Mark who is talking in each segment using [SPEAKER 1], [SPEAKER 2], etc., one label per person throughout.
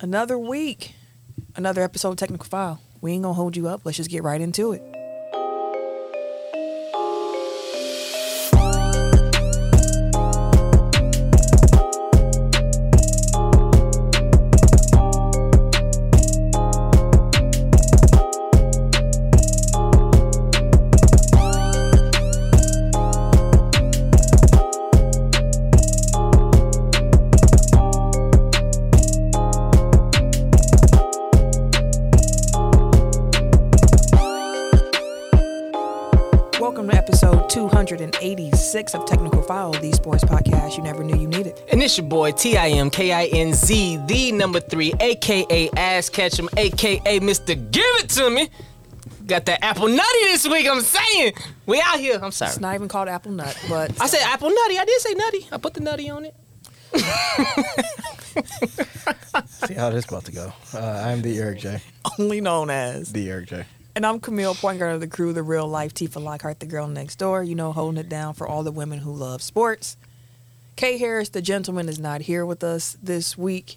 [SPEAKER 1] Another week, another episode of Technical File. We ain't gonna hold you up. Let's just get right into it. Welcome to episode 286 of Technical File, the sports podcast you never knew you needed.
[SPEAKER 2] And it's your boy T I M K I N Z, the number three, aka Ass Ketchum, aka Mr. Give It To Me. Got that apple nutty this week. I'm saying we out here. I'm sorry.
[SPEAKER 1] It's not even called Apple Nut, but
[SPEAKER 2] I said apple nutty. I did say nutty. I put the nutty on it.
[SPEAKER 3] See how this about to go. Uh, I'm the Eric J.
[SPEAKER 1] only known as.
[SPEAKER 3] The Eric J.
[SPEAKER 1] And I'm Camille, point guard of the crew, the real life Tifa Lockhart, the girl next door, you know, holding it down for all the women who love sports. Kay Harris, the gentleman, is not here with us this week.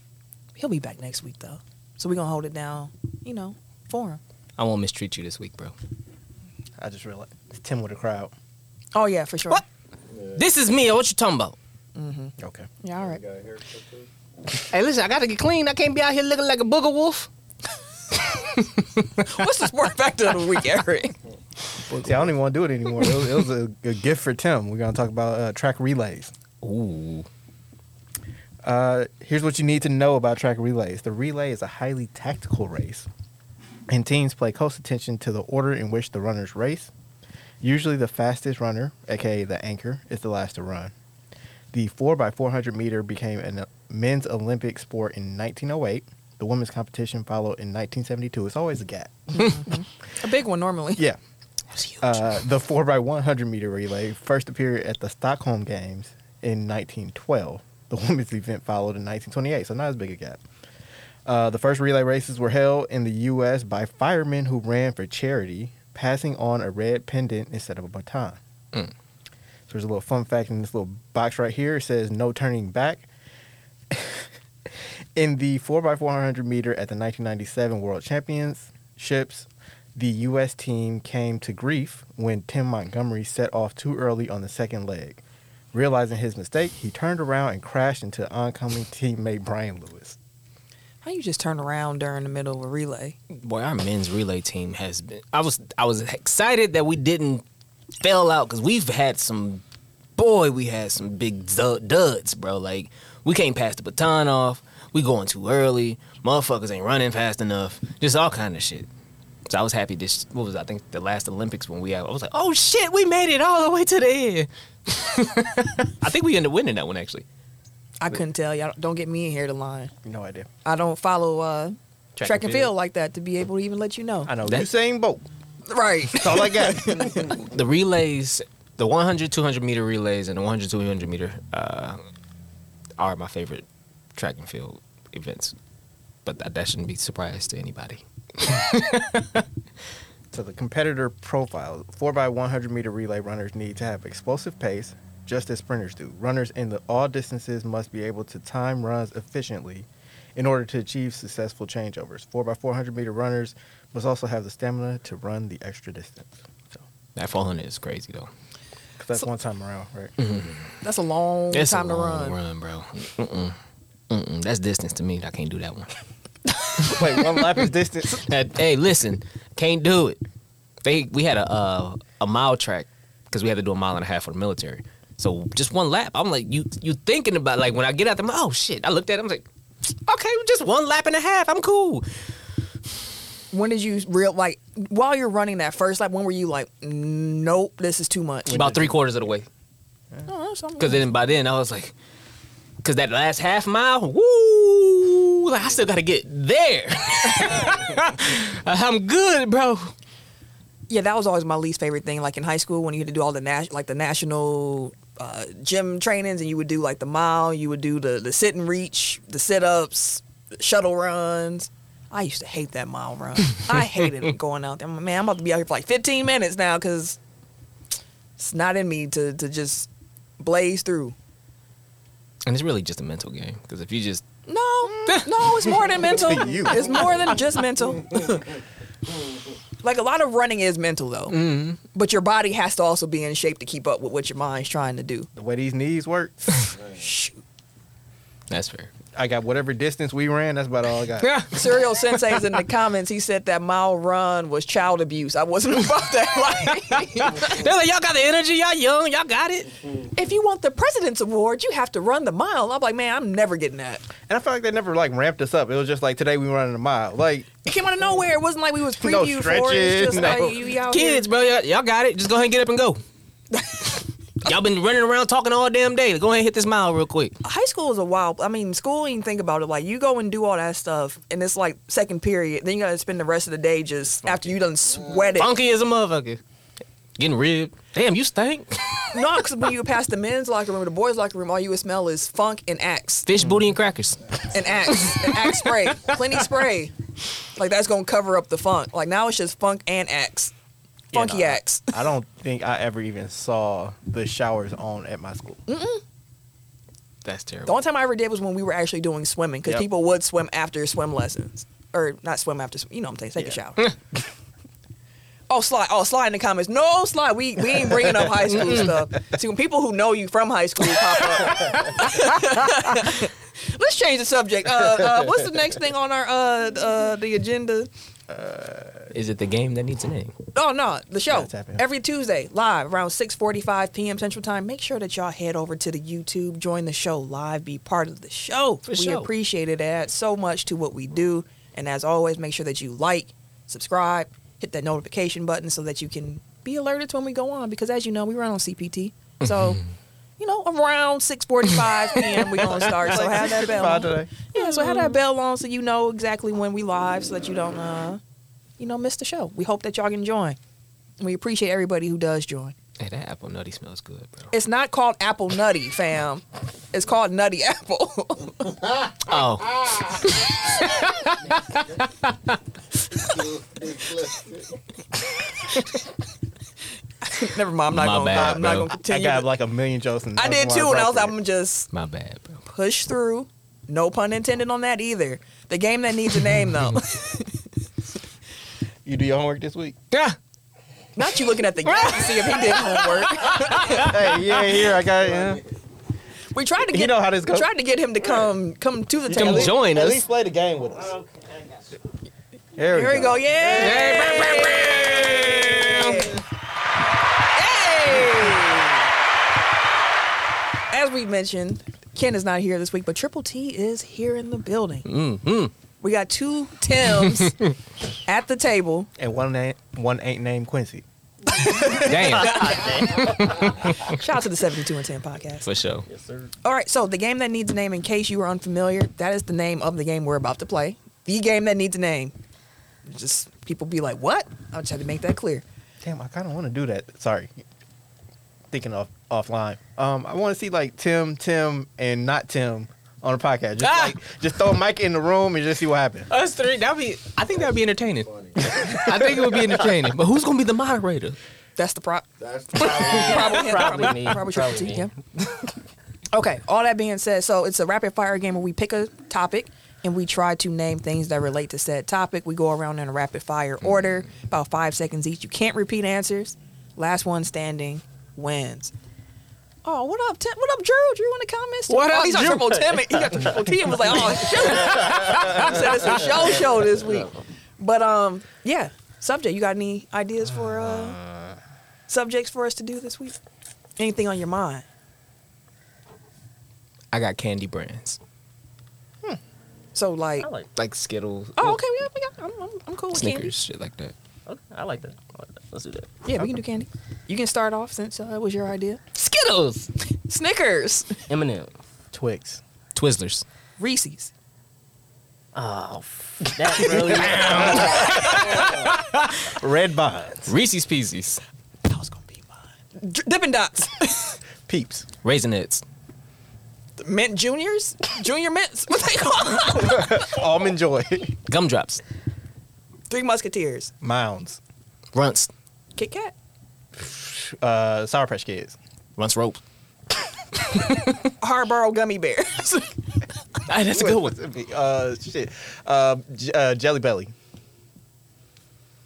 [SPEAKER 1] He'll be back next week, though. So we're going to hold it down, you know, for him.
[SPEAKER 2] I won't mistreat you this week, bro.
[SPEAKER 3] I just realized it's Tim with a crowd.
[SPEAKER 1] Oh, yeah, for sure. Mm-hmm.
[SPEAKER 2] What? This is me. What you talking about?
[SPEAKER 3] Okay.
[SPEAKER 1] Yeah, all right.
[SPEAKER 2] Hey, listen. I gotta get clean. I can't be out here looking like a booger wolf.
[SPEAKER 1] What's the sport factor of the week, Eric?
[SPEAKER 3] See, I don't even want to do it anymore. It was, it was a, a gift for Tim. We're gonna talk about uh, track relays.
[SPEAKER 2] Ooh.
[SPEAKER 3] Uh, here's what you need to know about track relays. The relay is a highly tactical race, and teams play close attention to the order in which the runners race. Usually, the fastest runner, aka the anchor, is the last to run. The 4x400 meter became a men's Olympic sport in 1908. The women's competition followed in 1972. It's always a gap.
[SPEAKER 1] A big one normally.
[SPEAKER 3] Yeah.
[SPEAKER 2] That's huge.
[SPEAKER 3] Uh, the 4x100 meter relay first appeared at the Stockholm Games in 1912. The women's event followed in 1928, so not as big a gap. Uh, the first relay races were held in the U.S. by firemen who ran for charity, passing on a red pendant instead of a baton.
[SPEAKER 2] Mm.
[SPEAKER 3] So there's a little fun fact in this little box right here. It says no turning back. in the 4x400 meter at the 1997 World Championships, the U.S. team came to grief when Tim Montgomery set off too early on the second leg. Realizing his mistake, he turned around and crashed into oncoming teammate Brian Lewis.
[SPEAKER 1] How you just turn around during the middle of a relay?
[SPEAKER 2] Boy, our men's relay team has been. I was I was excited that we didn't fail out because we've had some. Boy, we had some big du- duds, bro. Like we can't pass the baton off. We going too early. Motherfuckers ain't running fast enough. Just all kind of shit. So I was happy. This what was I think the last Olympics when we I was like, oh shit, we made it all the way to the end. I think we ended up winning that one actually.
[SPEAKER 1] I couldn't tell. Y'all don't get me in here to line.
[SPEAKER 3] No idea.
[SPEAKER 1] I don't follow uh, track, and field like that to be able to even let you know.
[SPEAKER 3] I know.
[SPEAKER 2] That-
[SPEAKER 3] Usain Bolt.
[SPEAKER 1] Right.
[SPEAKER 3] That's all I got.
[SPEAKER 2] the relays, the 100, 200 meter relays, and the 100, 200 meter uh, are my favorite track and field events. But that, that shouldn't be a surprise to anybody.
[SPEAKER 3] So the competitor profile, 4x100 meter relay runners need to have explosive pace, just as sprinters do. Runners in the all distances must be able to time runs efficiently in order to achieve successful changeovers. 4x400 meter runners must also have the stamina to run the extra distance. So,
[SPEAKER 2] That 400 is crazy though.
[SPEAKER 3] 'cause that's one time around, right?
[SPEAKER 1] That's a long
[SPEAKER 2] That's
[SPEAKER 1] time
[SPEAKER 2] a long
[SPEAKER 1] to run.
[SPEAKER 2] bro. Mm-mm. Mm-mm. That's distance to me. I can't do that one.
[SPEAKER 3] Wait, one lap is distance.
[SPEAKER 2] That- hey, listen, can't do it. They we had a uh, a mile track because we had to do a mile and a half for the military. So just one lap. I'm like, you you thinking about like when I get out there? I'm like, oh shit! I looked at him. I'm like, okay, just one lap and a half. I'm cool.
[SPEAKER 1] When did you real like while you're running that first lap? When were you like, nope, this is too much?
[SPEAKER 2] About three quarters of the way.
[SPEAKER 1] Oh, that's something.
[SPEAKER 2] Because then by then I was like, because that last half mile, woo, like I still got to get there. I'm good, bro.
[SPEAKER 1] yeah, that was always my least favorite thing. Like in high school, when you had to do all the national, like the national uh, gym trainings, and you would do like the mile, you would do the the sit and reach, the sit ups, shuttle runs. I used to hate that mile run. I hated going out there. I'm like, Man, I'm about to be out here for like 15 minutes now because it's not in me to to just blaze through.
[SPEAKER 2] And it's really just a mental game because if you just
[SPEAKER 1] No, no, it's more than mental.
[SPEAKER 3] You.
[SPEAKER 1] It's more than just mental. like a lot of running is mental though,
[SPEAKER 2] mm-hmm.
[SPEAKER 1] mm. but your body has to also be in shape to keep up with what your mind's trying to do.
[SPEAKER 4] The way these knees work,
[SPEAKER 1] Shoot.
[SPEAKER 2] That's fair.
[SPEAKER 4] I got whatever distance we ran. That's about all I got.
[SPEAKER 2] Yeah.
[SPEAKER 1] Serial Sensei's in the comments. He said that mile run was child abuse. I wasn't about that. Like,
[SPEAKER 2] They're like, y'all got the energy, y'all young, y'all got it.
[SPEAKER 1] if you want the president's award, you have to run the mile. I'm like, man, I'm never getting that.
[SPEAKER 4] And I feel like they never like ramped us up. It was just like today we running a mile. Like
[SPEAKER 1] It came out of nowhere. It wasn't like we was
[SPEAKER 4] No
[SPEAKER 1] previewed for it. It's just
[SPEAKER 4] stretches, no.
[SPEAKER 1] like you out here.
[SPEAKER 2] Kids, bro, y'all, y'all got it. Just go ahead and get up and go. y'all been running around talking all damn day. Go ahead and hit this mile real quick.
[SPEAKER 1] high school is a wild. I mean, school. You think about it, like you go and do all that stuff, and it's like second period. Then you gotta spend the rest of the day just after you done sweated.
[SPEAKER 2] Funky as a motherfucker. Getting ribbed. Damn, you stink.
[SPEAKER 1] No, because when you pass the men's locker room or the boys' locker room, all you would smell is funk and axe,
[SPEAKER 2] Fish booty and crackers.
[SPEAKER 1] and axe, and axe spray, plenty spray. Like that's gonna cover up the funk. Like now it's just funk and axe,
[SPEAKER 4] Yeah,
[SPEAKER 1] funky
[SPEAKER 4] no,
[SPEAKER 1] axe.
[SPEAKER 4] I don't think I ever even saw the showers on at my school.
[SPEAKER 2] That's
[SPEAKER 1] The
[SPEAKER 2] terrible.
[SPEAKER 1] only time I ever did was when we were actually doing swimming, because
[SPEAKER 4] Yep.
[SPEAKER 1] people would swim after swim lessons, or not swim after. sw- You know what I'm saying? Take
[SPEAKER 4] Yeah.
[SPEAKER 1] a shower. oh, slide! Oh, slide in the comments. No, slide. We we ain't bringing up high school stuff. See, when people who know you from high school pop up. Let's change the subject. Uh, uh, what's the next thing on our uh, uh, the agenda?
[SPEAKER 2] Is it the game that needs a name?
[SPEAKER 1] Oh no, the show
[SPEAKER 4] Yeah, tap in.
[SPEAKER 1] every Tuesday live around 6:45 p.m. Central Time. Make sure that y'all head over to the YouTube, join the show live, be part of the show. we
[SPEAKER 2] sure.
[SPEAKER 1] appreciate it. It Adds so much to what we do, and as always, make sure that you like, subscribe, hit that notification button so that you can be alerted to when we go on. Because as you know, we run on CPT, so. You know, around 6:45 p.m. we gonna start. So have that bell.
[SPEAKER 4] Five
[SPEAKER 1] on.
[SPEAKER 4] today.
[SPEAKER 1] Yeah, so have that bell on so you know exactly when we live so that you don't uh you know miss the show. We hope that y'all can join. We appreciate everybody who does join.
[SPEAKER 2] Hey, that apple nutty smells good, bro.
[SPEAKER 1] It's not called Apple Nutty, fam. It's called Nutty Apple.
[SPEAKER 2] Oh,
[SPEAKER 1] Never mind, I'm not
[SPEAKER 2] My
[SPEAKER 1] gonna
[SPEAKER 2] bad,
[SPEAKER 1] I'm not
[SPEAKER 2] bro.
[SPEAKER 1] gonna continue.
[SPEAKER 4] I got like a million jokes. And
[SPEAKER 1] I
[SPEAKER 4] none of
[SPEAKER 1] did
[SPEAKER 4] them are
[SPEAKER 1] too, and I was like,
[SPEAKER 4] appropriate.
[SPEAKER 1] I'm just
[SPEAKER 2] my bad, bro.
[SPEAKER 1] push through. No pun intended on that either. The game that needs a name though.
[SPEAKER 4] you do your homework this week.
[SPEAKER 2] Yeah.
[SPEAKER 1] not you looking at the game to see if he did homework.
[SPEAKER 4] hey, yeah, here I got it. Yeah.
[SPEAKER 1] We tried to
[SPEAKER 4] You
[SPEAKER 1] get
[SPEAKER 4] know how this
[SPEAKER 1] we
[SPEAKER 4] goes.
[SPEAKER 1] tried to get him to come come to the
[SPEAKER 2] Come
[SPEAKER 1] table.
[SPEAKER 2] join
[SPEAKER 4] At
[SPEAKER 2] us.
[SPEAKER 4] least play the game with us. There we
[SPEAKER 1] Here we go.
[SPEAKER 4] go.
[SPEAKER 1] Yay!
[SPEAKER 2] Hey, bam, bam,
[SPEAKER 1] Hey! As we mentioned, Ken is not here this week, but Triple T is here in the building.
[SPEAKER 2] Mm-hmm.
[SPEAKER 1] We got two Tims at the table.
[SPEAKER 4] And one name, one ain't named Quincy.
[SPEAKER 2] Damn.
[SPEAKER 1] Shout out to the 72 and 10 podcast.
[SPEAKER 2] For sure.
[SPEAKER 4] Yes, sir.
[SPEAKER 1] All right, so the game that needs a name, in case you were unfamiliar, that is the name of the game we're about to play. The game that needs a name. Just people be like, what? I just had to make that clear.
[SPEAKER 4] Damn, I kind of want to do that. Sorry. Thinking off offline. Um, I want to see like Tim, Tim, and not Tim on a podcast. Just
[SPEAKER 2] Ah!
[SPEAKER 4] like just throw Mike in the room and just see what happens.
[SPEAKER 2] Us three, that'd be. I think that'd be entertaining. I think it would be entertaining. But who's gonna be the moderator?
[SPEAKER 1] That's the prop.
[SPEAKER 3] That's probably
[SPEAKER 1] probably, him,
[SPEAKER 4] Probably
[SPEAKER 1] probably,
[SPEAKER 4] me. Probably
[SPEAKER 1] probably Triple T,
[SPEAKER 4] me.
[SPEAKER 1] yeah. okay, all that being said, so it's a rapid fire game where we pick a topic and we try to name things that relate to said topic. We go around in a rapid fire
[SPEAKER 2] Mm-hmm.
[SPEAKER 1] order, about five seconds each. You can't repeat answers. Last one standing wins. Oh, what up, Tim? What up, Drew? Drew in the comments?
[SPEAKER 2] What
[SPEAKER 1] oh,
[SPEAKER 2] up,
[SPEAKER 1] he's on
[SPEAKER 2] Drew?
[SPEAKER 1] triple Tim. He got triple T and was like, oh, shoot. he said it's a show show this week. But um, yeah, subject. You got any ideas for uh, subjects for us to do this week? Anything on your mind?
[SPEAKER 2] I got candy brands
[SPEAKER 1] So like,
[SPEAKER 5] like.
[SPEAKER 2] like Skittles.
[SPEAKER 1] oh okay, we got, we got I'm, I'm, I'm cool with
[SPEAKER 2] Snickers, shit like that.
[SPEAKER 5] Okay, I like that. I like that. Let's do that.
[SPEAKER 1] candy. Yeah, we can do candy. You can start off since uh, that was your idea.
[SPEAKER 2] Skittles,
[SPEAKER 1] Snickers,
[SPEAKER 5] Eminem.
[SPEAKER 4] Twix.
[SPEAKER 2] Twizzlers.
[SPEAKER 1] Reese's.
[SPEAKER 5] Oh, f- that really.
[SPEAKER 4] Red Bonds.
[SPEAKER 2] Reese's Pieces,
[SPEAKER 1] That was gonna be mine. D- Dippin' Dots,
[SPEAKER 4] Peeps.
[SPEAKER 2] Raisinets,
[SPEAKER 1] Mint Juniors, Junior Mints. What they call?
[SPEAKER 4] Almond Joy.
[SPEAKER 2] Gumdrops,
[SPEAKER 1] Three Musketeers,
[SPEAKER 4] Mounds.
[SPEAKER 2] Runts,
[SPEAKER 1] Kit Kat.
[SPEAKER 4] Uh, Sour Patch Kids.
[SPEAKER 2] Runts Rope,
[SPEAKER 1] Hardball gummy bears.
[SPEAKER 2] Ah, that's a good one.
[SPEAKER 3] Uh, shit. Uh,
[SPEAKER 4] Um,
[SPEAKER 3] J- uh, Jelly Belly.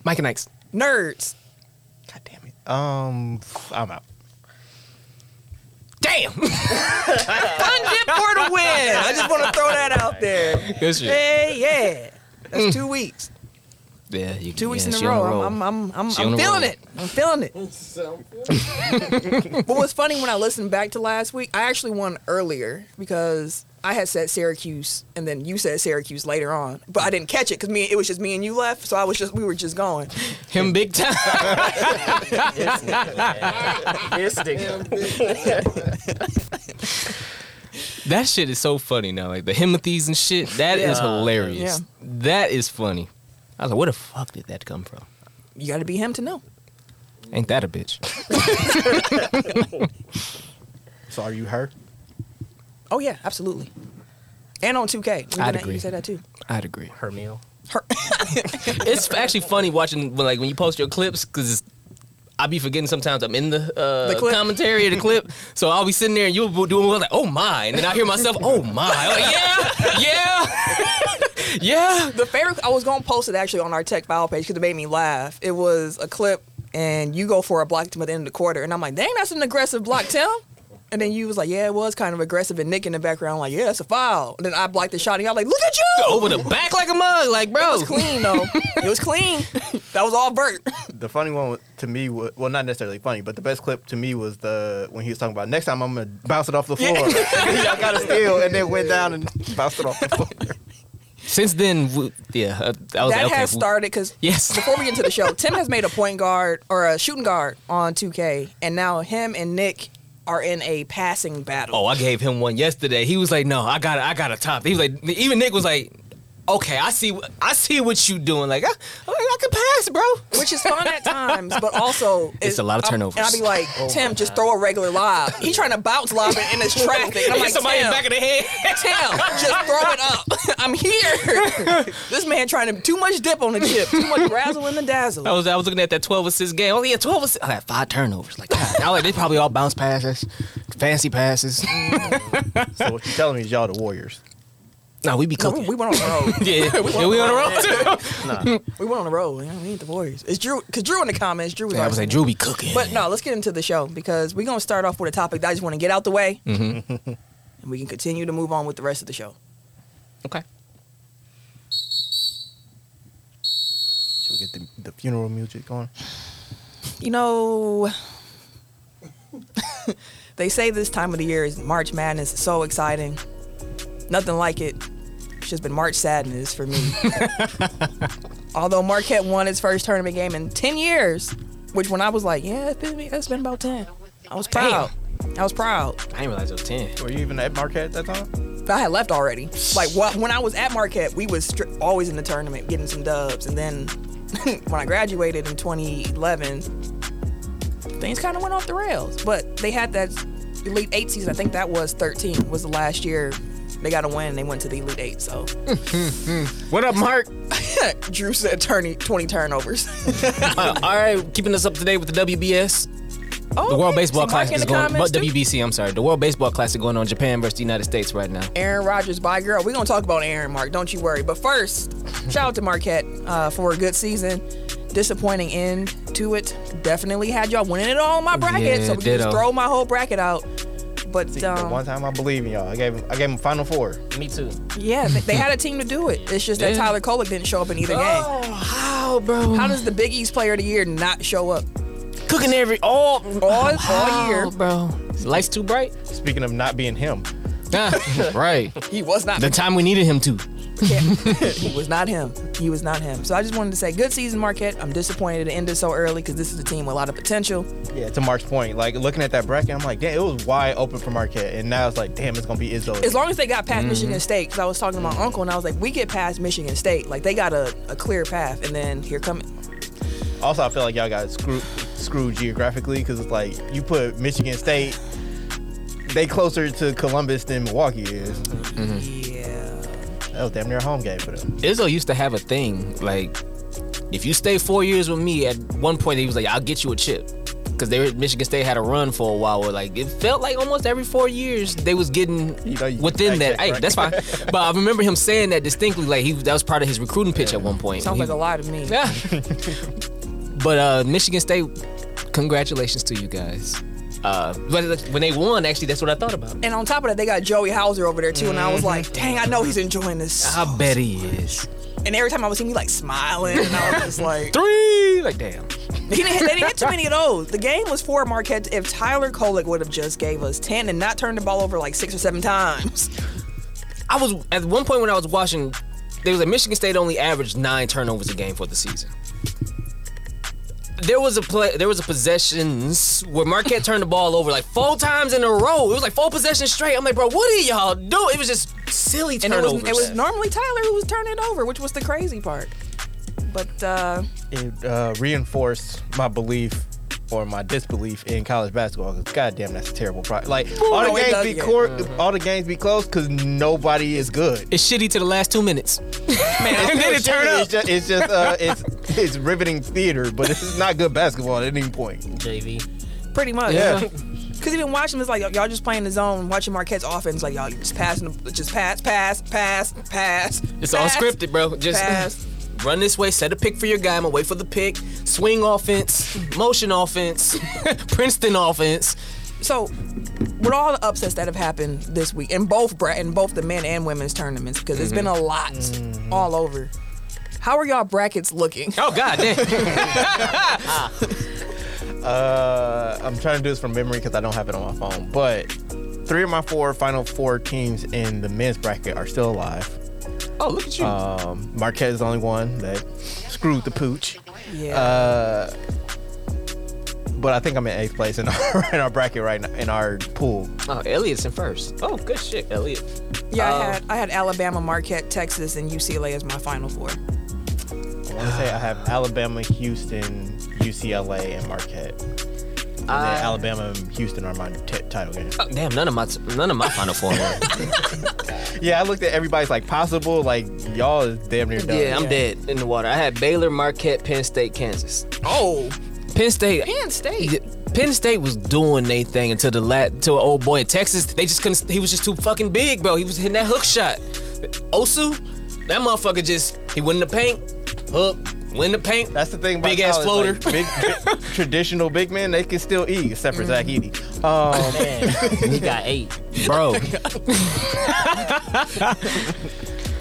[SPEAKER 2] Mike and Ike's.
[SPEAKER 1] Nerds.
[SPEAKER 4] God damn it. Um, I'm out.
[SPEAKER 2] Damn.
[SPEAKER 1] Fun dip for the win. I just want to throw that out there.
[SPEAKER 2] Good shit.
[SPEAKER 1] Hey, yeah. That's two weeks.
[SPEAKER 2] Yeah, you,
[SPEAKER 1] Two weeks
[SPEAKER 2] yeah,
[SPEAKER 1] in
[SPEAKER 2] she
[SPEAKER 1] a
[SPEAKER 2] on
[SPEAKER 1] row.
[SPEAKER 2] the
[SPEAKER 1] I'm, I'm, I'm, I'm,
[SPEAKER 2] She on
[SPEAKER 1] I'm
[SPEAKER 2] the
[SPEAKER 1] feeling
[SPEAKER 2] roll.
[SPEAKER 1] it. I'm feeling it. but what's funny when I listened back to last week, I actually won earlier because I had said Syracuse and then you said Syracuse later on, but I didn't catch it because me it was just me and you left, so I was just we were just going.
[SPEAKER 2] Him big time.
[SPEAKER 5] This nigga.
[SPEAKER 2] That shit is so funny now. Like the himothies and shit. That is
[SPEAKER 1] Yeah.
[SPEAKER 2] hilarious.
[SPEAKER 1] Yeah.
[SPEAKER 2] That is funny. I was like, where the fuck did that come from?
[SPEAKER 1] You got to be him to know.
[SPEAKER 2] Ain't that a bitch?
[SPEAKER 4] So are you her?
[SPEAKER 1] Oh yeah, absolutely. And on 2K, We've
[SPEAKER 2] I'd
[SPEAKER 1] been at-
[SPEAKER 2] agree.
[SPEAKER 1] You said that too.
[SPEAKER 2] I'd agree.
[SPEAKER 5] Her meal.
[SPEAKER 2] It's actually funny watching when, like when you post your clips because I be forgetting sometimes I'm in the, uh,
[SPEAKER 1] The clip.
[SPEAKER 2] commentary of the clip, so I'll be sitting there and you'll be doing well like oh my, and then I hear myself oh my, I'm like, yeah, yeah, yeah.
[SPEAKER 1] The favorite I was gonna post it actually on our tech file page because it made me laugh. It was a clip and you go for a block Tim at the end of the quarter, and I'm like, dang, that's an aggressive block Tim. And then you was like, yeah, it was kind of aggressive. And Nick in the background, like, yeah, it's a foul. And then I blocked the shot, and y'all like, look at you.
[SPEAKER 2] Over the back like a mug, like bro.
[SPEAKER 1] It was clean though. it was clean. That was all Bert.
[SPEAKER 4] The funny one wa- to me, was, well, not necessarily funny, but the best clip to me was the when he was talking about next time I'm gonna bounce it off the floor. Y'all got to steal, and then went down and bounced it off the floor.
[SPEAKER 2] Since then, we, yeah, uh, I was
[SPEAKER 1] that
[SPEAKER 2] like, okay,
[SPEAKER 1] has
[SPEAKER 2] we-
[SPEAKER 1] started because
[SPEAKER 2] Yes.
[SPEAKER 1] before we get into the show, Tim has made a point guard or a shooting guard on 2K, and now him and Nick are in a passing battle.
[SPEAKER 2] Oh, I gave him one yesterday. He was like, "No, I got, I got a top." He was like, even Nick was like, "Okay, I see, I see what you doing. Like, I, I, I can pass, bro."
[SPEAKER 1] which is fun at times, but also
[SPEAKER 2] It's a lot of turnovers.
[SPEAKER 1] I'll, and I'll be like,
[SPEAKER 2] Oh
[SPEAKER 1] Tim, just throw a regular lob. He trying to bounce lob it in his traffic, and I'm like,
[SPEAKER 2] Hit somebody in the
[SPEAKER 1] Tim,
[SPEAKER 2] back of the head.
[SPEAKER 1] Tim, just throw it up. I'm here. this man trying to too much dip on the chip, too much razzle in the dazzle.
[SPEAKER 2] I was, I was looking at that twelve assist game. Oh yeah, twelve assists. I had five turnovers. Like, God, I was like they probably all bounce passes, fancy passes.
[SPEAKER 4] So what you're telling me is y'all the Warriors.
[SPEAKER 2] no, we be
[SPEAKER 1] No,
[SPEAKER 2] cooking.
[SPEAKER 1] we, we went on the road.
[SPEAKER 2] yeah, yeah, we on the road too.
[SPEAKER 1] We went on the road. You know, we ain't the Warriors. It's Drew because Drew in the comments. Drew was
[SPEAKER 2] Yeah, I
[SPEAKER 1] our
[SPEAKER 2] was like,
[SPEAKER 1] teammate.
[SPEAKER 2] Drew be cooking.
[SPEAKER 1] But no, let's get into the show because we're gonna start off with a topic that I just want to get out the way,
[SPEAKER 2] Mm-hmm.
[SPEAKER 1] and we can continue to move on with the rest of the show.
[SPEAKER 2] okay.
[SPEAKER 4] Should we get the, the funeral music going?
[SPEAKER 1] you know, they say this time of the year is March Madness. It's so exciting. Nothing like it. It's just been March sadness for me. Although Marquette won its first tournament game in 10 years, which when I was like, yeah, it's been, it's been about 10. I was proud. I was proud.
[SPEAKER 2] I didn't realize it was ten.
[SPEAKER 4] Were you even at Marquette at that time?
[SPEAKER 1] I had left already. Like what, when I was at Marquette, we was stri- always in the tournament getting some dubs, and then when I graduated in 2011, things kind of went off the rails. But they had that Elite Eight season. I think that was 13 was the last year they got a win. and They went to the Elite Eight. So
[SPEAKER 2] What up, Mark?
[SPEAKER 1] Drew said 20, 20 turnovers.
[SPEAKER 2] Uh, all right, keeping us up to date with the WBS.
[SPEAKER 1] oh,
[SPEAKER 2] The World
[SPEAKER 1] okay.
[SPEAKER 2] Baseball
[SPEAKER 1] See Mark
[SPEAKER 2] Classic
[SPEAKER 1] in
[SPEAKER 2] is
[SPEAKER 1] the
[SPEAKER 2] going.
[SPEAKER 1] comments,
[SPEAKER 2] But
[SPEAKER 1] too.
[SPEAKER 2] WBC, I'm sorry. The World Baseball Classic going on in Japan versus the United States right now.
[SPEAKER 1] Aaron Rodgers, bye girl. We're gonna talk about Aaron Mark, don't you worry. But first, shout out to Marquette uh, for a good season. Disappointing end to it. Definitely had y'all winning it all in my bracket,
[SPEAKER 2] Yeah,
[SPEAKER 1] so we can just
[SPEAKER 2] ditto.
[SPEAKER 1] throw my whole bracket out. But
[SPEAKER 4] The
[SPEAKER 1] um,
[SPEAKER 4] one time I believe in y'all. I gave him, I gave him Final Four.
[SPEAKER 5] Me too.
[SPEAKER 1] yeah, they, they had a team to do it. It's just that
[SPEAKER 2] Yeah.
[SPEAKER 1] Tyler
[SPEAKER 2] Oh.
[SPEAKER 1] Kolick didn't show up in either game. Oh,
[SPEAKER 2] how, bro?
[SPEAKER 1] How does the Big East Player of the Year not show up
[SPEAKER 2] cooking every all
[SPEAKER 1] all,
[SPEAKER 2] Oh,
[SPEAKER 1] all year?
[SPEAKER 2] year, bro? Lights too bright.
[SPEAKER 4] Speaking of not being him,
[SPEAKER 2] right.
[SPEAKER 1] He was not
[SPEAKER 2] The time we needed him to.
[SPEAKER 1] he was not him. He was not him. So I just wanted to say, good season, Marquette. I'm disappointed it ended so early because this is a team with a lot of potential.
[SPEAKER 4] yeah, to Mark's point, like looking at that bracket, I'm like, damn, it was wide open for Marquette, and now it's like, damn, it's gonna be Izzo.
[SPEAKER 1] as long as they got past
[SPEAKER 2] Mm-hmm.
[SPEAKER 1] Michigan State, because I was talking to my uncle and I was like, we get past Michigan State, like they got a, a clear path, and then here come
[SPEAKER 4] Also, I feel like y'all got screwed, screwed geographically because it's like you put Michigan State, they closer to Columbus than Milwaukee is.
[SPEAKER 2] Mm-hmm.
[SPEAKER 1] yeah,
[SPEAKER 4] That
[SPEAKER 3] Oh,
[SPEAKER 4] was damn near a home game for them.
[SPEAKER 2] Izzo used to have a thing like, if you stay four years with me, at one point he was like, I'll get you a chip. because they were, Michigan State had a run for a while where like it felt like almost every four years they was getting
[SPEAKER 3] You know you
[SPEAKER 2] within
[SPEAKER 3] can
[SPEAKER 2] that.
[SPEAKER 3] fact
[SPEAKER 2] Hey,
[SPEAKER 3] check,
[SPEAKER 2] that's fine. but I remember him saying that distinctly. Like he that was part of his recruiting pitch at one point.
[SPEAKER 1] Sounds
[SPEAKER 2] He-
[SPEAKER 1] like a lie to me.
[SPEAKER 2] yeah. but uh, Michigan State, congratulations to you guys. Uh, but when they won, actually, that's what I thought about.
[SPEAKER 1] And on top of that, they got Joey Hauser over there too, and I
[SPEAKER 2] Mm-hmm.
[SPEAKER 1] was like, dang, I know he's enjoying this.
[SPEAKER 2] I bet he is
[SPEAKER 1] And every time I was seeing, he like smiling, and I was just like,
[SPEAKER 2] three. Like damn.
[SPEAKER 1] He didn't, they didn't hit too many of those. The game was for Marquette. If Tyler Kolick would have just gave us 10 and not turned the ball over like six or seven times,
[SPEAKER 2] I was at one point when I was watching, they was like Michigan State only averaged nine turnovers a game for the season. There was a play, there was a possessions where Marquette turned the ball over like four times in a row. It was like four possessions straight. I'm like, bro, what are y'all doing? It was just silly
[SPEAKER 1] and it
[SPEAKER 2] turnovers.
[SPEAKER 1] was, it was normally Tyler who was turning it over, which was the crazy part. But uh,
[SPEAKER 4] It,
[SPEAKER 3] uh, reinforced my belief or my disbelief in college basketball. Cause goddamn, that's a terrible product. Like all the
[SPEAKER 1] no, it Mm-hmm.
[SPEAKER 3] games
[SPEAKER 1] does
[SPEAKER 3] be
[SPEAKER 1] get-
[SPEAKER 3] court, all the games be close because nobody is good.
[SPEAKER 2] It's shitty to the last two minutes.
[SPEAKER 3] And
[SPEAKER 2] then it turn up.
[SPEAKER 3] It's just, it's, just uh, it's it's riveting theater, but it's not good basketball at any point.
[SPEAKER 5] JV.
[SPEAKER 1] pretty much.
[SPEAKER 3] Yeah.
[SPEAKER 1] Because even watching it's like y'all just playing the zone, watching Marquette's offense, like y'all just passing, the- just pass, pass, pass, pass.
[SPEAKER 2] It's all
[SPEAKER 1] pass,
[SPEAKER 2] scripted, bro. Just
[SPEAKER 1] Pass.
[SPEAKER 2] run this way, set a pick for your guy. I'm gonna wait for the pick. Swing offense, motion offense, Princeton offense.
[SPEAKER 1] So, with all the upsets that have happened this week in both bra- in both the men and women's tournaments, because it's been a lot
[SPEAKER 2] Mm-hmm.
[SPEAKER 1] all over. How are y'all brackets looking?
[SPEAKER 2] Oh god damn.
[SPEAKER 3] Uh, I'm trying to do this from memory because I don't have it on my phone. But three of my four final four teams in the men's bracket are still alive.
[SPEAKER 2] Oh look at you.
[SPEAKER 3] Um, Marquette is the only one that screwed the pooch.
[SPEAKER 1] Yeah.
[SPEAKER 3] Uh, but I think I'm in eighth place in our, in our bracket right now in our pool.
[SPEAKER 2] Oh, Elliot's in first. Oh, good shit, Elliot.
[SPEAKER 1] yeah,
[SPEAKER 2] uh,
[SPEAKER 1] I had I had Alabama, Marquette, Texas, and UCLA as my final four.
[SPEAKER 3] I want to say I have Alabama, Houston, UCLA, and Marquette. And then
[SPEAKER 2] I-
[SPEAKER 3] Alabama and Houston are my t- title games.
[SPEAKER 2] Oh, damn, none of my none of my final four. won.
[SPEAKER 3] Yeah, I looked at everybody's like possible. Like y'all is damn near done.
[SPEAKER 2] yeah, I'm
[SPEAKER 1] Yeah.
[SPEAKER 2] dead in the water. I had Baylor, Marquette, Penn State, Kansas.
[SPEAKER 1] Oh,
[SPEAKER 2] Penn State.
[SPEAKER 1] Penn State.
[SPEAKER 2] Yeah, Penn State was doing their thing until the lat until old boy in Texas. They just couldn't. He was just too fucking big, bro. He was hitting that hook shot. Osu, that motherfucker just he went in the paint, hook, went in the paint.
[SPEAKER 3] That's the thing about
[SPEAKER 2] Big ass
[SPEAKER 3] college, like, big, big- traditional big men, they can still eat, except for Zach Eady. Um,
[SPEAKER 5] Oh, Man, he got eight.
[SPEAKER 2] bro.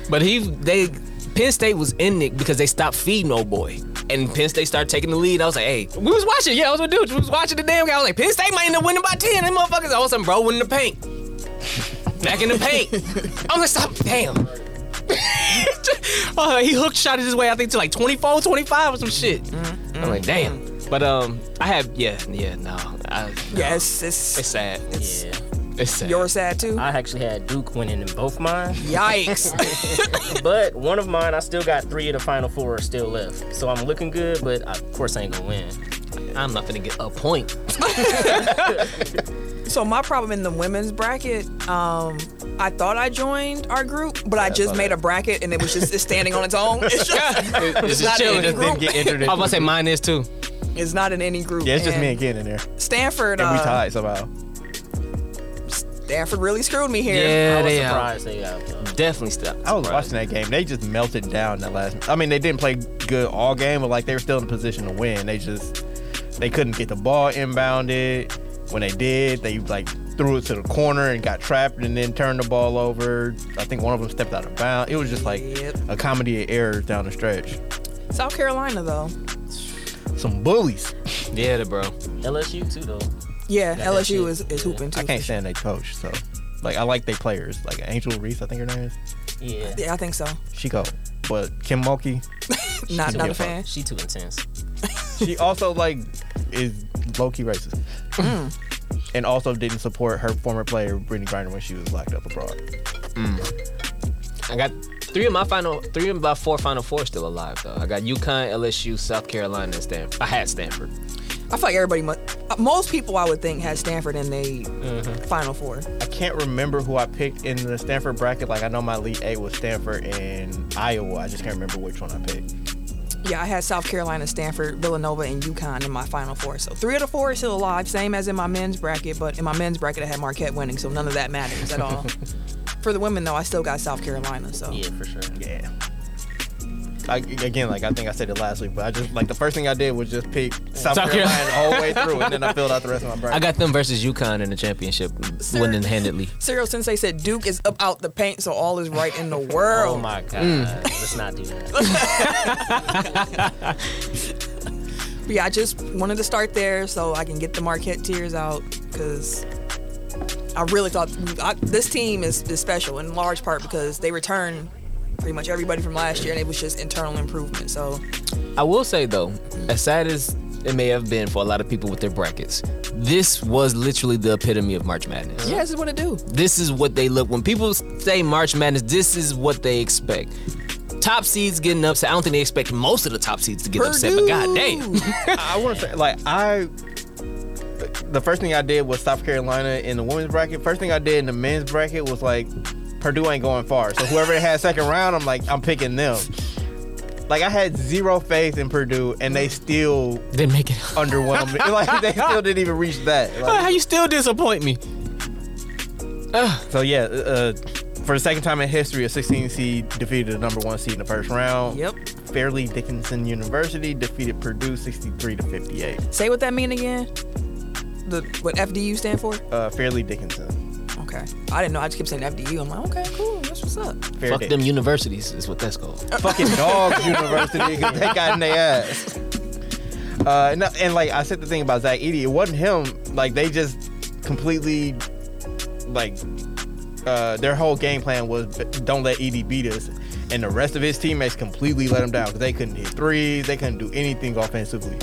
[SPEAKER 2] but he, they, Penn State was in it because they stopped feeding old boy, and Penn State started taking the lead. I was like, hey, we was watching, yeah, I was with dudes, we was watching the damn guy. I was like, Penn State might end up winning by ten. Them motherfuckers, all of a sudden, bro, went in the paint, back in the paint. I'm like, stop, damn. Oh, he hooked shot his way, I think, to like 24, 25 or some shit. I'm like, damn. But um, I have yeah, yeah, no, I,
[SPEAKER 1] yes, it's,
[SPEAKER 2] it's
[SPEAKER 1] it's,
[SPEAKER 2] sad.
[SPEAKER 5] Yeah.
[SPEAKER 2] It's sad.
[SPEAKER 1] you're sad too.
[SPEAKER 5] I actually had Duke winning in both mine,
[SPEAKER 1] Yikes!
[SPEAKER 5] but one of mine, I still got three of the final four are still left. So I'm looking good, but I, of course I ain't gonna win.
[SPEAKER 2] I'm not gonna get a point.
[SPEAKER 1] so my problem in the women's bracket, um, I thought I joined our group, but I just made a bracket and it was just it's standing on its own. It's just
[SPEAKER 2] It's
[SPEAKER 1] not in any
[SPEAKER 3] just didn't
[SPEAKER 1] group.
[SPEAKER 3] get entered.
[SPEAKER 2] I was
[SPEAKER 3] into
[SPEAKER 2] about to say
[SPEAKER 3] the-
[SPEAKER 2] mine is too.
[SPEAKER 1] It's not in any group.
[SPEAKER 3] Yeah, it's just
[SPEAKER 1] and
[SPEAKER 3] me and Ken in there,
[SPEAKER 1] Stanford.
[SPEAKER 3] and we
[SPEAKER 1] uh,
[SPEAKER 3] tied somehow.
[SPEAKER 1] Stanford really screwed me here.
[SPEAKER 5] I
[SPEAKER 2] Yeah,
[SPEAKER 5] was
[SPEAKER 2] they are.
[SPEAKER 5] surprised they got. Uh,
[SPEAKER 2] Definitely stop.
[SPEAKER 3] I was watching that game. They just melted down that last. I mean, they didn't play good all game, but like they were still in position to win. They just they couldn't get the ball inbounded. When they did, they like threw it to the corner and got trapped, and then turned the ball over. I think one of them stepped out of bounds. It was just like
[SPEAKER 1] Yep.
[SPEAKER 3] a comedy of errors down the stretch.
[SPEAKER 1] South Carolina though.
[SPEAKER 3] Some bullies.
[SPEAKER 2] Yeah, the bro.
[SPEAKER 5] LSU too though.
[SPEAKER 1] Yeah,
[SPEAKER 5] that
[SPEAKER 1] LSU
[SPEAKER 5] shit.
[SPEAKER 1] is, is hooping too.
[SPEAKER 3] I can't stand their coach, so like I like their players. Like Angel Reese, I think her name is.
[SPEAKER 5] Yeah.
[SPEAKER 1] Yeah, I think so.
[SPEAKER 3] She go, but Kim Mulkey,
[SPEAKER 1] Not
[SPEAKER 5] too
[SPEAKER 1] not a
[SPEAKER 3] different.
[SPEAKER 1] fan.
[SPEAKER 5] She too intense.
[SPEAKER 3] she also like is low key racist, Mm. and also didn't support her former player Brittany Griner when she was locked up abroad.
[SPEAKER 2] I got three of my final, three of my four final four still alive though. I got UConn, LSU, South Carolina, and Stanford. I had Stanford.
[SPEAKER 1] I feel like everybody, mu- uh, most people I would think had Stanford in they
[SPEAKER 3] Mm-hmm.
[SPEAKER 1] Final Four.
[SPEAKER 3] I can't remember who I picked in the Stanford bracket. Like I know my lead eight was Stanford and Iowa. I just can't remember which one I picked.
[SPEAKER 1] Yeah, I had South Carolina, Stanford, Villanova, and UConn in my final four. So three of the four are still alive, same as in my men's bracket. But in my men's bracket, I had Marquette winning, so none of that matters at all. For the women, though, I still got South Carolina. So
[SPEAKER 5] Yeah, for sure.
[SPEAKER 3] Yeah. I, again, like I think I said it last week, but I just like the first thing I did was just pick South,
[SPEAKER 2] South
[SPEAKER 3] Carolina
[SPEAKER 2] Carolina.
[SPEAKER 3] the whole way through, and then I filled out the rest of my bracket.
[SPEAKER 2] I got them versus UConn in the championship,
[SPEAKER 1] Sir.
[SPEAKER 2] winning handedly.
[SPEAKER 1] Cyril Sensei said Duke is up out the paint, so all is right in the
[SPEAKER 5] Oh
[SPEAKER 1] world.
[SPEAKER 5] my god. Let's not do that.
[SPEAKER 1] But yeah, I just wanted to start there so I can get the Marquette tears out because I really thought I, this team is, is special in large part because they return pretty much everybody from last year and it was just internal improvement. So
[SPEAKER 2] I will say though, as sad as it may have been for a lot of people with their brackets, this was literally the epitome of March Madness.
[SPEAKER 1] yeah, this is what it do.
[SPEAKER 2] This is what they look when people say March Madness. This is what they expect. Top seeds getting upset. I don't think they expect most of the top seeds to get upset, but goddamn,
[SPEAKER 3] I want to say, like, I. The first thing I did was South Carolina in the women's bracket. First thing I did in the men's bracket was like, Purdue ain't going far. So whoever it had second round, I'm like, I'm picking them. Like I had zero faith in Purdue, and they still
[SPEAKER 2] didn't make it.
[SPEAKER 3] underwhelmed. me. Like they still didn't even reach that.
[SPEAKER 2] How
[SPEAKER 3] Like,
[SPEAKER 2] you still disappoint me?
[SPEAKER 3] so yeah, uh, for the second time in history, a 16 seed defeated the number one seed in the first round.
[SPEAKER 1] Yep.
[SPEAKER 3] Fairleigh Dickinson University defeated Purdue 63 to 58.
[SPEAKER 1] Say what that mean again? The what FDU stand for?
[SPEAKER 3] Uh, Fairleigh Dickinson.
[SPEAKER 1] Okay. I didn't know. I just kept saying FDU. I'm like, okay, cool. That's what's up.
[SPEAKER 3] Fair
[SPEAKER 2] Fuck
[SPEAKER 3] Dick.
[SPEAKER 2] them universities is what that's called.
[SPEAKER 3] fucking dogs university 'cause they got in their ass. Uh, and, and like I said, the thing about Zach Eady, it wasn't him. Like they just completely, like, uh, their whole game plan was don't let Edie beat us, and the rest of his teammates completely let him down because they couldn't hit threes, they couldn't do anything offensively.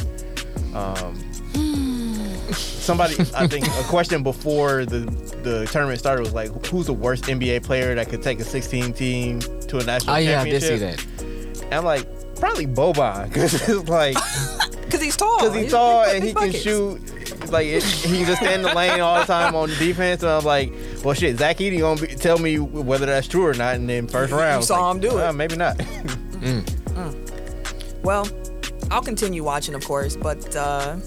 [SPEAKER 3] Um,
[SPEAKER 2] Hmm.
[SPEAKER 3] somebody, I think a question before the the tournament started was like, who's the worst NBA player that could take a 16 team to a national
[SPEAKER 2] Oh
[SPEAKER 3] championship?
[SPEAKER 2] yeah, I did see that.
[SPEAKER 3] And I'm like, probably Boban, because it's like,
[SPEAKER 1] Cause he's tall.
[SPEAKER 3] because
[SPEAKER 1] Oh,
[SPEAKER 3] he's
[SPEAKER 1] He's
[SPEAKER 3] tall
[SPEAKER 1] big
[SPEAKER 3] and he can
[SPEAKER 1] buckets.
[SPEAKER 3] shoot. Like it, he can just stay in the lane all the time on defense, and I'm like, well, shit, Zach Eady gonna be, tell me whether that's true or not, and then first round.
[SPEAKER 1] saw
[SPEAKER 3] like,
[SPEAKER 1] him do it.
[SPEAKER 3] "Uh, maybe not.
[SPEAKER 1] Well, I'll continue watching, of course, but uh,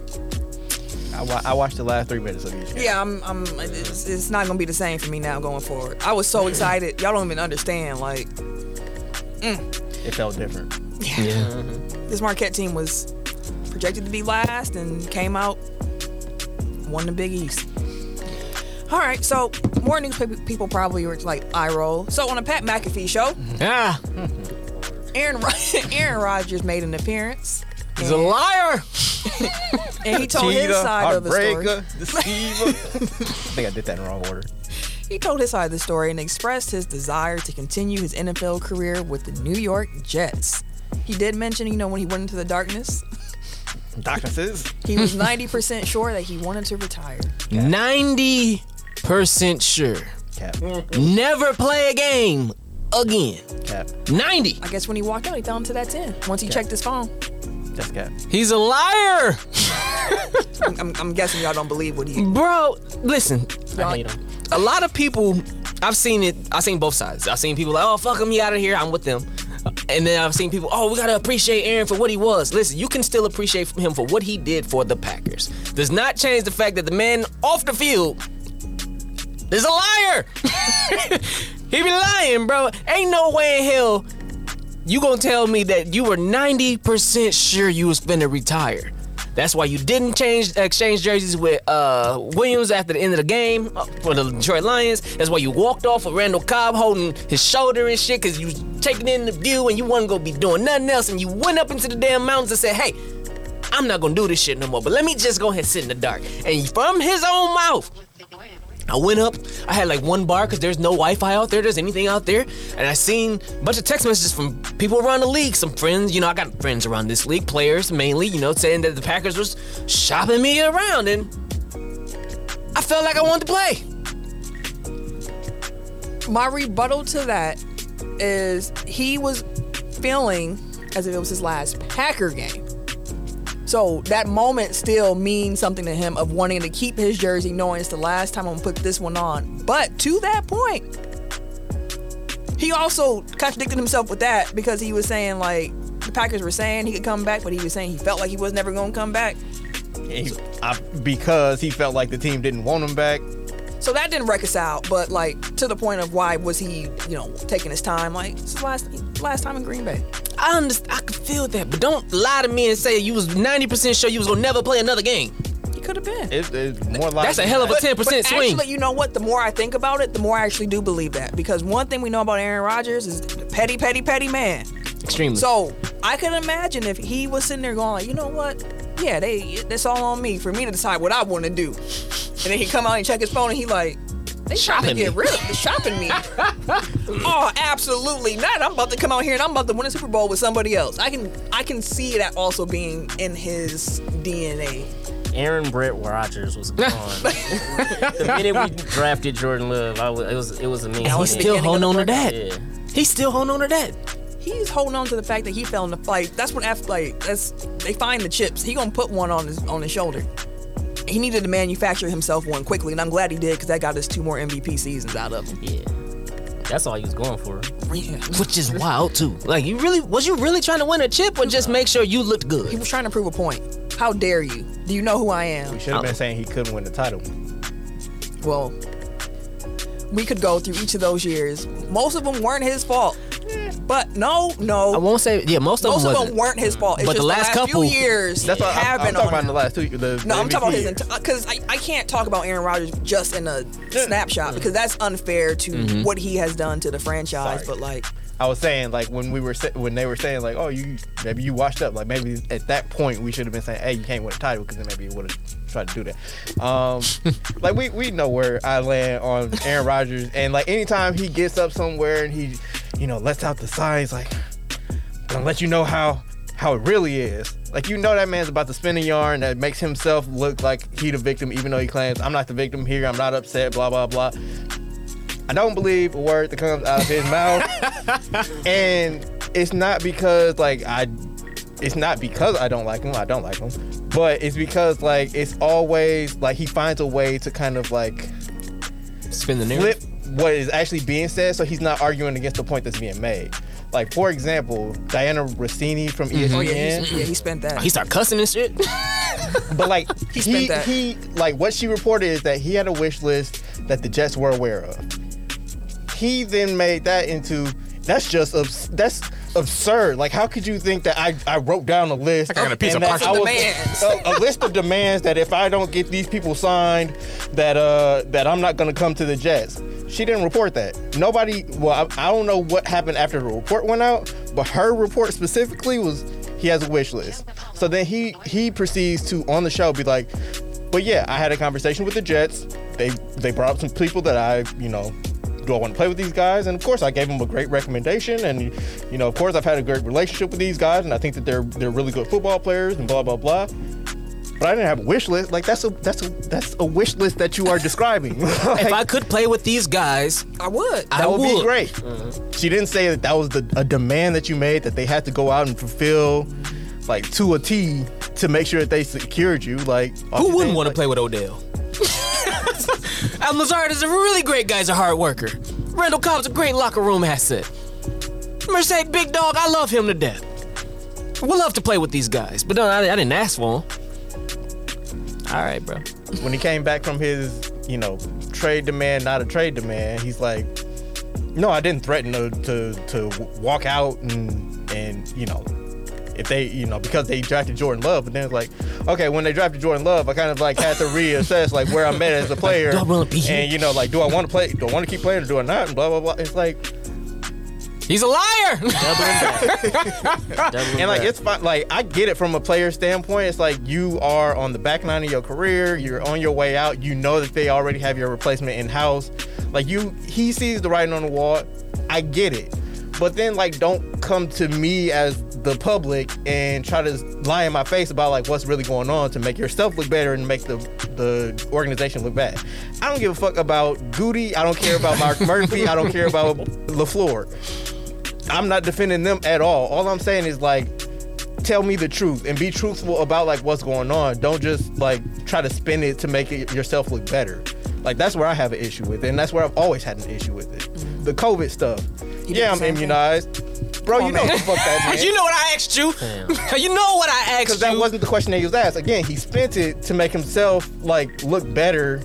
[SPEAKER 3] I, wa- I watched the last three minutes of each game.
[SPEAKER 1] yeah, I'm, I'm. It's, it's not gonna be the same for me now going forward. I was so excited. Y'all don't even understand. Like
[SPEAKER 3] It felt different.
[SPEAKER 2] Yeah.
[SPEAKER 1] this Marquette team was projected to be last and came out won the Big East. All right, so more news pe- people probably were like eye roll. So on a Pat McAfee show,
[SPEAKER 2] Ah,
[SPEAKER 1] Aaron Rod- Aaron Rodgers made an appearance.
[SPEAKER 2] he's a liar.
[SPEAKER 1] And he told his
[SPEAKER 3] Cheater,
[SPEAKER 1] side of the story.
[SPEAKER 3] heartbreaker, deceiver. I think I did that in the wrong order.
[SPEAKER 1] He told his side of the story and expressed his desire to continue his NFL career with the New York Jets. He did mention, you know, when he went into the darkness,
[SPEAKER 3] Doctor says
[SPEAKER 1] he was 90% sure that he wanted to retire.
[SPEAKER 2] Ninety percent sure.
[SPEAKER 3] cap,
[SPEAKER 1] Mm.
[SPEAKER 2] Never play a game again.
[SPEAKER 3] cap,
[SPEAKER 2] Ninety.
[SPEAKER 1] I guess when he walked out, he fell into that 10 once he checked his phone.
[SPEAKER 3] just cap.
[SPEAKER 2] He's a liar,
[SPEAKER 1] I'm, I'm, I'm guessing y'all don't believe what he.
[SPEAKER 2] bro. Listen,
[SPEAKER 5] I hate him.
[SPEAKER 2] a lot of people. I've seen it. I've seen both sides. I've seen people like, "Oh, fuck him, he out of here. I'm with them," and then I've seen people, "Oh, we gotta appreciate Aaron for what he was." Listen, you can still appreciate him for what he did for the Packers. Does not change the fact that the man off the field is a liar. he be lying, bro. Ain't no way in hell you gonna tell me that you were 90% sure you was finna retire. That's why you didn't change exchange jerseys with uh, Williams after the end of the game uh, for the Detroit Lions. That's why you walked off with Randall Cobb holding his shoulder and shit because you was taking in the view and you wasn't gonna be doing nothing else. And you went up into the damn mountains and said, "Hey, I'm not gonna do this shit no more. But let me just go ahead and sit in the dark." And from his own mouth, I went up. I had like one bar because there's no Wi-Fi out there. There's anything out there, and I seen a bunch of text messages from people around the league. Some friends, you know, I got friends around this league, players mainly, you know, saying that the Packers was shopping me around, and I felt like I wanted to play.
[SPEAKER 1] My rebuttal to that is he was feeling as if it was his last Packer game. So that moment still means something to him of wanting to keep his jersey, knowing it's the last time I'm gonna put this one on. But to that point, he also contradicted himself with that because he was saying like the Packers were saying he could come back, but he was saying he felt like he was never going to come back.
[SPEAKER 3] He, I, because he felt like the team didn't want him back.
[SPEAKER 1] So that didn't reconcile, but like to the point of why was he, you know, taking his time? Like this is last last time in Green Bay.
[SPEAKER 2] I understand. I could feel that, but don't lie to me and say you was ninety percent sure you was gonna never play another game.
[SPEAKER 1] He could have been.
[SPEAKER 3] It, it's more like
[SPEAKER 2] That's a hell of a ten
[SPEAKER 1] But
[SPEAKER 2] percent swing.
[SPEAKER 1] Actually, you know what? The more I think about it, the more I actually do believe that. Because one thing we know about Aaron Rodgers is petty, petty, petty man.
[SPEAKER 2] Extremely.
[SPEAKER 1] So I could imagine if he was sitting there going, like, you know what? Yeah, they that's all on me for me to decide what I want to do. And then he come out and check his phone and he like, they
[SPEAKER 2] Shopping
[SPEAKER 1] shopping
[SPEAKER 2] me.
[SPEAKER 1] get rid of shopping me. oh, absolutely not. I'm about to come out here and I'm about to win a Super Bowl with somebody else. I can I can see that also being in his DNA.
[SPEAKER 5] Aaron Brett Rogers was gone. the minute we drafted Jordan Love, I was, it was it was a meme.
[SPEAKER 2] and he's
[SPEAKER 1] the
[SPEAKER 2] still
[SPEAKER 1] beginning of
[SPEAKER 2] holding
[SPEAKER 1] the
[SPEAKER 2] on to that.
[SPEAKER 5] yeah.
[SPEAKER 2] He's still holding on to that.
[SPEAKER 1] He's holding on to the fact that he fell in the fight. That's what F like that's they find the chips. He gonna put one on his on his shoulder. He needed to manufacture himself one quickly, and I'm glad he did because that got us two more MVP seasons out of him.
[SPEAKER 5] yeah. That's all he was going for.
[SPEAKER 1] Yeah.
[SPEAKER 2] which is wild too. Like you really was you really trying to win a chip or just make sure you looked
[SPEAKER 1] He
[SPEAKER 2] good?
[SPEAKER 1] was trying to prove a point. How dare you? Do you know who I am?
[SPEAKER 3] We should have been saying he couldn't win the title.
[SPEAKER 1] Well, we could go through each of those years. Most of them weren't his fault. But no,
[SPEAKER 2] I
[SPEAKER 1] no,
[SPEAKER 2] won't say yeah. Most of
[SPEAKER 1] most
[SPEAKER 2] them
[SPEAKER 1] of
[SPEAKER 2] wasn't.
[SPEAKER 1] them weren't his fault. It's
[SPEAKER 2] But the
[SPEAKER 1] just
[SPEAKER 2] last
[SPEAKER 1] the last
[SPEAKER 2] couple-
[SPEAKER 1] few years
[SPEAKER 3] That's what I,
[SPEAKER 1] have
[SPEAKER 3] I'm
[SPEAKER 1] been
[SPEAKER 3] talking
[SPEAKER 1] on
[SPEAKER 3] about in
[SPEAKER 1] him.
[SPEAKER 3] the last two. The,
[SPEAKER 1] No,
[SPEAKER 3] the
[SPEAKER 1] I'm talking about
[SPEAKER 3] MVP
[SPEAKER 1] his entire. Because I, I can't talk about Aaron Rodgers just in a snapshot because that's unfair to
[SPEAKER 2] Mm-hmm.
[SPEAKER 1] what he has done to the franchise.
[SPEAKER 3] Sorry.
[SPEAKER 1] But like,
[SPEAKER 3] I was saying like when we were sa- when they were saying like oh you maybe you washed up like maybe at that point we should have been saying hey you can't win a title because then maybe you would have tried to do that. Um, like we we know where I land on Aaron Rodgers and like anytime he gets up somewhere and he you know lets out the signs like gonna let you know how how it really is. Like you know that man's about to spin a yarn that makes himself look like he the victim even though he claims I'm not the victim here I'm not upset blah blah blah. I don't believe a word that comes out of his mouth and it's not because like I, it's not because I don't like him. I don't like him, but it's because like it's always like he finds a way to kind of like
[SPEAKER 2] Spin the narrative.
[SPEAKER 3] flip what is actually being said, so he's not arguing against the point that's being made. Like for example, Diana Rossini from E ESPN.
[SPEAKER 2] Mm-hmm.
[SPEAKER 1] oh yeah, he's, yeah, he spent that.
[SPEAKER 2] He start cussing and shit.
[SPEAKER 3] But like he,
[SPEAKER 1] spent
[SPEAKER 3] he,
[SPEAKER 1] that.
[SPEAKER 3] like what she reported is that he had a wish list that the Jets were aware of. He then made that into that's just abs- that's absurd. Like how could you think that I, I wrote down a list? I
[SPEAKER 6] got a piece of parchment.
[SPEAKER 1] Demands.
[SPEAKER 3] a, a list of demands that if I don't get these people signed, that uh that I'm not gonna come to the Jets. She didn't report that. Nobody. Well, I, I don't know what happened after the report went out, but her report specifically was he has a wish list. So then he he proceeds to on the show be like, but yeah, I had a conversation with the Jets. They they brought up some people that I you know. Do I want to play with these guys? And of course, I gave them a great recommendation. And you know, of course, I've had a great relationship with these guys, and I think that they're they're really good football players and blah blah blah but I didn't have a wish list. Like that's a that's a that's a wish list that you are describing. Like,
[SPEAKER 2] if I could play with these guys,
[SPEAKER 1] I would.
[SPEAKER 2] I
[SPEAKER 3] that would, be
[SPEAKER 2] would. Mm-hmm.
[SPEAKER 3] great. She didn't say that that was the a demand that you made that they had to go out and fulfill, like to a T, to make sure that they secured you. Like
[SPEAKER 2] who wouldn't want to play with Odell? Al Lazard is a really great guy. He's a hard worker. Randall Cobb's a great locker room asset. Mercedes Big Dog, I love him to death. We'll love to play with these guys, but no, I, I didn't ask for him. All right, bro.
[SPEAKER 3] when he came back from his you know trade demand, not a trade demand. He's like, no, I didn't threaten to to, to walk out and and you know. If they, you know, because they drafted Jordan Love, but then it's like, okay, when they drafted Jordan Love, I kind of like had to reassess like where I'm at as a player,
[SPEAKER 2] do I wanna be here?
[SPEAKER 3] and you know, like, do I want to play? Do I want to keep playing or do I not? And blah blah blah. It's like,
[SPEAKER 2] He's a liar.
[SPEAKER 5] Doubling back. Doubling
[SPEAKER 3] and like
[SPEAKER 5] back.
[SPEAKER 3] it's fine. Like I get it from a player standpoint. It's like you are on the back nine of your career. You're on your way out. You know that they already have your replacement in house. Like you, he sees the writing on the wall. I get it, but then like don't come to me as the public and try to lie in my face about like what's really going on to make yourself look better and make the the organization look bad. I don't give a fuck about Goody. I don't care about Mark Murphy. I don't care about Lafleur. I'm not defending them at all. All I'm saying is like, tell me the truth and be truthful about like what's going on. Don't just like try to spin it to make it yourself look better. Like that's where I have an issue with it, and that's where I've always had an issue with it. The COVID stuff.
[SPEAKER 1] You did
[SPEAKER 3] yeah,
[SPEAKER 1] the
[SPEAKER 3] I'm
[SPEAKER 1] same thing.
[SPEAKER 3] immunized. Bro,
[SPEAKER 1] Come
[SPEAKER 3] you
[SPEAKER 1] on,
[SPEAKER 3] know
[SPEAKER 1] man.
[SPEAKER 3] fuck that man.
[SPEAKER 2] Cause you know what I asked you. you know what I asked
[SPEAKER 3] Because
[SPEAKER 2] you.
[SPEAKER 3] that wasn't the question that he was asked. Again, he spent it to make himself like look better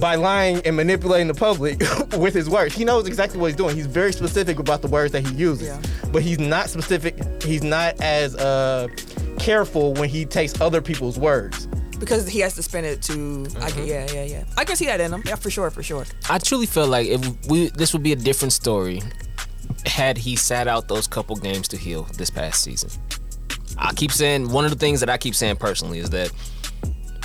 [SPEAKER 3] by lying and manipulating the public with his words. He knows exactly what he's doing. He's very specific about the words that he uses,
[SPEAKER 1] Yeah.
[SPEAKER 3] but he's not specific. He's not as uh, careful when he takes other people's words.
[SPEAKER 1] because he has to spin it to. I
[SPEAKER 2] Mm-hmm.
[SPEAKER 1] can, yeah, yeah, yeah. I can see that in him. Yeah, for sure, for sure.
[SPEAKER 2] I truly feel like if we this would be a different story had he sat out those couple games to heal this past season. I keep saying one of the things that I keep saying personally is that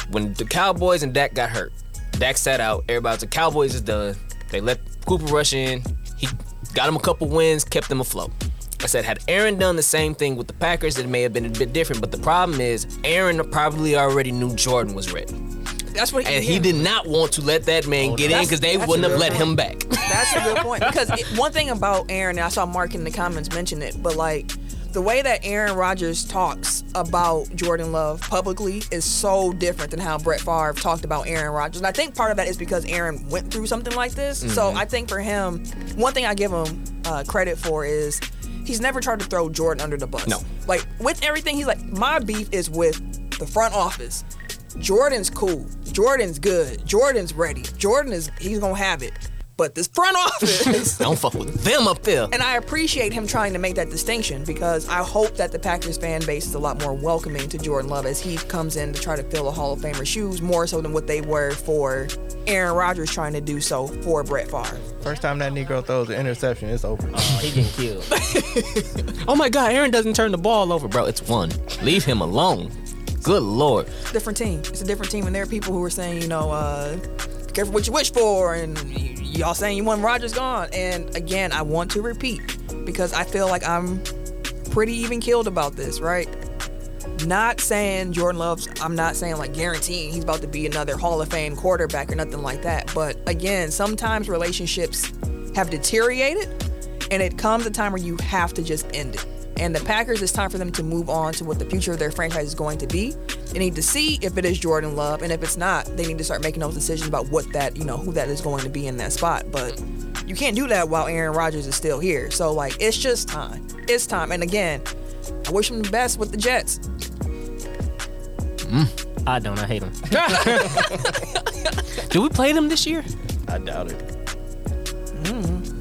[SPEAKER 2] when the Cowboys and Dak got hurt, Dak sat out. Everybody's the Cowboys is done. They let Cooper rush in. He got him a couple wins, kept them afloat. I said, had Aaron done the same thing with the Packers, it may have been a bit different. But the problem is, Aaron probably already knew Jordan was ready.
[SPEAKER 1] That's what
[SPEAKER 2] And he
[SPEAKER 1] yeah.
[SPEAKER 2] did not want to let that man get in
[SPEAKER 1] That's-
[SPEAKER 2] because they
[SPEAKER 1] that's
[SPEAKER 2] wouldn't
[SPEAKER 1] a
[SPEAKER 2] have
[SPEAKER 1] good
[SPEAKER 2] let him back.
[SPEAKER 1] That's a good point because it, one thing about Aaron, and I saw Mark in the comments mention it, but like the way that Aaron Rodgers talks about Jordan Love publicly is so different than how Brett Favre talked about Aaron Rodgers. And I think part of that is because Aaron went through something like this. So I think for him, one thing I give him uh, credit for is he's never tried to throw Jordan under the bus.
[SPEAKER 2] No.
[SPEAKER 1] Like with everything, he's like, my beef is with the front office. Jordan's cool. Jordan's good. Jordan's ready. Jordan is he's gonna have it. But this front office
[SPEAKER 2] Don't fuck with them up there.
[SPEAKER 1] and I appreciate him trying to make that distinction because I hope that the Packers fan base is a lot more welcoming to Jordan Love as he comes in to try to fill a Hall of Famer's shoes more so than what they were for Aaron Rodgers trying to do so for Brett Favre.
[SPEAKER 3] First time that Negro throws an interception, it's over.
[SPEAKER 5] Oh, he getting killed.
[SPEAKER 2] Oh my God, Aaron doesn't turn the ball over, bro. It's one. Leave him alone. Good lord.
[SPEAKER 1] different team. It's a different team, and there are people who are saying, you know, uh, be careful what you wish for, and y- y'all saying you want Rogers gone. And again, I want to repeat because I feel like I'm pretty even killed about this, right? Not saying Jordan Love's, I'm not saying like guaranteeing he's about to be another Hall of Fame quarterback or nothing like that. But again, sometimes relationships have deteriorated, and it comes a time where you have to just end it. And the Packers, it's time for them to move on to what the future of their franchise is going to be. They need to see if it is Jordan Love, and if it's not, they need to start making those decisions about what that, you know, who that is going to be in that spot. But you can't do that while Aaron Rodgers is still here. So like, it's just time. It's time. And again, I wish him the best with the Jets.
[SPEAKER 5] I don't. I hate him.
[SPEAKER 2] Did we play them this year?
[SPEAKER 3] I doubt it.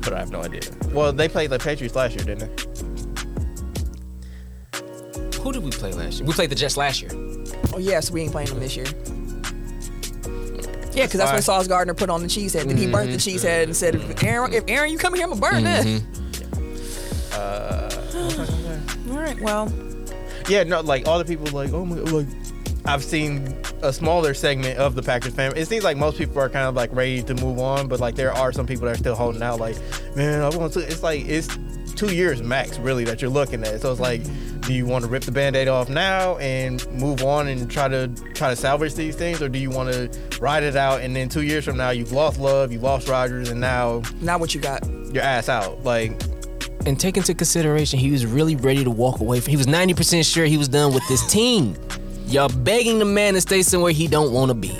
[SPEAKER 3] But I have no idea. Well, they played the Patriots last year, didn't they?
[SPEAKER 2] Who did we play last year? We played the Jets last year.
[SPEAKER 1] Oh yes, we ain't playing them this year. Yeah, because that's when
[SPEAKER 3] That's
[SPEAKER 1] Sauce Gardner put on the cheese head. Then he
[SPEAKER 2] Mm-hmm.
[SPEAKER 1] burnt the cheese head and said, "If Aaron, if Aaron, you come here, I'm gonna burn
[SPEAKER 2] Mm-hmm.
[SPEAKER 1] this." All right, well,
[SPEAKER 3] Yeah, no, like all the people like, oh my like I've seen a smaller segment of the Packers family. It seems like most people are kind of like ready to move on, but like there are some people that are still holding out like, man, I want to it's like it's two years max really that you're looking at. So it's like, do you want to rip the band-aid off now and move on and try to try to salvage these things? Or do you want to ride it out and then two years from now you've lost love, you've lost Rodgers, and now
[SPEAKER 1] now what you got?
[SPEAKER 3] your ass out. Like
[SPEAKER 2] And take into consideration, he was really ready to walk away from. He was 90% sure he was done with this team. Y'all begging the man to stay somewhere he don't want to be.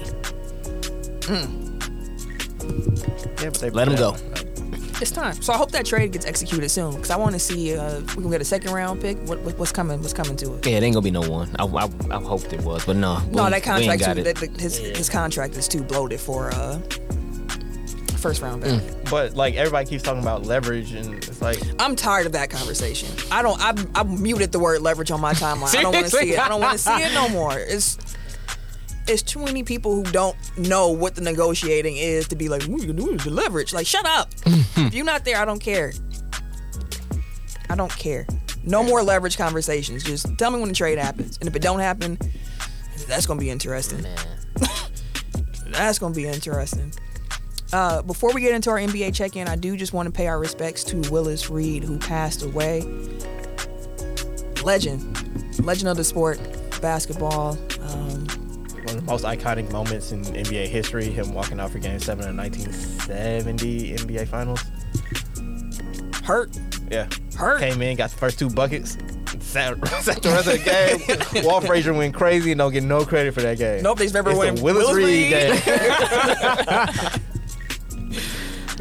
[SPEAKER 3] yeah, but they
[SPEAKER 2] Let him go.
[SPEAKER 1] It's time. So I hope that trade gets executed soon because I want to see uh, if we can get a second round pick. What, what, what's coming? What's coming to it?
[SPEAKER 2] Yeah, it ain't gonna be no one. I, I, I hoped it was, but no.
[SPEAKER 1] No, that
[SPEAKER 2] we- we ain't
[SPEAKER 1] contract.
[SPEAKER 2] got
[SPEAKER 1] Too,
[SPEAKER 2] it.
[SPEAKER 1] that, that- his, his contract is too bloated for uh, first round
[SPEAKER 2] Mm.
[SPEAKER 1] pick.
[SPEAKER 3] But like everybody keeps talking about leverage, and it's like
[SPEAKER 1] I'm tired of that conversation. I don't. I, I muted the word leverage on my timeline. I don't want to see it. I don't want to see it no more. It's it's too many people who don't know what the negotiating is to be like, "Ooh, you do the leverage. Like, shut up. if you're not there, I don't care. I don't care. No more leverage conversations. Just tell me when the trade happens, and if it don't happen, that's gonna be interesting. That's gonna be interesting. Uh, before we get into our NBA check-in, I do just want to pay our respects to Willis Reed, who passed away. Legend, legend of the sport, basketball. Um,
[SPEAKER 3] one of the most iconic moments in NBA history. Him walking out for Game Seven in 1970 NBA Finals.
[SPEAKER 1] hurt,
[SPEAKER 3] Yeah,
[SPEAKER 1] hurt.
[SPEAKER 3] came in, got the first two buckets, sat, sat the rest of the game. Walt Frazier went crazy and don't get no credit for that game.
[SPEAKER 1] Nope, they've never
[SPEAKER 3] It's
[SPEAKER 1] won.
[SPEAKER 3] the Willis, Reed game.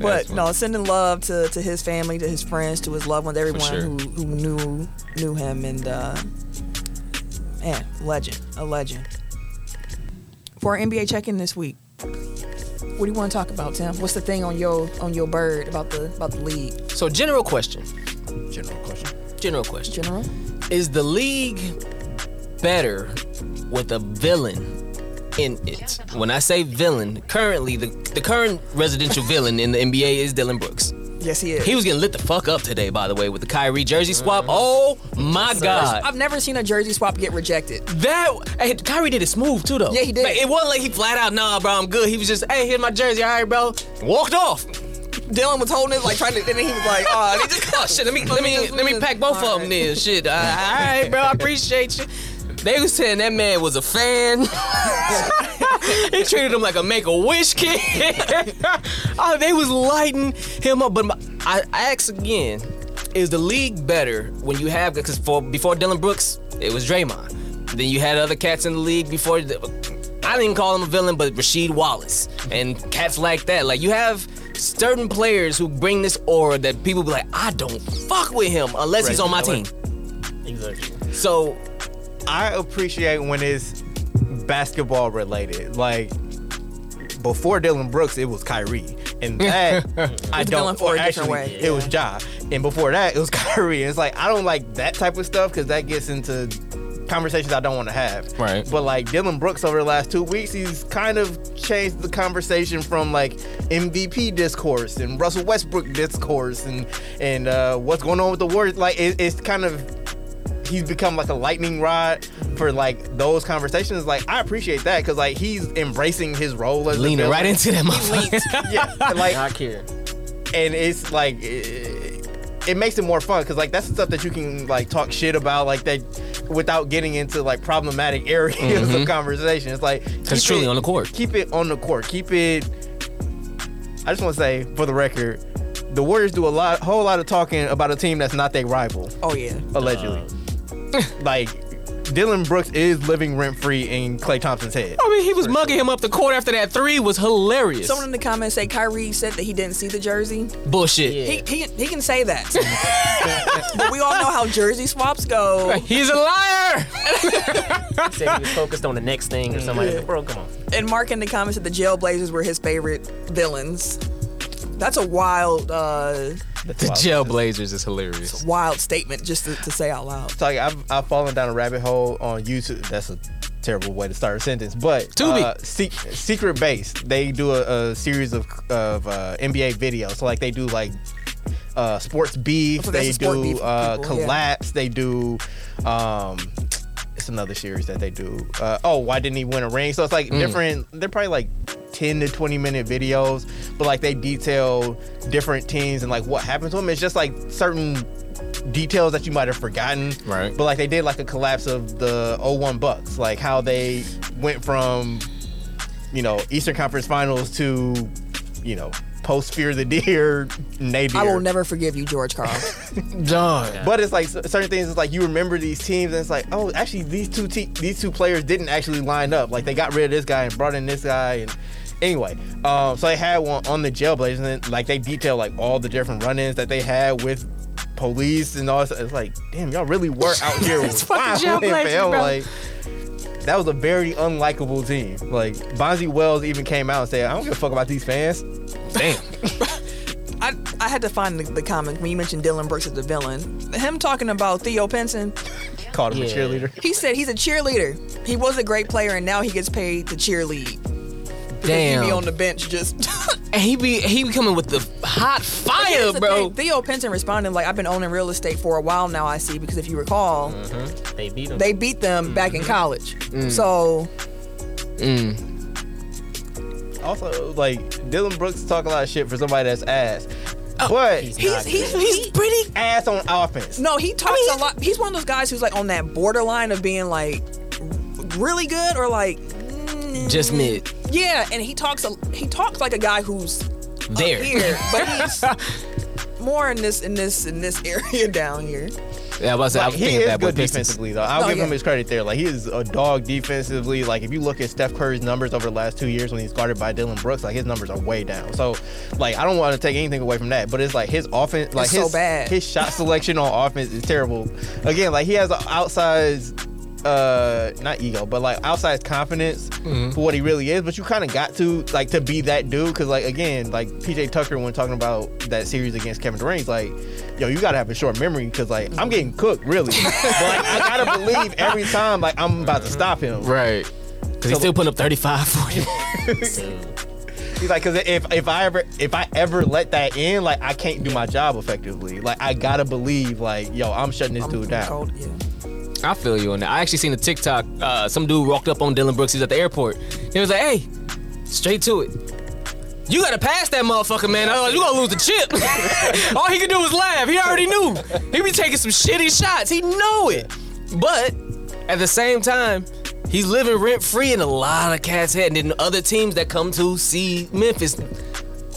[SPEAKER 1] But
[SPEAKER 2] That's
[SPEAKER 1] no, sending love to, to his family, to his friends, to his loved ones, everyone
[SPEAKER 2] sure.
[SPEAKER 1] who, who knew knew him, and uh, man, legend, a legend. For our NBA check-in this week, what do you want to talk about, Tim? What's the thing on your on your bird about the about the league
[SPEAKER 2] So general question.
[SPEAKER 3] General question.
[SPEAKER 2] General question.
[SPEAKER 1] general?
[SPEAKER 2] Is the league better with a villain in it? When I say villain, currently the, the current residential villain in the NBA is Dylan Brooks.
[SPEAKER 1] Yes, he is.
[SPEAKER 2] He was getting lit the fuck up today, by the way, with the Kyrie jersey swap. Oh my god.
[SPEAKER 1] I've never seen a jersey swap get rejected.
[SPEAKER 2] That hey, Kyrie did it smooth too though.
[SPEAKER 1] Yeah, he did.
[SPEAKER 2] Like, it wasn't like he flat out, nah, bro, I'm good. He was just, hey, here's my jersey, all right, bro. Walked off.
[SPEAKER 1] Dylan was holding it like trying to, and then he was like, "Oh, they just
[SPEAKER 2] Oh shit, let me let me
[SPEAKER 1] just-
[SPEAKER 2] let me pack both of them then. Shit, all right, bro, I appreciate you. They was saying that man was a fan. he treated him like a make a wish kid. oh, they was lighting him up. But my, I, I ask again, is the league better when you have because for before Dylan Brooks it was Draymond. Then you had other cats in the league before. The, I didn't call him a villain, but Rasheed Wallace and cats like that. Like you have certain players who bring this aura that people be like, I don't fuck with him unless he's
[SPEAKER 3] Right,
[SPEAKER 2] on my
[SPEAKER 3] you know
[SPEAKER 2] team.
[SPEAKER 5] Exactly.
[SPEAKER 2] So
[SPEAKER 3] I appreciate when it's basketball related. Like before Dylan Brooks, it was Kyrie, and that I
[SPEAKER 1] Dylan
[SPEAKER 3] don't.
[SPEAKER 1] for
[SPEAKER 3] Or
[SPEAKER 1] a different
[SPEAKER 3] actually,
[SPEAKER 1] way,
[SPEAKER 3] it was Ja, and before that, it was Kyrie. It's like I don't like that type of stuff because that gets into conversations I don't want to have.
[SPEAKER 2] Right.
[SPEAKER 3] But like Dylan Brooks over the last two weeks, he's kind of changed the conversation from like MVP discourse and Russell Westbrook discourse and and uh, what's going on with the Warriors. Like it, it's kind of he's become like a lightning rod for like those conversations. Like I appreciate that because like he's embracing his role as a
[SPEAKER 2] leaning
[SPEAKER 3] villain.
[SPEAKER 2] right into that motherfucker.
[SPEAKER 3] Yeah, and, like
[SPEAKER 5] Not care.
[SPEAKER 3] and it's like it, it makes it more fun because like that's the stuff that you can like talk shit about like that without getting into like problematic areas of conversation. It's like
[SPEAKER 2] That's
[SPEAKER 3] keep
[SPEAKER 2] Mm-hmm. truly
[SPEAKER 3] it-
[SPEAKER 2] on the court.
[SPEAKER 3] Keep it on the court. Keep it. I just want to say for the record, the Warriors do a lot, whole lot of talking about a team that's not their rival
[SPEAKER 1] Oh yeah,
[SPEAKER 3] allegedly.
[SPEAKER 5] Um,
[SPEAKER 3] like Dylan Brooks is living rent free in Clay Thompson's head.
[SPEAKER 2] I mean, he was mugging him up the court after that three was hilarious.
[SPEAKER 1] Someone in the comments said Kyrie said that he didn't see the jersey.
[SPEAKER 2] Bullshit.
[SPEAKER 5] Yeah.
[SPEAKER 1] He, he, he can say that. but we all know how jersey swaps go.
[SPEAKER 2] He's a liar.
[SPEAKER 5] He said he was focused on the next thing or something. like that. Bro, come on.
[SPEAKER 1] And Mark in the comments that the Jailblazers were his favorite villains. That's a wild, uh,
[SPEAKER 2] The jailblazers is hilarious.
[SPEAKER 1] wild statement just to, to say out loud.
[SPEAKER 3] It's like I've, I've fallen down a rabbit hole on YouTube. That's a terrible way to start a sentence, but
[SPEAKER 2] Tubi.
[SPEAKER 3] uh, Se- Secret Base they do a, a series of of uh, NBA videos. So like they do like uh, sports beef,
[SPEAKER 1] So that's
[SPEAKER 3] they
[SPEAKER 1] a sport
[SPEAKER 3] do
[SPEAKER 1] beef
[SPEAKER 3] uh,
[SPEAKER 1] people, yeah.
[SPEAKER 3] collapse, they do. Um, it's another series that they do. Uh, oh, why didn't he win a ring? So it's like different. They're probably like ten to twenty minute videos, but like they detail different teams and like what happened to them. It's just like certain details that you might have forgotten.
[SPEAKER 2] Right.
[SPEAKER 3] But like they did like a collapse of the 01 Bucks, like how they went from, you know, Eastern Conference Finals to, you know, post Fear the Deer, Napier.
[SPEAKER 1] I will never forgive you, George Carl.
[SPEAKER 2] John.
[SPEAKER 3] But it's like c- certain things. It's like you remember these teams, and it's like, oh, actually, these two te- these two players didn't actually line up. Like they got rid of this guy and brought in this guy. And anyway, um, so they had one on the Jailblazers, and then, like they detail like all the different run-ins that they had with police and all. This. It's like, damn, y'all really were out here.
[SPEAKER 2] It's fucking
[SPEAKER 3] wilding,
[SPEAKER 2] Jailblazers,
[SPEAKER 3] fam.
[SPEAKER 2] bro.
[SPEAKER 3] Like that was a very unlikable team. Like Bonzi Wells even came out and said, I don't give a fuck about these fans.
[SPEAKER 2] Damn.
[SPEAKER 1] I, I had to find the, the comment when you mentioned Dylan Brooks as the villain. Him talking about Theo Pinson,
[SPEAKER 3] Called him a
[SPEAKER 5] Yeah.
[SPEAKER 3] cheerleader.
[SPEAKER 1] he said he's a cheerleader. He was a great player, and now he gets paid to cheerlead.
[SPEAKER 2] Damn.
[SPEAKER 1] He be on the bench just.
[SPEAKER 2] and he be he be coming with the hot fire,
[SPEAKER 1] Here's the
[SPEAKER 2] bro.
[SPEAKER 1] thing. Theo Penton responded like, "I've been owning real estate for a while now. I see because if you recall,
[SPEAKER 2] Mm-hmm.
[SPEAKER 5] They beat him.
[SPEAKER 1] they beat them back in college.
[SPEAKER 2] Mm.
[SPEAKER 1] So
[SPEAKER 3] Also, like Dylan Brooks talk a lot of shit for somebody that's ass, but
[SPEAKER 5] he's-
[SPEAKER 1] he's he's, he's pretty.
[SPEAKER 3] ass on offense.
[SPEAKER 1] No, he talks
[SPEAKER 2] mean,
[SPEAKER 1] a lot. He's one of those guys who's like on that borderline of being like really good or like
[SPEAKER 2] Just mid.
[SPEAKER 1] yeah. And he talks a, he talks like a guy who's
[SPEAKER 2] There.
[SPEAKER 1] here, but he's more in this in this in this area down here.
[SPEAKER 2] Yeah, I was about
[SPEAKER 3] Like,
[SPEAKER 2] to say, I was
[SPEAKER 3] he
[SPEAKER 2] thinking
[SPEAKER 3] is
[SPEAKER 2] that
[SPEAKER 3] good
[SPEAKER 2] boy Pistons.
[SPEAKER 3] defensively, though. I'll
[SPEAKER 1] No,
[SPEAKER 3] give him
[SPEAKER 1] yeah.
[SPEAKER 3] his credit there. Like he is a dog defensively. Like if you look at Steph Curry's numbers over the last two years when he's guarded by Dylan Brooks, like his numbers are way down. So, like I don't want to take anything away from that, but it's like his offense, like
[SPEAKER 1] It's
[SPEAKER 3] his
[SPEAKER 1] so bad.
[SPEAKER 3] his shot selection on offense is terrible. Again, like he has an outsized uh not ego but like outsized confidence for what he really is but you kind of got to like to be that dude because like again like pj tucker when talking about that series against kevin durant he's like yo you gotta have a short memory because like i'm getting cooked really but like i gotta believe every time like i'm about to stop him
[SPEAKER 2] Right. Because he's still putting up 35 for you.
[SPEAKER 3] he's like because if if i ever if i ever let that in like i can't do my job effectively like i gotta believe like yo i'm shutting this
[SPEAKER 1] I'm-
[SPEAKER 3] dude
[SPEAKER 1] I'm
[SPEAKER 3] down
[SPEAKER 1] cold, yeah.
[SPEAKER 2] I feel you on that. I actually seen a TikTok. Uh, some dude walked up on Dylan Brooks. He's at the airport. He was like, "Hey, straight to it. You gotta pass that motherfucker, man. Otherwise, you gonna lose the chip." All he could do was laugh. He already knew. He be taking some shitty shots. He know it. But at the same time, he's living rent free in a lot of cats' head. And then other teams that come to see Memphis,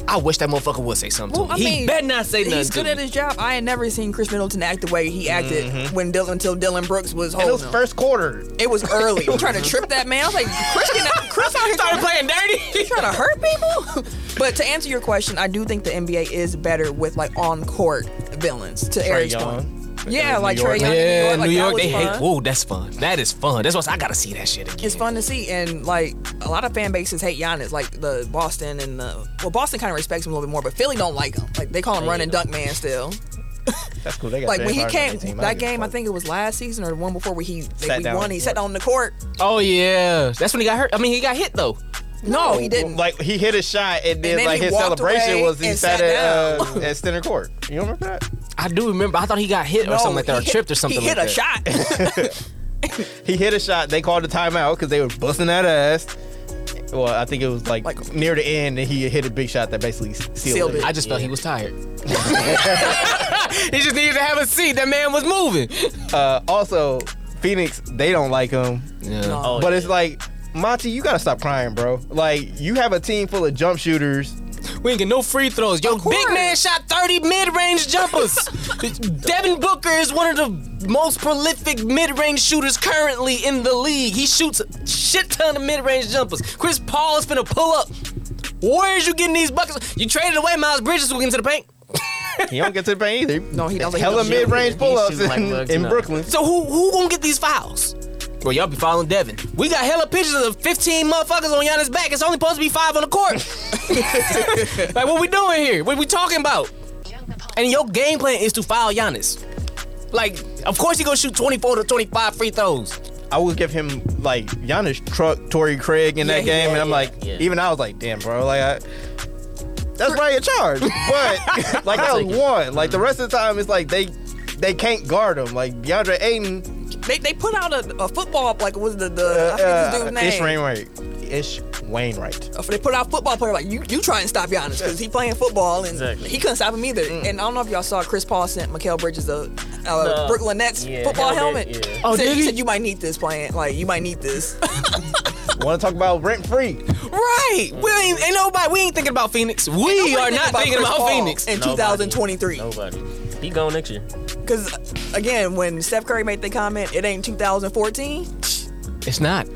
[SPEAKER 2] I wish that motherfucker would say something.
[SPEAKER 1] Well,
[SPEAKER 2] to
[SPEAKER 1] I
[SPEAKER 2] me. He
[SPEAKER 1] mean,
[SPEAKER 2] better not say nothing.
[SPEAKER 1] He's
[SPEAKER 2] to
[SPEAKER 1] good
[SPEAKER 2] me. Mm-hmm.
[SPEAKER 1] at his job. I ain't never seen Chris Middleton act the way he acted when Dylan until Dylan Brooks was
[SPEAKER 3] and
[SPEAKER 1] holding
[SPEAKER 3] it was
[SPEAKER 1] him.
[SPEAKER 3] first quarter
[SPEAKER 1] It was early. I'm trying to trip that man. I was like, Chris, getting out, Chris out here
[SPEAKER 2] Started
[SPEAKER 1] trying to,
[SPEAKER 2] playing dirty.
[SPEAKER 1] trying to hurt people. but to answer your question, I do think the NBA is better with like on court villains. To
[SPEAKER 3] Trae
[SPEAKER 1] Eric's
[SPEAKER 3] Young.
[SPEAKER 1] point, yeah,
[SPEAKER 3] New
[SPEAKER 1] like Trey
[SPEAKER 3] York.
[SPEAKER 1] Young. in
[SPEAKER 2] Yeah,
[SPEAKER 1] New York, like,
[SPEAKER 2] New
[SPEAKER 1] that
[SPEAKER 2] York,
[SPEAKER 1] was
[SPEAKER 2] they hate.
[SPEAKER 1] fun.
[SPEAKER 2] Whoa, that's fun. That is fun. That's why I said, I gotta see that shit again.
[SPEAKER 1] It's fun to see, and like a lot of fan bases hate Giannis, like the Boston and the well, Boston kind of respects him a little bit more, but Philly don't like him. Like they call him
[SPEAKER 5] They
[SPEAKER 1] "run and
[SPEAKER 5] hate
[SPEAKER 1] dunk man still.
[SPEAKER 3] that's cool they got
[SPEAKER 1] Like
[SPEAKER 3] James
[SPEAKER 1] when he
[SPEAKER 3] Harden on
[SPEAKER 1] came
[SPEAKER 3] their team.
[SPEAKER 1] that
[SPEAKER 3] don't give a
[SPEAKER 1] game, I
[SPEAKER 3] fuck.
[SPEAKER 1] think it was last season or the one before where he like,
[SPEAKER 3] Sat
[SPEAKER 1] we
[SPEAKER 3] down on
[SPEAKER 1] won.
[SPEAKER 3] the
[SPEAKER 1] He
[SPEAKER 3] court.
[SPEAKER 1] sat down on the court.
[SPEAKER 2] Oh yeah, that's when he got hurt. I mean, he got hit though.
[SPEAKER 1] No, oh, he didn't.
[SPEAKER 3] Like he hit a shot and then,
[SPEAKER 1] And then
[SPEAKER 3] like
[SPEAKER 1] he
[SPEAKER 3] his
[SPEAKER 1] walked
[SPEAKER 3] celebration
[SPEAKER 1] away
[SPEAKER 3] was he
[SPEAKER 1] and
[SPEAKER 3] sat,
[SPEAKER 1] sat
[SPEAKER 3] at uh,
[SPEAKER 1] down.
[SPEAKER 3] at center court. You don't remember that?
[SPEAKER 2] I do remember. I thought he got hit or
[SPEAKER 1] No,
[SPEAKER 2] something like that, or
[SPEAKER 1] he hit-
[SPEAKER 2] tripped or something.
[SPEAKER 1] He hit
[SPEAKER 2] like
[SPEAKER 1] a
[SPEAKER 2] that.
[SPEAKER 1] shot.
[SPEAKER 3] He hit a shot. They called a timeout because they were busting that ass. Well, I think it was like,
[SPEAKER 1] Like-
[SPEAKER 3] near the end, and he hit a big shot that basically sealed,
[SPEAKER 1] Sealed
[SPEAKER 3] it.
[SPEAKER 1] it.
[SPEAKER 2] I just felt he was tired. he just needed to have a seat. That man was moving.
[SPEAKER 3] Uh, also, Phoenix, they don't like him,
[SPEAKER 2] Yeah.
[SPEAKER 1] No.
[SPEAKER 5] Oh,
[SPEAKER 3] but
[SPEAKER 5] yeah.
[SPEAKER 3] it's like. Monty, you gotta stop crying, bro. Like you have a team full of jump shooters.
[SPEAKER 2] We ain't get no free throws. Yo,
[SPEAKER 1] Of course.
[SPEAKER 2] big man shot 30 mid-range jumpers. Devin Booker is one of the most prolific mid-range shooters currently in the league. He shoots a shit ton of mid-range jumpers. Chris Paul is finna pull up. Where's you getting these buckets? You traded away Miles Bridges to get into the paint.
[SPEAKER 3] He don't get to the paint either.
[SPEAKER 1] No, he doesn't.
[SPEAKER 3] Hella
[SPEAKER 1] He
[SPEAKER 3] mid range
[SPEAKER 5] shoot
[SPEAKER 3] pull ups
[SPEAKER 5] like
[SPEAKER 3] in,
[SPEAKER 5] Bugs
[SPEAKER 3] in
[SPEAKER 5] now.
[SPEAKER 3] Brooklyn.
[SPEAKER 2] So who who gonna get these fouls? Well, y'all be following Devin. We got hella pictures of 15 motherfuckers on Giannis' back. It's only supposed to be five on the court. like, what we doing here? What we talking about? And your game plan is to foul Giannis. Like, of course he gonna shoot 24 to 25 free throws.
[SPEAKER 3] I would give him like Giannis truck Tory Craig in
[SPEAKER 1] Yeah,
[SPEAKER 3] that
[SPEAKER 1] he
[SPEAKER 3] game,
[SPEAKER 1] did,
[SPEAKER 3] and I'm
[SPEAKER 5] yeah,
[SPEAKER 3] like,
[SPEAKER 5] yeah.
[SPEAKER 3] even I was like, damn, bro, like I, that's probably a charge, but like that
[SPEAKER 5] I'll
[SPEAKER 3] was
[SPEAKER 5] take it.
[SPEAKER 3] one. Like the rest of the time, it's like they they can't guard him. Like DeAndre Ayton,
[SPEAKER 1] they, they put out a, a football up, like was the the
[SPEAKER 3] uh,
[SPEAKER 1] I forget this
[SPEAKER 3] uh,
[SPEAKER 1] dude's
[SPEAKER 3] Ish
[SPEAKER 1] name.
[SPEAKER 3] Wainwright, Ish Wainwright.
[SPEAKER 1] Uh, They put out a football player like you. You try and stop Giannis because he playing football and
[SPEAKER 5] Exactly.
[SPEAKER 1] he couldn't stop him either.
[SPEAKER 2] Mm.
[SPEAKER 1] And I don't know if y'all saw Chris Paul sent Mikael Bridges a, a
[SPEAKER 5] No.
[SPEAKER 1] Brooklyn Nets
[SPEAKER 5] Yeah,
[SPEAKER 1] football
[SPEAKER 5] helmet,
[SPEAKER 1] helmet.
[SPEAKER 5] yeah.
[SPEAKER 2] Oh,
[SPEAKER 1] He said,
[SPEAKER 2] did
[SPEAKER 1] he
[SPEAKER 2] he?
[SPEAKER 1] said you might need this playing. Like you might need this.
[SPEAKER 3] Want to talk about rent free?
[SPEAKER 2] Right. We ain't, ain't nobody, we ain't thinking about Phoenix. We are not thinking
[SPEAKER 1] Chris
[SPEAKER 2] about
[SPEAKER 1] Paul
[SPEAKER 2] Phoenix.
[SPEAKER 1] in
[SPEAKER 5] Nobody.
[SPEAKER 1] 2023.
[SPEAKER 5] Nobody. He gone next year.
[SPEAKER 1] Because again, when Steph Curry made the comment, it ain't 2014.
[SPEAKER 2] It's not.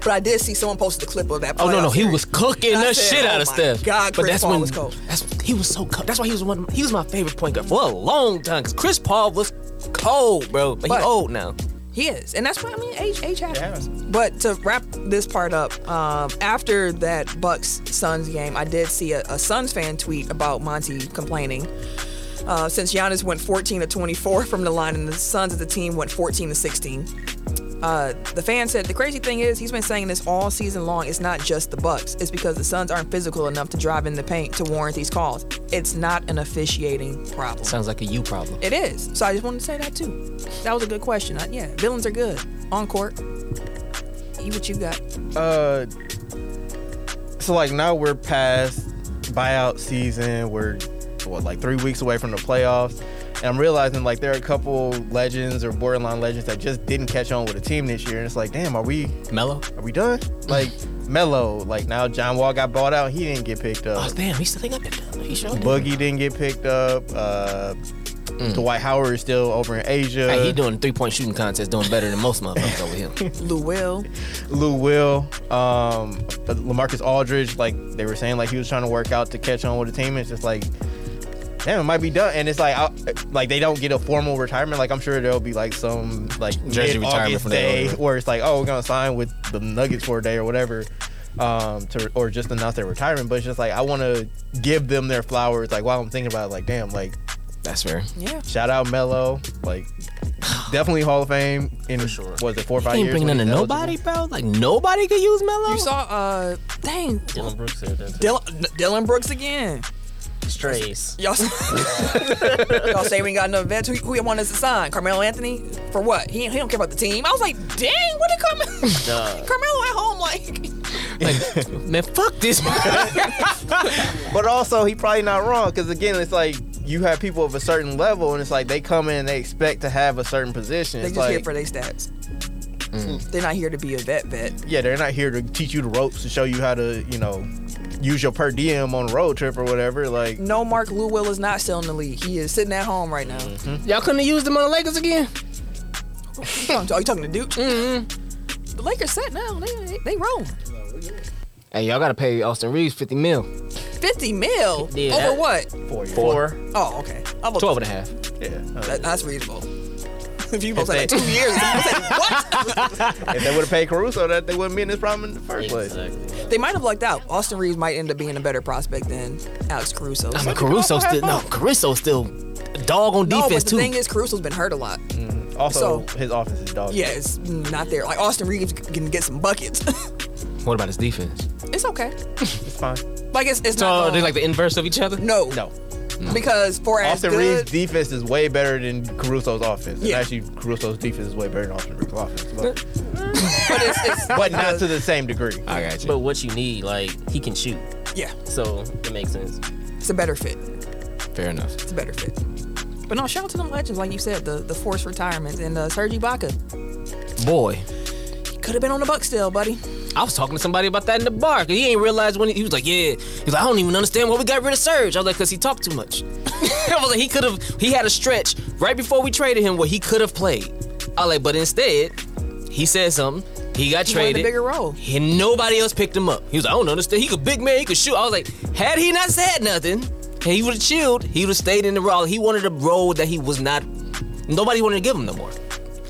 [SPEAKER 1] But I did see someone posted a clip of that.
[SPEAKER 2] Oh no, no,
[SPEAKER 1] playoff
[SPEAKER 2] he
[SPEAKER 1] series.
[SPEAKER 2] was cooking
[SPEAKER 1] And I
[SPEAKER 2] the
[SPEAKER 1] said,
[SPEAKER 2] shit out
[SPEAKER 1] "Oh
[SPEAKER 2] of
[SPEAKER 1] my
[SPEAKER 2] Steph.
[SPEAKER 1] God, Chris Paul
[SPEAKER 2] when
[SPEAKER 1] was cold.
[SPEAKER 2] that's he was so cold. That's why he was one. He was my favorite point guard for a long time. Cause Chris Paul was cold, bro. But,
[SPEAKER 1] But-
[SPEAKER 2] he old now.
[SPEAKER 1] He is, and that's why I mean, age, age happens. But to wrap this part up, um, after that Bucks Suns game, I did see a, a Suns fan tweet about Monty complaining. Uh, since Giannis went 14 to 24 from the line, and the Suns as a team went 14 to 16. Uh, the fan said the crazy thing is he's been saying this all season long. It's not just the Bucks. It's because the Suns aren't physical enough to drive in the paint to warrant these calls. It's not an officiating problem.
[SPEAKER 2] Sounds like a you problem.
[SPEAKER 1] It is. So I just wanted to say that too. That was a good question. I, yeah, villains are good on court. You what you got?
[SPEAKER 3] uh so like now we're past buyout season we're what like three weeks away from the playoffs and i'm realizing like there are a couple legends or borderline legends that just didn't catch on with the team this year and it's like damn are we
[SPEAKER 2] Mellow.
[SPEAKER 3] are we done like Melo. Like now, John Wall got bought out. He didn't get picked up.
[SPEAKER 2] Oh damn, he still ain't got picked up. He sure did.
[SPEAKER 3] Boogie didn't get picked up. Uh, Dwight Howard is still over in Asia.
[SPEAKER 2] Mm. Hey, he doing three point shooting contest, doing better than most motherfuckers over here.
[SPEAKER 1] Lou Will.
[SPEAKER 3] Lou Will, um, but Lamarcus Aldridge, like they were saying, like he was trying to work out to catch on with the team. It's just like, damn, it might be done. And it's like, I, like they don't get a formal retirement. Like I'm sure there'll be like some like
[SPEAKER 2] Jersey
[SPEAKER 3] mid
[SPEAKER 2] retirement
[SPEAKER 3] August
[SPEAKER 2] from
[SPEAKER 3] day
[SPEAKER 2] there.
[SPEAKER 3] where it's like, oh, we're gonna sign with the Nuggets for a day or whatever. Um, to or just announce their retirement, but it's just like I want to give them their flowers. Like while I'm thinking about it, like damn, like
[SPEAKER 2] That's fair.
[SPEAKER 1] Yeah.
[SPEAKER 3] shout out Mello, like definitely Hall of Fame in
[SPEAKER 5] For sure.
[SPEAKER 3] was it four or
[SPEAKER 2] He
[SPEAKER 3] five
[SPEAKER 2] ain't
[SPEAKER 3] years?
[SPEAKER 2] bringing
[SPEAKER 3] when
[SPEAKER 2] in to
[SPEAKER 3] he's eligible?
[SPEAKER 2] nobody, bro. Like nobody could use Melo.
[SPEAKER 1] You saw, uh, dang,
[SPEAKER 5] Dylan Brooks said that.
[SPEAKER 1] Dylan, Dylan Brooks again.
[SPEAKER 5] It's Trace.
[SPEAKER 1] Y'all, y'all say we ain't got enough vets. Who, who you want us to sign? Carmelo Anthony for what? He, he don't care about the team. I was like, dang, what did Carmelo?
[SPEAKER 5] Duh.
[SPEAKER 1] Carmelo at home like
[SPEAKER 2] Like, man, fuck this.
[SPEAKER 3] But also, he probably not wrong because again, it's like you have people of a certain level, and it's like they come in and they expect to have a certain position.
[SPEAKER 1] they
[SPEAKER 3] It's
[SPEAKER 1] just
[SPEAKER 3] like, Mm.
[SPEAKER 1] here for their stats. They're not here to be a vet vet.
[SPEAKER 3] yeah, they're not here to teach you the ropes to show you how to, you know, use your per diem on a road trip or whatever. Like,
[SPEAKER 1] No, Mark Lou Will is not still in the league. He is sitting at home right now.
[SPEAKER 2] Y'all couldn't have used him on the Lakers again.
[SPEAKER 1] Are you talking to Duke?
[SPEAKER 2] Mm-hmm.
[SPEAKER 1] The Lakers set now. They they, they rolling.
[SPEAKER 2] Hey, y'all gotta pay Austin Reeves fifty mil.
[SPEAKER 1] Fifty mil
[SPEAKER 5] Yeah.
[SPEAKER 1] over what?
[SPEAKER 3] four,
[SPEAKER 5] Four.
[SPEAKER 1] Oh, okay. I'm a-
[SPEAKER 2] Twelve and a half.
[SPEAKER 3] yeah.
[SPEAKER 1] That, that's reasonable. if you both
[SPEAKER 3] If
[SPEAKER 1] say like
[SPEAKER 3] they-
[SPEAKER 1] two years, I said, what?
[SPEAKER 3] if they would have paid Caruso, that they wouldn't be in this problem in the first place.
[SPEAKER 5] Exactly.
[SPEAKER 1] They might have lucked out. Austin Reeves might end up being a better prospect than Alex Caruso.
[SPEAKER 2] I mean, Caruso still no. Caruso still a dog on
[SPEAKER 1] no, but
[SPEAKER 2] defense
[SPEAKER 1] the
[SPEAKER 2] too. Mm.
[SPEAKER 1] thing is, Caruso's been hurt a lot.
[SPEAKER 3] Also,
[SPEAKER 1] So-
[SPEAKER 3] his offense is dog.
[SPEAKER 1] Yeah, it's not there. Like Austin Reeves can get some buckets.
[SPEAKER 2] what about his defense?
[SPEAKER 1] it's okay.
[SPEAKER 3] it's fine.
[SPEAKER 1] Like it's it's
[SPEAKER 2] So
[SPEAKER 1] not.
[SPEAKER 2] they're
[SPEAKER 1] um,
[SPEAKER 2] like the inverse of each other.
[SPEAKER 1] no,
[SPEAKER 3] No,
[SPEAKER 1] because for as
[SPEAKER 3] Austin
[SPEAKER 1] good,
[SPEAKER 3] Reeves' defense is way better than Caruso's offense.
[SPEAKER 1] Yeah.
[SPEAKER 3] And actually, Caruso's defense is way better than Austin Reeves' offense, but,
[SPEAKER 1] but it's, it's
[SPEAKER 3] but not to the same degree.
[SPEAKER 2] I got you.
[SPEAKER 5] But what you need, like, he can shoot.
[SPEAKER 1] yeah,
[SPEAKER 5] So it makes sense.
[SPEAKER 1] it's a better fit.
[SPEAKER 2] fair enough.
[SPEAKER 1] It's a better fit. But no, shout out to them legends, like you said, the the forced retirements and uh, Serge Ibaka
[SPEAKER 2] Boy,
[SPEAKER 1] could have been on the Bucks still, buddy.
[SPEAKER 2] I was talking to somebody about that in the bar. 'cause he ain't realized when he, he was like, yeah. He was like, I don't even understand why we got rid of Serge. I was like, cause he talked too much. I was like, he could have. He had a stretch right before we traded him where he could have played. I was like, but instead, he said something. He got
[SPEAKER 1] He wanted a
[SPEAKER 2] traded.
[SPEAKER 1] bigger role.
[SPEAKER 2] And nobody else picked him up. He was like, I don't understand. He could big man. He could shoot. I was like, had he not said nothing, and he would have chilled. He would have stayed in the role. He wanted a role that he was not. Nobody wanted to give him no more.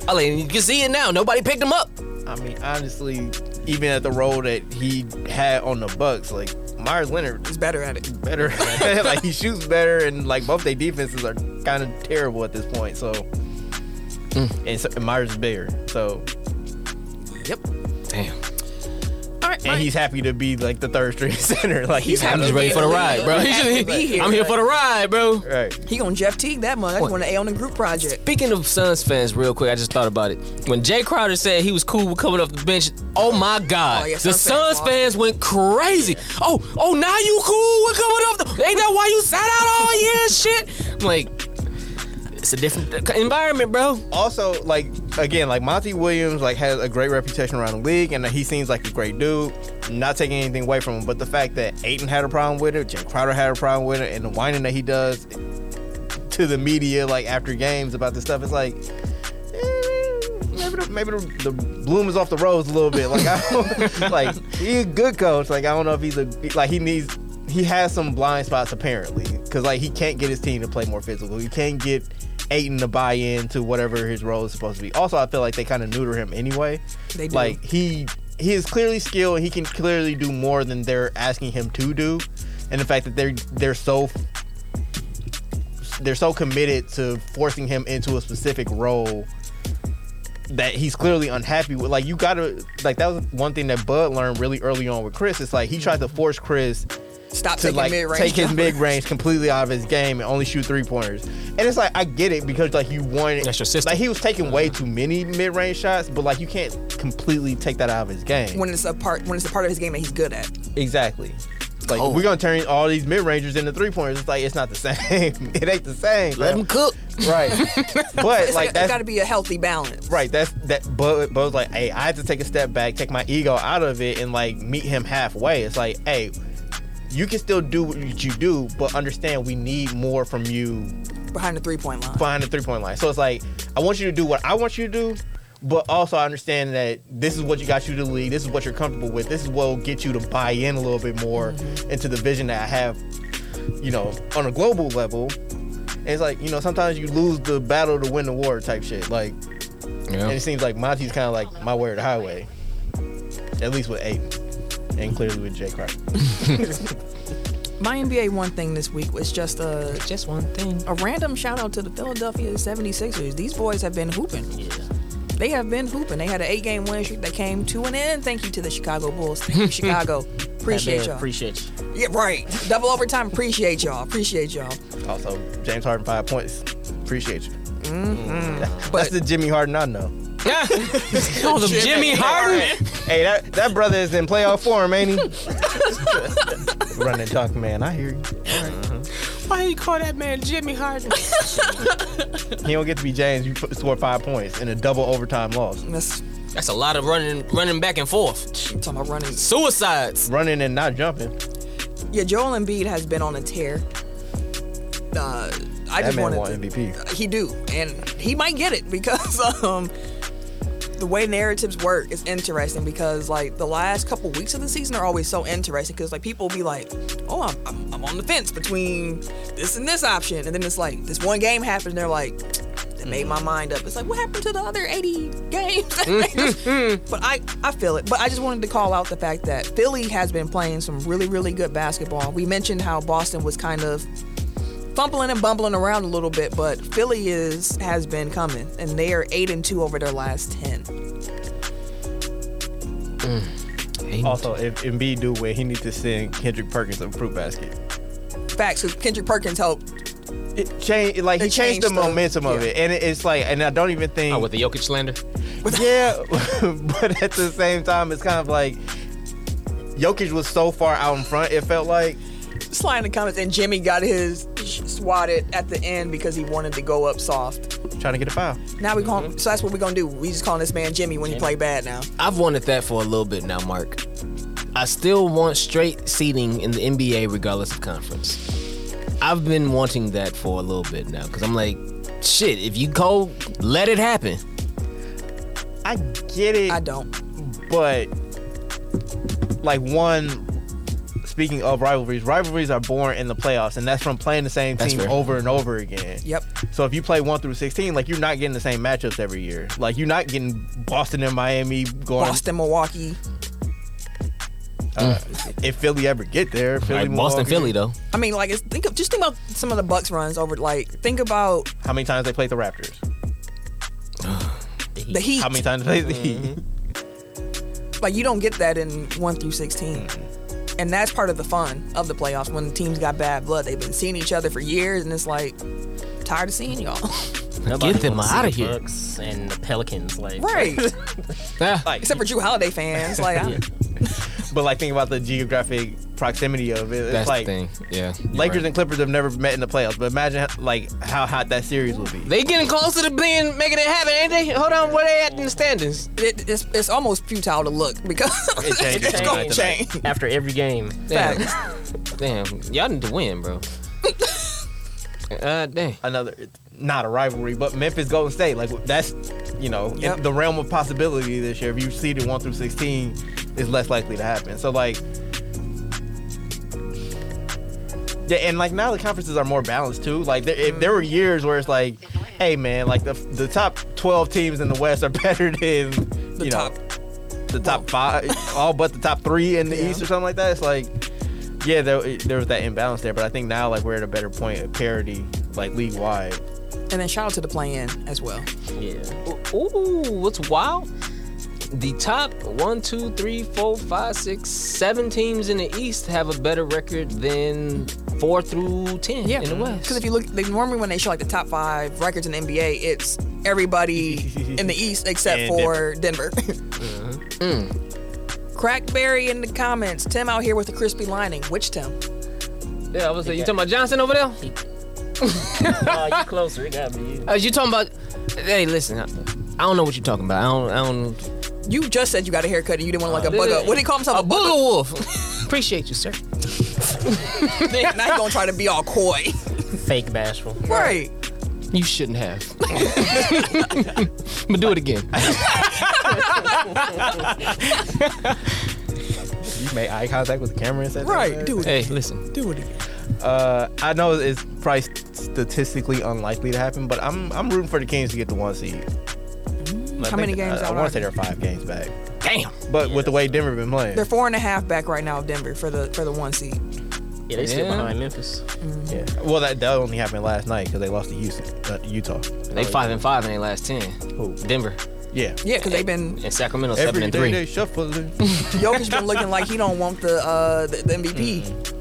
[SPEAKER 2] I was like, you can see it now. Nobody picked him up.
[SPEAKER 3] I mean, honestly, even at the role that he had on the Bucks, like Myers Leonard
[SPEAKER 1] He's
[SPEAKER 3] is
[SPEAKER 1] better at it.
[SPEAKER 3] better. like he shoots better, and like both their defenses are kind of terrible at this point. So, and, so, and Myers is bigger, so
[SPEAKER 1] Yep.
[SPEAKER 2] Damn.
[SPEAKER 1] All right.
[SPEAKER 3] and he's happy to be like the third string center. Like he's,
[SPEAKER 1] He's happy
[SPEAKER 3] happy.
[SPEAKER 2] I'm just ready for the ride, bro.
[SPEAKER 1] He has to be here.
[SPEAKER 2] I'm here for the ride, bro.
[SPEAKER 3] Right.
[SPEAKER 1] He gonna Jeff Teague that much. I just
[SPEAKER 2] What?
[SPEAKER 1] want an A on the group project.
[SPEAKER 2] Speaking of Suns fans, real quick, I just thought about it. When Jay Crowder said he was cool with coming off the bench, oh my God,
[SPEAKER 1] Oh, yeah,
[SPEAKER 2] the
[SPEAKER 1] Suns
[SPEAKER 2] Suns
[SPEAKER 1] fans
[SPEAKER 2] fans went crazy. Oh, oh, now you cool with coming off the? Ain't that why you sat out all year? and Shit, I'm like it's a different environment, bro.
[SPEAKER 3] also like again like monty williams like has a great reputation around the league and he seems like a great dude not taking anything away from him but the fact that Aiton had a problem with it jay crowder had a problem with it and the whining that he does to the media like after games about this stuff it's like eh, Maybe, the, maybe the, the bloom is off the rose a little bit. Like, I don't, like he's a good coach. Like, I don't know if he's a like he needs he has some blind spots apparently because like he can't get his team to play more physical. He can't get Aiton to buy in to whatever his role is supposed to be. Also, I feel like they kind of neuter him anyway.
[SPEAKER 1] They do.
[SPEAKER 3] Like he he is clearly skilled. He can clearly do more than they're asking him to do, and the fact that they're they're so they're so committed to forcing him into a specific role that he's clearly unhappy with. Like you gotta like that was one thing that Bud learned really early on with Chris. It's like he tried to force Chris
[SPEAKER 1] Stop
[SPEAKER 3] to
[SPEAKER 1] taking
[SPEAKER 3] like
[SPEAKER 1] mid range.
[SPEAKER 3] take his mid range completely out of his game and only shoot three pointers. And it's like I get it because like you wanted
[SPEAKER 2] That's your system.
[SPEAKER 3] Like he was taking way too many mid range shots, but like you can't completely take that out of his game.
[SPEAKER 1] when it's a part when it's a part of his game that he's good at.
[SPEAKER 3] exactly. Like
[SPEAKER 2] cold.
[SPEAKER 3] we're gonna turn all these mid rangers into three pointers. It's like it's not the same. it ain't the same.
[SPEAKER 2] Let
[SPEAKER 3] bro.
[SPEAKER 2] them cook.
[SPEAKER 3] right.
[SPEAKER 1] It's
[SPEAKER 3] but like
[SPEAKER 1] like, it's
[SPEAKER 3] that's
[SPEAKER 1] got to be a healthy balance.
[SPEAKER 3] Right, that's that. Bo, Bo's like, hey, I had to take a step back, take my ego out of it, and like meet him halfway. It's like, hey, you can still do what you do, but understand we need more from you
[SPEAKER 1] Behind the three point line.
[SPEAKER 3] behind the three point line. So it's like, I want you to do what I want you to do, but also I understand that this is what you got you to the league. This is what you're comfortable with. This is what will get you to buy in a little bit more into the vision that I have, you know, on a global level. And it's like, you know, sometimes you lose the battle to win the war type shit. Like, and
[SPEAKER 2] Yeah.
[SPEAKER 3] it seems like Monty's kind of like my way or the highway. At least with Aiden. And clearly with Jay Crocker.
[SPEAKER 1] My NBA one thing this week was just a
[SPEAKER 2] Just one thing.
[SPEAKER 1] a random shout out to the Philadelphia 76ers. These boys have been hooping.
[SPEAKER 5] Yeah.
[SPEAKER 1] They have been hooping. They had an eight game win streak that came to an end. Thank you to the Chicago Bulls. Thank you, Chicago. Appreciate
[SPEAKER 5] That man,
[SPEAKER 1] y'all.
[SPEAKER 5] Appreciate you.
[SPEAKER 1] yeah, right. Double overtime. Appreciate y'all. Appreciate y'all.
[SPEAKER 3] Also, James Harden five points. Appreciate you. That's
[SPEAKER 1] But
[SPEAKER 3] the Jimmy Harden I know.
[SPEAKER 2] Call them Oh, Jimmy Harden.
[SPEAKER 3] Hey, that, that brother is in playoff form, ain't he? Run and talk, man. I hear you.
[SPEAKER 2] Why you call that man Jimmy Harden?
[SPEAKER 3] He don't get to be James. You f- score five points in a double overtime loss.
[SPEAKER 1] that's
[SPEAKER 2] That's a lot of running, running back and forth.
[SPEAKER 1] I'm talking about running.
[SPEAKER 2] Suicides.
[SPEAKER 3] Running and not jumping.
[SPEAKER 1] Yeah, Joel Embiid has been on a tear. Uh, I
[SPEAKER 3] That
[SPEAKER 1] just
[SPEAKER 3] man
[SPEAKER 1] wanted
[SPEAKER 3] won
[SPEAKER 1] to-
[SPEAKER 3] MVP.
[SPEAKER 1] he do, and he might get it because um, the way narratives work is interesting. Because like the last couple weeks of the season are always so interesting because like people be like, oh, I'm, I'm I'm on the fence between this and this option, and then it's like this one game happened, and they're like. That made my mind up. It's like, what happened to the other 80 games? but I, I feel it. But I just wanted to call out the fact that Philly has been playing some really, really good basketball. We mentioned how Boston was kind of fumbling and bumbling around a little bit, but Philly is has been coming, and they are eight and two over their last ten.
[SPEAKER 3] Also, if Embiid do win, he needs to send Kendrick Perkins a fruit basket.
[SPEAKER 1] Facts. 'cause Kendrick Perkins helped.
[SPEAKER 3] It changed, like he
[SPEAKER 1] It changed
[SPEAKER 3] changed, the
[SPEAKER 1] the-
[SPEAKER 3] momentum of
[SPEAKER 1] yeah.
[SPEAKER 3] it, and it, it's like, and I don't even think
[SPEAKER 2] Oh, with the Jokic slander.
[SPEAKER 3] Yeah, but at the same time, it's kind of like Jokic was so far out in front. It felt like
[SPEAKER 1] Slide in the comments, and Jimmy got his sh- swatted at the end because he wanted to go up soft.
[SPEAKER 3] trying to get a foul.
[SPEAKER 1] Now we call. So that's what we're gonna do. We just calling this man Mm-hmm. Jimmy when he play bad now.
[SPEAKER 2] I've wanted that for a little bit now, Mark. I still want straight seating in the NBA regardless of conference. I've been wanting that for a little bit now because I'm like, shit, if you go, let it happen.
[SPEAKER 3] I get it,
[SPEAKER 1] I don't.
[SPEAKER 3] but like one. Speaking of rivalries, rivalries are born in the playoffs, and that's from playing the same
[SPEAKER 2] That's
[SPEAKER 3] team
[SPEAKER 2] fair.
[SPEAKER 3] over and over again.
[SPEAKER 1] Yep.
[SPEAKER 3] So if you play one through sixteen, like you're not getting the same matchups every year. Like you're not getting Boston and Miami going.
[SPEAKER 1] Boston, Milwaukee.
[SPEAKER 3] Uh, if Philly ever get there, Philly,
[SPEAKER 2] like Boston,
[SPEAKER 3] Milwaukee.
[SPEAKER 2] Philly though.
[SPEAKER 1] I mean, like, it's, think of just think about some of the Bucks runs over. Like, think about
[SPEAKER 3] How many times they played the Raptors?
[SPEAKER 1] the Heat.
[SPEAKER 3] How many times they
[SPEAKER 2] Mm-hmm.
[SPEAKER 3] played the Heat?
[SPEAKER 1] like you don't get that in 1 through 16
[SPEAKER 3] Mm-hmm.
[SPEAKER 1] and that's part of the fun of the playoffs when the teams got bad blood they've been seeing each other for years and it's like tired of seeing y'all
[SPEAKER 5] Nobody
[SPEAKER 2] Get them
[SPEAKER 5] wants to
[SPEAKER 2] outta
[SPEAKER 5] see the
[SPEAKER 2] here.
[SPEAKER 5] Bucks and the Pelicans, like
[SPEAKER 1] right
[SPEAKER 2] Yeah.
[SPEAKER 3] Like
[SPEAKER 1] except for drew holiday fans like I,
[SPEAKER 3] But like, think about the geographic proximity of it. It's
[SPEAKER 2] That's
[SPEAKER 3] like
[SPEAKER 2] the thing. Yeah. you're
[SPEAKER 3] Lakers
[SPEAKER 2] right.
[SPEAKER 3] and Clippers have never met in the playoffs, but imagine like how hot that series would be.
[SPEAKER 2] They getting closer to being making it happen, ain't they? Hold on, where they at in the standings?
[SPEAKER 1] it, it's, it's almost futile to look because
[SPEAKER 3] It changes
[SPEAKER 1] it's
[SPEAKER 3] from
[SPEAKER 1] going
[SPEAKER 3] night
[SPEAKER 1] to
[SPEAKER 3] to night.
[SPEAKER 1] change
[SPEAKER 5] after every game.
[SPEAKER 2] Damn,
[SPEAKER 1] Facts.
[SPEAKER 2] damn, y'all need to win, bro. uh, damn.
[SPEAKER 3] Another, not a rivalry, but Memphis Golden State. Like that's, you know, in
[SPEAKER 1] Yep.
[SPEAKER 3] the realm of possibility this year. If you seeded one through sixteen, it's less likely to happen. So like. Yeah, and like now the conferences are more balanced too. Like there, if there were years where it's like, hey man, like the the top twelve teams in the West are better than
[SPEAKER 1] the
[SPEAKER 3] you know
[SPEAKER 1] top
[SPEAKER 3] the top five, all but the top three in the
[SPEAKER 1] Yeah.
[SPEAKER 3] East or something like that. It's like, yeah, there, there was that imbalance there, but I think now like we're at a better point of parity, like league wide.
[SPEAKER 1] and then shout out to the play-in as well
[SPEAKER 5] Yeah.
[SPEAKER 2] Ooh, what's wild? The top one, two, three, four, five, six, seven teams in the East have a better record than four through ten in the West.
[SPEAKER 1] because if you look they normally when they show like the top five records in the nba it's everybody in the east except
[SPEAKER 2] Uh-huh.
[SPEAKER 3] And
[SPEAKER 1] for denver Mm. Crackberry in the comments. Tim out here with the crispy lining. Which Tim?
[SPEAKER 2] Yeah, I was like, you talking about Johnson over there?
[SPEAKER 5] Oh, you closer. It gotta be you.
[SPEAKER 2] Uh, you talking about? Hey, listen, I, I don't know what you're talking about. I don't. I don't.
[SPEAKER 1] You just said you got a haircut and you didn't want to like a bug
[SPEAKER 2] yeah.
[SPEAKER 1] up. What do you call himself?
[SPEAKER 2] A booger wolf. Appreciate you, sir.
[SPEAKER 1] now he's gonna try to be all coy.
[SPEAKER 5] Fake bashful.
[SPEAKER 1] right.
[SPEAKER 2] You shouldn't have. but do it again.
[SPEAKER 4] You made eye contact with the camera and said,
[SPEAKER 1] Right. Do it.
[SPEAKER 2] Hey, listen.
[SPEAKER 1] Do it again.
[SPEAKER 3] Uh, I know it's probably statistically unlikely to happen, but I'm I'm rooting for the Kings to get the one seed. I
[SPEAKER 1] Mm-hmm. How many
[SPEAKER 3] think-
[SPEAKER 1] games
[SPEAKER 3] I, I
[SPEAKER 1] out
[SPEAKER 3] want
[SPEAKER 1] are
[SPEAKER 3] to say they're five games back,
[SPEAKER 2] Damn.
[SPEAKER 3] but with the way Denver been playing,
[SPEAKER 1] They're four and a half back right now of Denver for the for the one seed.
[SPEAKER 5] Yeah, they sit
[SPEAKER 2] Yeah.
[SPEAKER 5] behind Memphis.
[SPEAKER 3] yeah. Well, that, that only happened last night because they lost to Houston, uh, Utah.
[SPEAKER 2] They five and five in their last ten.
[SPEAKER 3] Who?
[SPEAKER 2] Denver
[SPEAKER 3] Yeah.
[SPEAKER 1] Yeah, because they've been
[SPEAKER 2] and Sacramento
[SPEAKER 3] Every
[SPEAKER 2] seven and
[SPEAKER 3] day
[SPEAKER 2] three.
[SPEAKER 3] they shuffling.
[SPEAKER 1] Jokic been looking like he don't want the uh the, the MVP.
[SPEAKER 2] Mm.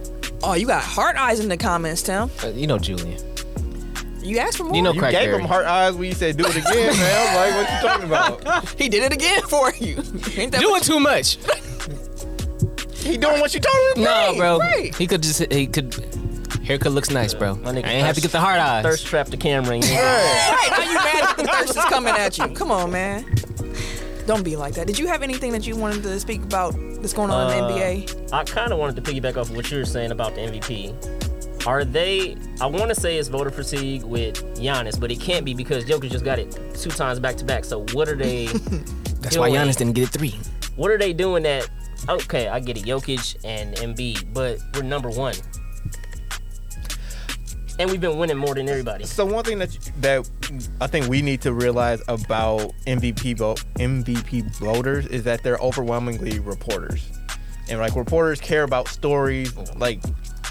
[SPEAKER 1] Oh, you got heart eyes in the comments, Tim.
[SPEAKER 2] Uh, you know Julian.
[SPEAKER 1] You asked for more.
[SPEAKER 2] You know
[SPEAKER 3] you
[SPEAKER 2] Crack
[SPEAKER 3] gave
[SPEAKER 2] Berry.
[SPEAKER 3] them heart eyes when you said do it again, man. I'm like, what you talking about?
[SPEAKER 1] he did it again for you. Ain't that
[SPEAKER 2] Doing too much.
[SPEAKER 3] He doing what you told him.
[SPEAKER 2] No,
[SPEAKER 1] Right,
[SPEAKER 2] bro.
[SPEAKER 1] right.
[SPEAKER 2] He could just. He could. Haircut looks nice, bro.
[SPEAKER 5] My
[SPEAKER 2] I
[SPEAKER 5] nigga
[SPEAKER 2] ain't have to
[SPEAKER 5] thirst-
[SPEAKER 2] get the hard eyes.
[SPEAKER 5] Thirst trap the camera. and you-
[SPEAKER 1] right now you mad that the thirst is coming at you. Come on, man. Don't be like that. Did you have anything that you wanted to speak about that's going on in the
[SPEAKER 5] Uh,
[SPEAKER 1] NBA?
[SPEAKER 5] I kind of wanted to piggyback off what you were saying about the MVP. Are they? I want to say it's voter fatigue with Giannis, but it can't be because Jokic just got it two times back to back. So what are they?
[SPEAKER 2] That's why
[SPEAKER 5] doing?
[SPEAKER 2] Giannis didn't get a three.
[SPEAKER 5] What are they doing that? Okay, I get it, Jokic and Embiid, but we're number one, and we've been winning more than everybody.
[SPEAKER 3] So one thing that you- that I think we need to realize about MVP vo- MVP voters is that they're overwhelmingly reporters, and like reporters care about stories. Like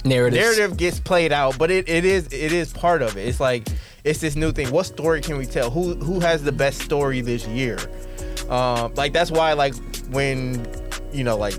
[SPEAKER 2] Narratives.
[SPEAKER 3] narrative gets played out, but it, it is it is part of it. It's like it's this new thing. What story can we tell? Who who has the best story this year? Um, like that's why like when you know like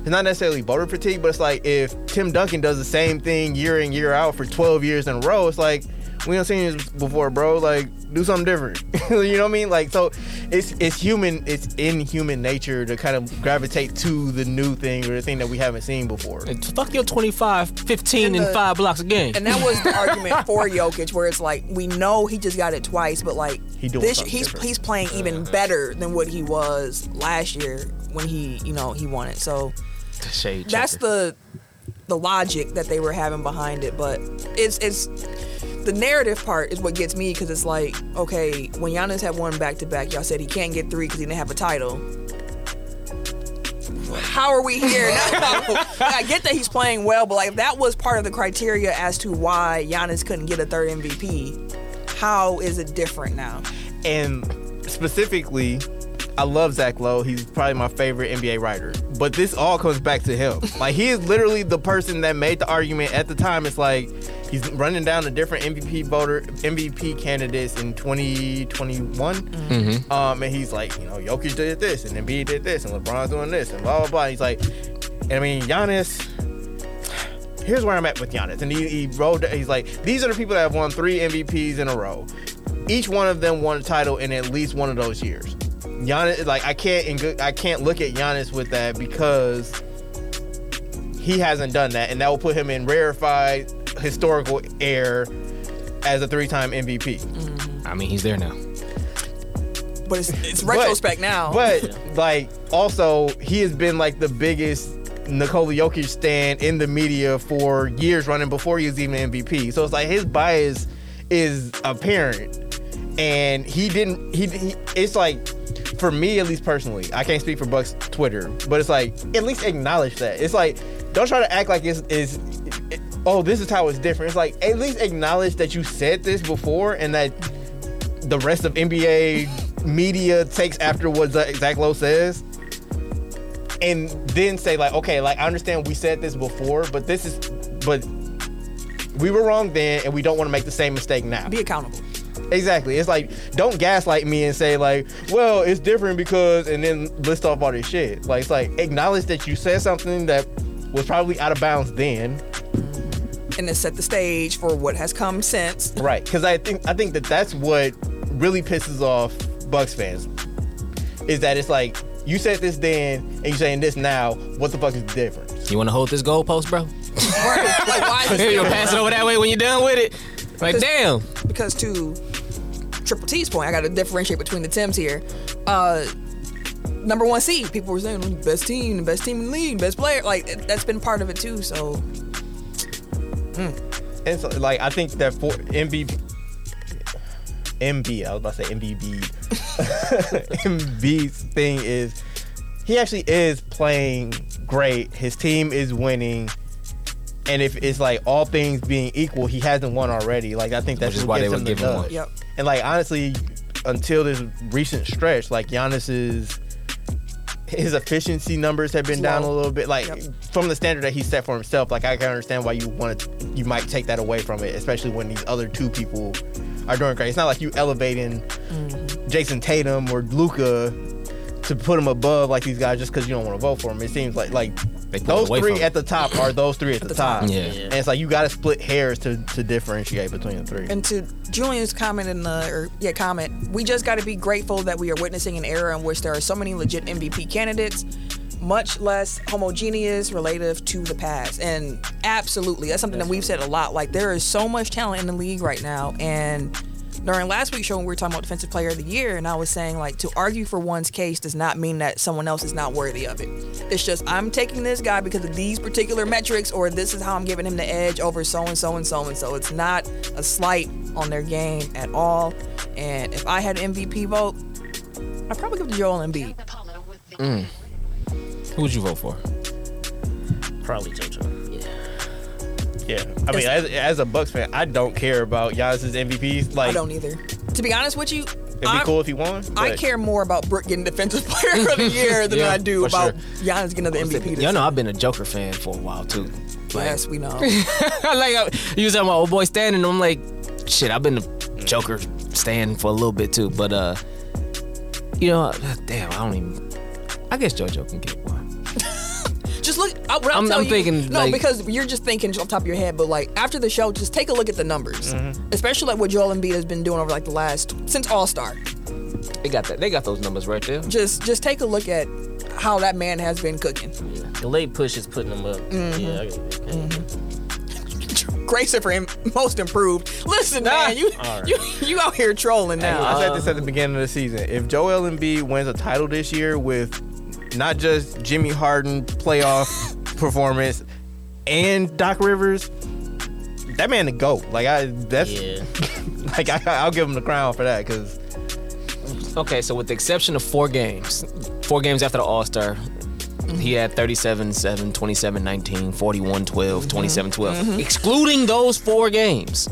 [SPEAKER 3] it's not necessarily voter fatigue, but it's like if Tim Duncan does the same thing year in year out for 12 years in a row, it's like we don't seen this before, bro. Like do something different. you know what I mean? Like so, it's it's human, it's in human nature to kind of gravitate to the new thing or the thing that we haven't seen before.
[SPEAKER 2] Fuck your 25, 15, and,
[SPEAKER 1] And the-
[SPEAKER 2] five blocks a game.
[SPEAKER 1] And that was the argument for Jokic, where it's like we know he just got it twice, but like
[SPEAKER 3] He doing
[SPEAKER 1] this,
[SPEAKER 3] something
[SPEAKER 1] he's
[SPEAKER 3] different.
[SPEAKER 1] he's playing even better than what he was last year when he you know he won it. So
[SPEAKER 2] Shade
[SPEAKER 1] that's
[SPEAKER 2] checker.
[SPEAKER 1] the the logic that they were having behind it but it's it's the narrative part is what gets me because it's like okay when Giannis had one back to back y'all said he can't get three because he didn't have a title how are we here now? I get that he's playing well, but like that was part of the criteria as to why Giannis couldn't get a third MVP. How is it different now?
[SPEAKER 3] and specifically, I love Zach Lowe. He's probably my favorite NBA writer. But this all comes back to him. Like he is literally the person that made the argument at the time. It's like he's running down the different MVP voter MVP candidates in 2021. Um, and he's like, you know, Jokic did this, and Embiid did this, and LeBron's doing this, and blah blah blah. He's like, and I mean, Giannis here's where I'm at with Giannis. And he, he rolled, he's like, these are the people that have won three MVPs in a row. Each one of them won a title in at least one of those years. Giannis, like I can't, in good, I can't look at Giannis with that because he hasn't done that, and that will put him in rarefied historical air as a three-time MVP.
[SPEAKER 2] I mean, he's there now.
[SPEAKER 1] But it's, it's retrospect now.
[SPEAKER 3] But like also he has been like the biggest Nikola Jokic stand in the media for years running before he was even MVP. So it's like his bias is apparent. And he didn't he, he it's like for me at least personally, I can't speak for Buck's Twitter, but it's like at least acknowledge that. It's like don't try to act like it's is oh, this is how it's different. It's like at least acknowledge that you said this before and that the rest of NBA media takes after what Zach Zach Lowe says, and then say like, okay, like I understand we said this before, but this is, but we were wrong then, and we don't want to make the same mistake now.
[SPEAKER 1] Be accountable.
[SPEAKER 3] Exactly. It's like don't gaslight me and say like, well, it's different because, and then list off all this shit. Like it's like acknowledge that you said something that was probably out of bounds then,
[SPEAKER 1] And it set the stage for what has come since.
[SPEAKER 3] Right, because I think I think that that's what really pisses off Bucks fans is that it's like You said this then, and you saying this now. What the fuck is the difference?
[SPEAKER 2] You want to hold this goalpost, bro?
[SPEAKER 1] like why is
[SPEAKER 2] Here,
[SPEAKER 1] it
[SPEAKER 2] you'll pass it over that way when you're done with it. Like, damn.
[SPEAKER 1] because to Triple T's point, I got to differentiate between the Tims here. Uh, number one seed, people were saying best team, the best team in the league, best player. Like it- that's been part of it too. So
[SPEAKER 3] And so, like, I think that for MVP, MB, I was about to say MVB. MV's thing is he actually is playing great. His team is winning. And if it's like all things being equal, he hasn't won already. Like I think that's
[SPEAKER 2] Which is
[SPEAKER 3] what
[SPEAKER 2] why
[SPEAKER 3] gives
[SPEAKER 2] they
[SPEAKER 3] him
[SPEAKER 2] would
[SPEAKER 3] the
[SPEAKER 2] give him
[SPEAKER 3] nudge.
[SPEAKER 2] one.
[SPEAKER 1] yep,
[SPEAKER 3] And like honestly, until this recent stretch, like Giannis's his efficiency numbers have been
[SPEAKER 1] Slow.
[SPEAKER 3] down a little bit. Like
[SPEAKER 1] Yep.
[SPEAKER 3] from the standard that he set for himself, like I can understand why you want to you might take that away from it, especially when these other two people are doing great. It's not like you elevating
[SPEAKER 1] Mm-hmm.
[SPEAKER 3] Jason Tatum or Luca to put him above like these guys just because you don't want to vote for him. It seems like like
[SPEAKER 2] They put
[SPEAKER 3] those
[SPEAKER 2] away
[SPEAKER 3] three
[SPEAKER 2] from
[SPEAKER 3] at the top are those three at the,
[SPEAKER 1] the
[SPEAKER 3] top.
[SPEAKER 1] top.
[SPEAKER 2] Yeah.
[SPEAKER 3] And it's like you got to split hairs to to differentiate between the three.
[SPEAKER 1] and to Julian's comment in the or yeah comment, we just got to be grateful that we are witnessing an era in which there are so many legit MVP candidates, much less homogeneous relative to the past. And absolutely, that's something that we've said a lot. Like there is so much talent in the league right now, and during last week's show when we were talking about defensive player of the year, and I was saying like to argue for one's case does not mean that someone else is not worthy of it. It's just I'm taking this guy because of these particular metrics, or this is how I'm giving him the edge over so and so and so and so. It's not a slight on their game at all. And if I had an MVP vote, I'd probably give it to Joel Embiid.
[SPEAKER 2] Who would you vote for?
[SPEAKER 5] Probably JoJo. Yeah.
[SPEAKER 3] Yeah, I mean, as, as a Bucks fan, I don't care about Giannis's MVPs. Like,
[SPEAKER 1] I don't either. To be honest with you,
[SPEAKER 3] it'd be
[SPEAKER 1] I,
[SPEAKER 3] cool if he won.
[SPEAKER 1] I
[SPEAKER 3] but-
[SPEAKER 1] care more about Brooke getting defensive player of the year than
[SPEAKER 2] Yeah,
[SPEAKER 1] I do
[SPEAKER 2] for
[SPEAKER 1] about
[SPEAKER 2] sure.
[SPEAKER 1] Giannis getting the MVP. this
[SPEAKER 2] Y'all know I've been a Joker fan for a while too.
[SPEAKER 1] year. yes, we know.
[SPEAKER 2] like I, you was talking about old boy standing. I'm like, shit, I've been a Joker stand for a little bit too. But uh, you know, damn, I don't even. I guess JoJo can get one.
[SPEAKER 1] Just look. I, what I'm,
[SPEAKER 2] I'm-
[SPEAKER 1] telling
[SPEAKER 2] I'm
[SPEAKER 1] you-
[SPEAKER 2] thinking,
[SPEAKER 1] no,
[SPEAKER 2] like-
[SPEAKER 1] because you're just thinking off the top of your head. But like after the show, just take a look at the numbers,
[SPEAKER 3] Mm-hmm.
[SPEAKER 1] especially like what Joel Embiid has been doing over like the last since All Star.
[SPEAKER 2] They got that. They got those numbers right there.
[SPEAKER 1] Just just take a look at how that man has been cooking.
[SPEAKER 5] yeah. The late push is putting them up.
[SPEAKER 1] Mm-hmm.
[SPEAKER 5] Yeah. I get it. Okay.
[SPEAKER 1] Grayson for him, most improved. Listen, man, you
[SPEAKER 5] All right.
[SPEAKER 1] you you out here trolling
[SPEAKER 3] Hey,
[SPEAKER 1] now.
[SPEAKER 3] I said this at the beginning of the season. If Joel Embiid wins a title this year with not just Jimmy Harden playoff performance and Doc Rivers, that man the goat. Like I, that's
[SPEAKER 5] Yeah.
[SPEAKER 3] like I, I'll give him the crown for that because
[SPEAKER 2] Okay, so with the exception of four games, four games after the All Star, he had 37 7, 27 19, 41
[SPEAKER 1] Mm-hmm.
[SPEAKER 2] 12, 27 12. Excluding those four games,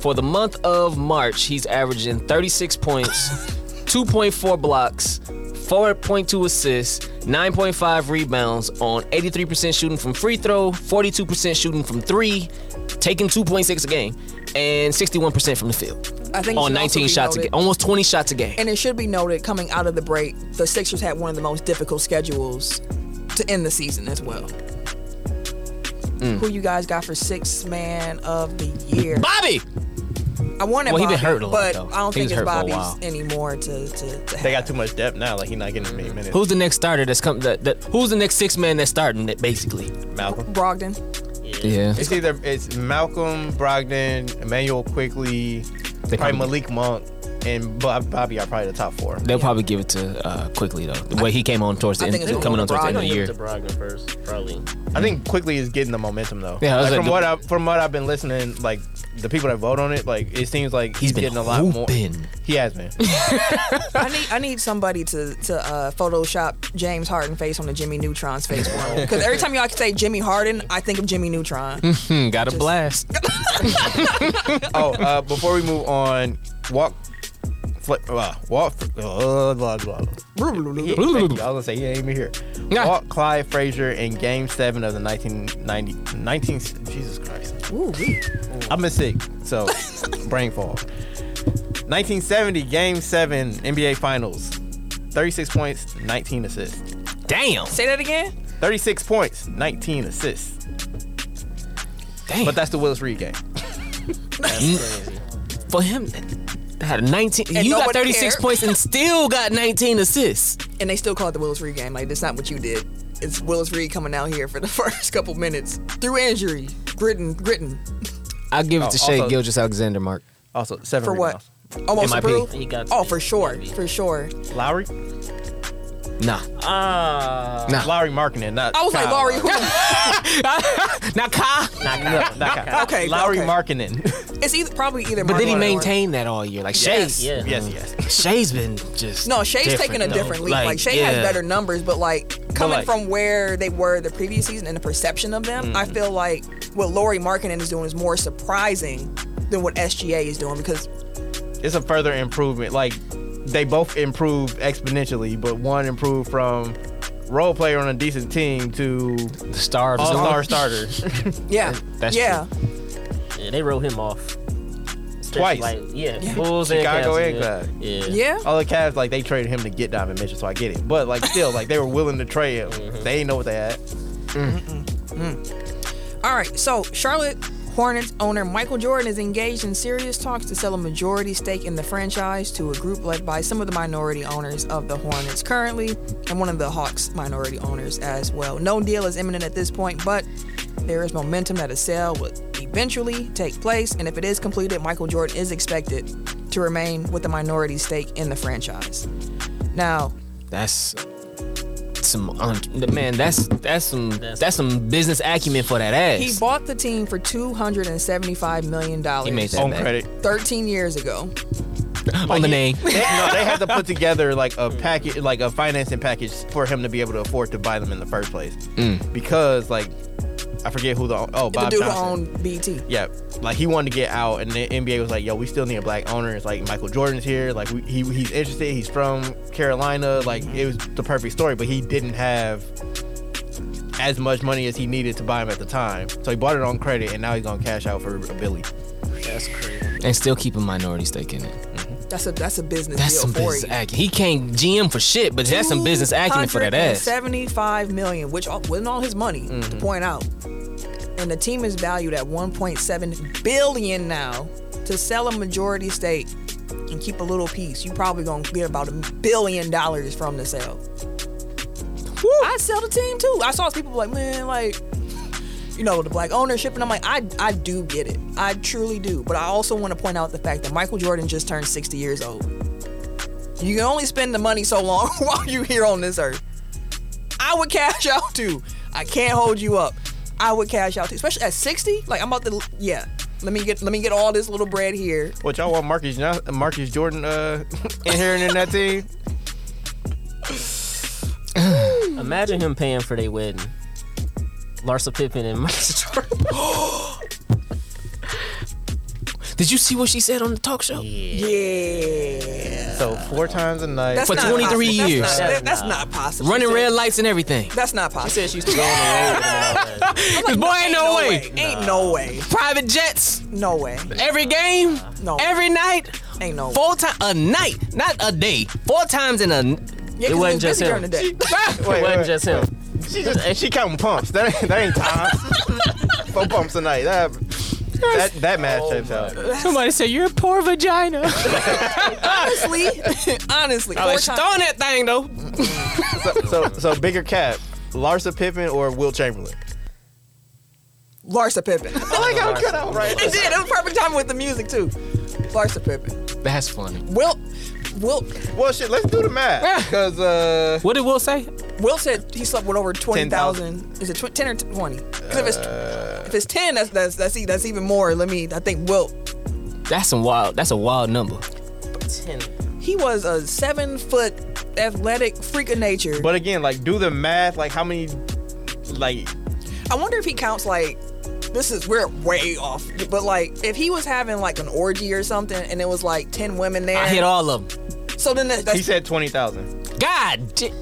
[SPEAKER 2] for the month of March, he's averaging 36 points, 2.4 blocks, 4.2 assists, 9.5 rebounds on 83% shooting from free throw, 42% shooting from three, taking 2.6 a game, and 61% from the field
[SPEAKER 1] I think it should
[SPEAKER 2] on
[SPEAKER 1] also
[SPEAKER 2] 19
[SPEAKER 1] be
[SPEAKER 2] shots a
[SPEAKER 1] noted-
[SPEAKER 2] game, almost 20 shots a game.
[SPEAKER 1] And it should be noted, coming out of the break, the Sixers had one of the most difficult schedules to end the season as well.
[SPEAKER 2] Mm.
[SPEAKER 1] Who you guys got for sixth man of the year?
[SPEAKER 2] Bobby.
[SPEAKER 1] I wanted
[SPEAKER 2] Well, he
[SPEAKER 1] Bobby,
[SPEAKER 2] been hurt a lot,
[SPEAKER 1] but
[SPEAKER 2] though.
[SPEAKER 1] I don't
[SPEAKER 2] He
[SPEAKER 1] think it's
[SPEAKER 2] was hurt for a while.
[SPEAKER 1] Bobby's anymore to, to, to have.
[SPEAKER 3] they got too much depth now. Like he's not getting many minutes.
[SPEAKER 2] Who's the next starter that's come? That, that who's the next six man that's starting? That basically.
[SPEAKER 3] Malcolm?
[SPEAKER 1] Brogdon.
[SPEAKER 2] Yeah.
[SPEAKER 3] It's either it's Malcolm Brogdon, Emmanuel Quickly,
[SPEAKER 2] They
[SPEAKER 3] probably
[SPEAKER 2] probably-
[SPEAKER 3] Malik Monk, and Bob, Bobby are probably the top four.
[SPEAKER 2] They'll probably give it to uh, quickly though. The way he came on towards the
[SPEAKER 1] I
[SPEAKER 2] end,
[SPEAKER 1] think it's
[SPEAKER 2] coming
[SPEAKER 1] gonna
[SPEAKER 2] on towards the
[SPEAKER 1] be
[SPEAKER 2] end of the
[SPEAKER 5] Give it to
[SPEAKER 2] year.
[SPEAKER 5] Brogdon first, probably.
[SPEAKER 3] I think quickly is getting the momentum though.
[SPEAKER 2] Yeah, I was
[SPEAKER 3] Like,
[SPEAKER 2] like,
[SPEAKER 3] from
[SPEAKER 2] the-
[SPEAKER 3] what I from what I've been listening, like the people that vote on it, like it seems like he's,
[SPEAKER 2] He's been
[SPEAKER 3] getting a lot more.
[SPEAKER 2] hooping.
[SPEAKER 3] He has been.
[SPEAKER 1] I need I need somebody to to uh, Photoshop James Harden face on the Jimmy Neutron's face for me. Because every time y'all can say Jimmy Harden, I think of Jimmy Neutron.
[SPEAKER 2] Hmm, got a blast.
[SPEAKER 3] oh, uh, before we move on, walk. Fl- uh, walk. Uh, blah, blah, blah. He- thank you. I was gonna say he ain't even here.
[SPEAKER 2] Nah.
[SPEAKER 3] Walt Clyde Frazier in Game Seven of the 1990 19 Jesus Christ.
[SPEAKER 1] Ooh, wee.
[SPEAKER 3] I've been sick, so brain fog. 1970 Game Seven NBA Finals. 36 points, 19 assists.
[SPEAKER 2] Damn.
[SPEAKER 1] Say that again.
[SPEAKER 3] 36 points, 19 assists.
[SPEAKER 2] Damn.
[SPEAKER 3] But that's the Willis Reed game.
[SPEAKER 5] That's crazy.
[SPEAKER 2] for him. had 19.
[SPEAKER 1] And
[SPEAKER 2] you got
[SPEAKER 1] nobody
[SPEAKER 2] 36
[SPEAKER 1] cared.
[SPEAKER 2] points and still got 19 assists.
[SPEAKER 1] and they still call it the Willis Reed game. Like that's not what you did. It's Willis Reed coming out here for the first couple minutes through injury, gritting, gritting
[SPEAKER 2] I'll give it to
[SPEAKER 3] Oh,
[SPEAKER 2] Shea
[SPEAKER 3] also-
[SPEAKER 2] Gilgis Alexander, Mark.
[SPEAKER 3] Also, seven
[SPEAKER 1] for what?
[SPEAKER 3] rebounds.
[SPEAKER 1] Almost
[SPEAKER 2] MIP.
[SPEAKER 1] approved.
[SPEAKER 5] He got-
[SPEAKER 1] Oh, for sure,
[SPEAKER 5] Yeah.
[SPEAKER 1] for sure.
[SPEAKER 3] Lowry,
[SPEAKER 2] Nah.
[SPEAKER 5] Ah,
[SPEAKER 2] Nah.
[SPEAKER 3] Lowry marketing. Not
[SPEAKER 1] I was like,
[SPEAKER 3] Kyle
[SPEAKER 1] Laurie, who?
[SPEAKER 2] Now, Kai.
[SPEAKER 5] not
[SPEAKER 3] No, not Kyle.
[SPEAKER 1] Okay,
[SPEAKER 3] Lowry
[SPEAKER 1] okay.
[SPEAKER 3] marketing.
[SPEAKER 1] it's either probably either.
[SPEAKER 2] But
[SPEAKER 1] Mark
[SPEAKER 2] then he
[SPEAKER 1] Laurie or-
[SPEAKER 2] maintained that all year. Like, Shay's.
[SPEAKER 5] Yeah.
[SPEAKER 3] yes, yes.
[SPEAKER 2] Shay's been just.
[SPEAKER 1] No, Shay's
[SPEAKER 2] different,
[SPEAKER 1] taking a
[SPEAKER 2] though.
[SPEAKER 1] different leap. Like, Shay
[SPEAKER 2] yeah.
[SPEAKER 1] has better numbers, but like coming
[SPEAKER 3] like-
[SPEAKER 1] from where they were the previous season and the perception of them, I feel like what Laurie Markkinen is doing is more surprising than what SGA is doing because
[SPEAKER 3] It's a further improvement. Like they both improved exponentially, but one improved from role player on a decent team to
[SPEAKER 2] The star of his
[SPEAKER 3] all star
[SPEAKER 2] own-
[SPEAKER 3] starter.
[SPEAKER 1] yeah,
[SPEAKER 2] That's
[SPEAKER 1] yeah,
[SPEAKER 5] Yeah, they wrote him off. Especially
[SPEAKER 3] Twice.
[SPEAKER 5] Like, yeah,
[SPEAKER 1] Yeah.
[SPEAKER 5] Bulls
[SPEAKER 3] Chicago
[SPEAKER 5] and
[SPEAKER 3] and
[SPEAKER 5] Cavs,
[SPEAKER 3] Cavs.
[SPEAKER 5] yeah. yeah.
[SPEAKER 1] yeah.
[SPEAKER 3] all the Cavs like they traded him to get Donovan Mitchell, so I get it. But like still, like they were willing to trade him. They didn't know what they had.
[SPEAKER 1] All right, so Charlotte Hornets owner Michael Jordan is engaged in serious talks to sell a majority stake in the franchise to a group led by some of the minority owners of the Hornets currently and one of the Hawks minority owners as well. No deal is imminent at this point, but there is momentum that a sale would eventually take place, and if it is completed, Michael Jordan is expected to remain with a minority stake in the franchise. Now,
[SPEAKER 2] That's some un- man. That's that's some
[SPEAKER 5] That's-
[SPEAKER 2] that's, some business acumen for that ass.
[SPEAKER 1] he bought the team for $275 million
[SPEAKER 2] He made that
[SPEAKER 3] On
[SPEAKER 2] back.
[SPEAKER 3] credit.
[SPEAKER 1] 13 years ago.
[SPEAKER 2] on the name.
[SPEAKER 3] They, no, they had to put together like a package, like a financing package for him to be able to afford to buy them in the first place. Mm. Because like, I forget who the oh Bob
[SPEAKER 1] the dude
[SPEAKER 3] Johnson.
[SPEAKER 1] who owned E BT.
[SPEAKER 3] yeah, like he wanted to get out, and the NBA was like, "Yo, we still need a black owner." It's like Michael Jordan's here. Like we, he he's interested. He's from Carolina. Like it was the perfect story, but he didn't have as much money as he needed to buy him at the time. So he bought it on credit, and now he's gonna cash out for a Billy.
[SPEAKER 5] That's crazy.
[SPEAKER 2] and still keep a minority stake in it.
[SPEAKER 1] That's a that's a business
[SPEAKER 2] That's
[SPEAKER 1] deal
[SPEAKER 2] some
[SPEAKER 1] for
[SPEAKER 2] business
[SPEAKER 1] you.
[SPEAKER 2] acumen. He can't GM for shit, but that's some business acumen for that ass. Mm-hmm.
[SPEAKER 1] Seventy-five million, which all- wasn't all his money to point out, and the team is valued at one point seven billion now. To sell a majority stake and keep a little piece, you probably gonna get about a billion dollars from the sale. I sell the team too. I saw people like, man, like. You know the black ownership, and I'm like, I I do get it, I truly do. But I also want to point out the fact that Michael Jordan just turned 60 years old. You can only spend the money so long while you're here on this earth. I would cash out too. I can't hold you up. I would cash out too, especially at 60. Like I'm about to, yeah. Let me get let me get all this little bread here.
[SPEAKER 3] What y'all want Marcus Jo- Marcus Jordan uh, inheriting that team?
[SPEAKER 5] Imagine him paying for their wedding. Larsa Pippen and Marcus Jordan.
[SPEAKER 2] Did you see what she said on the talk show?
[SPEAKER 1] Yeah.
[SPEAKER 3] So four times a night.
[SPEAKER 1] That's
[SPEAKER 2] For
[SPEAKER 1] not
[SPEAKER 2] 23
[SPEAKER 1] possible. That's
[SPEAKER 2] years.
[SPEAKER 1] not- that- That's not, possible.
[SPEAKER 2] Running
[SPEAKER 1] She said-
[SPEAKER 2] red lights and everything.
[SPEAKER 1] That's not possible.
[SPEAKER 5] Said she used to go on the road with him and all that.
[SPEAKER 2] Cause boy, ain't no, way.
[SPEAKER 1] Ain't no way.
[SPEAKER 2] Private jets
[SPEAKER 1] No way.
[SPEAKER 2] every game,
[SPEAKER 1] No.
[SPEAKER 2] every night,
[SPEAKER 1] Ain't no way.
[SPEAKER 2] four times a night, not a day, four times in a.
[SPEAKER 1] Yeah, 'cause
[SPEAKER 5] It
[SPEAKER 1] we
[SPEAKER 5] wasn't
[SPEAKER 1] was
[SPEAKER 5] just
[SPEAKER 1] busy
[SPEAKER 5] him.
[SPEAKER 1] during the day.
[SPEAKER 5] It
[SPEAKER 3] Wait,
[SPEAKER 5] wasn't
[SPEAKER 3] wait,
[SPEAKER 5] just him.
[SPEAKER 3] She just she counting pumps. That ain't, that ain't time. Four pumps a night. That that, that match
[SPEAKER 5] Oh
[SPEAKER 3] shapes
[SPEAKER 5] my
[SPEAKER 3] out.
[SPEAKER 2] Somebody said you're a poor vagina.
[SPEAKER 1] Honestly, honestly,
[SPEAKER 5] Oh,
[SPEAKER 2] I was
[SPEAKER 1] four times-
[SPEAKER 2] throwing that thing though.
[SPEAKER 3] So, so so bigger cap, Larsa Pippen or Will Chamberlain?
[SPEAKER 1] Larsa Pippen.
[SPEAKER 3] I like how good I right.
[SPEAKER 1] it did. It was perfect time with the music too. Larsa Pippen.
[SPEAKER 2] That's funny.
[SPEAKER 1] Will, Will,
[SPEAKER 3] Well, shit. Let's do the math. Because uh,
[SPEAKER 2] What did Will say?
[SPEAKER 1] Will said he slept with over twenty thousand. Is it tw- ten or twenty? Because if it's if it's ten, that's that's that's, e- that's even more. Let me. I think Will.
[SPEAKER 2] That's some wild. That's a wild number.
[SPEAKER 5] Ten.
[SPEAKER 1] He was a seven foot athletic freak of nature.
[SPEAKER 3] but again, like do the math. Like how many? Like
[SPEAKER 1] I wonder if he counts like this is we're way off. But like if he was having like an orgy or something, and it was like ten women there.
[SPEAKER 2] I hit all of them.
[SPEAKER 1] so then that,
[SPEAKER 3] he
[SPEAKER 1] that's,
[SPEAKER 3] said twenty thousand.
[SPEAKER 2] God, j-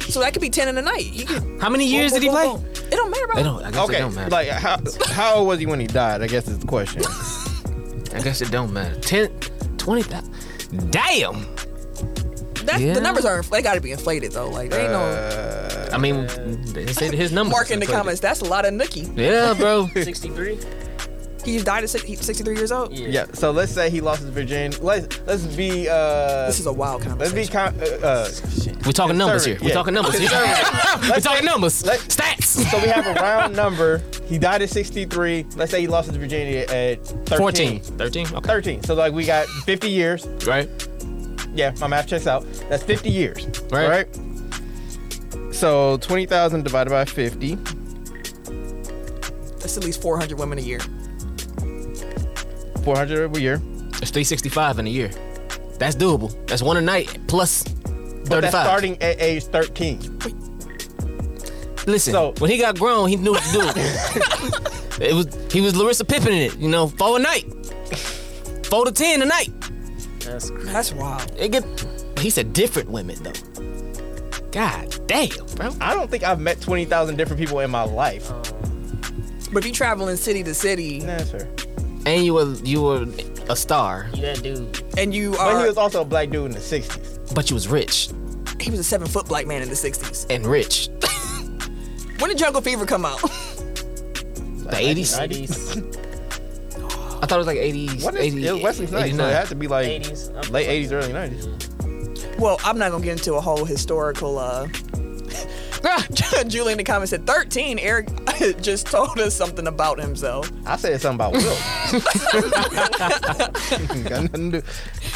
[SPEAKER 1] so that could be ten in a night. You could,
[SPEAKER 2] how many years did he
[SPEAKER 1] boom,
[SPEAKER 2] play?
[SPEAKER 1] boom, boom. It don't matter. Bro.
[SPEAKER 2] They don't. I guess it
[SPEAKER 3] Okay.
[SPEAKER 2] don't matter.
[SPEAKER 3] Like how how old was he when he died? I guess is the question.
[SPEAKER 2] I guess it don't matter. 10, 20,000. Damn.
[SPEAKER 1] That's,
[SPEAKER 2] Yeah. Uh,
[SPEAKER 1] The numbers are infl- they got to be inflated though. Like they ain't no
[SPEAKER 3] Uh,
[SPEAKER 2] I mean, they said his number.
[SPEAKER 1] mark in the comments. That's a lot of nookie.
[SPEAKER 2] Yeah, bro.
[SPEAKER 5] Sixty-three.
[SPEAKER 1] he just died at six- he's 63 years old.
[SPEAKER 5] Yeah.
[SPEAKER 3] Yeah. So let's say he lost his virginity. Let's let's be uh
[SPEAKER 1] This is a wild
[SPEAKER 3] let's
[SPEAKER 1] conversation.
[SPEAKER 3] be con- uh, uh shit.
[SPEAKER 2] We're talking numbers here.
[SPEAKER 3] Conservative,
[SPEAKER 2] We're
[SPEAKER 3] yeah.
[SPEAKER 2] talking numbers here. We're talking numbers.
[SPEAKER 3] let-
[SPEAKER 2] Stats.
[SPEAKER 3] So we have a round number. He died at 63. Let's say he lost his virginity at 13.
[SPEAKER 2] 14. 13? Okay.
[SPEAKER 3] 13. So like we got 50 years.
[SPEAKER 2] Right.
[SPEAKER 3] Yeah, my math checks out. That's 50 years.
[SPEAKER 2] Right.
[SPEAKER 3] right? So 20,000 divided by 50.
[SPEAKER 1] That's at least 400 women a year.
[SPEAKER 3] 400 every year.
[SPEAKER 2] That's 365 in a year. That's doable. That's one a night plus 35.
[SPEAKER 3] But that's starting at age 13.
[SPEAKER 2] Listen,
[SPEAKER 3] so-
[SPEAKER 2] when he got grown, he knew what to do. it was he was Larissa Pippen in it, you know, four a night. Four to ten a night.
[SPEAKER 5] That's crazy.
[SPEAKER 1] That's wild.
[SPEAKER 2] It get, but he said different women though. God damn, bro.
[SPEAKER 3] I don't think I've met 20,000 different people in my life.
[SPEAKER 1] But if you're traveling city to city
[SPEAKER 3] Nah, that's fair.
[SPEAKER 2] And you were you were a star,
[SPEAKER 5] You that dude.
[SPEAKER 1] and you
[SPEAKER 3] But
[SPEAKER 1] are,
[SPEAKER 3] he
[SPEAKER 1] he
[SPEAKER 3] was also a black dude in the 60s.
[SPEAKER 2] but you was rich
[SPEAKER 1] was, a seven foot black man in the 60s.
[SPEAKER 2] and rich.
[SPEAKER 1] When did Jungle Fever come out?
[SPEAKER 2] The eighties. I
[SPEAKER 5] 90s.
[SPEAKER 2] thought it was like eighties.
[SPEAKER 3] What is it? was Wesley Snipes. So it had to be like
[SPEAKER 5] 80s.
[SPEAKER 3] late 80s, early 90s.
[SPEAKER 1] well, I'm not gonna get into a whole historical. uh Julie in the comments said 13. Eric just told us something about himself.
[SPEAKER 3] I said something about Will. Got nothing to do.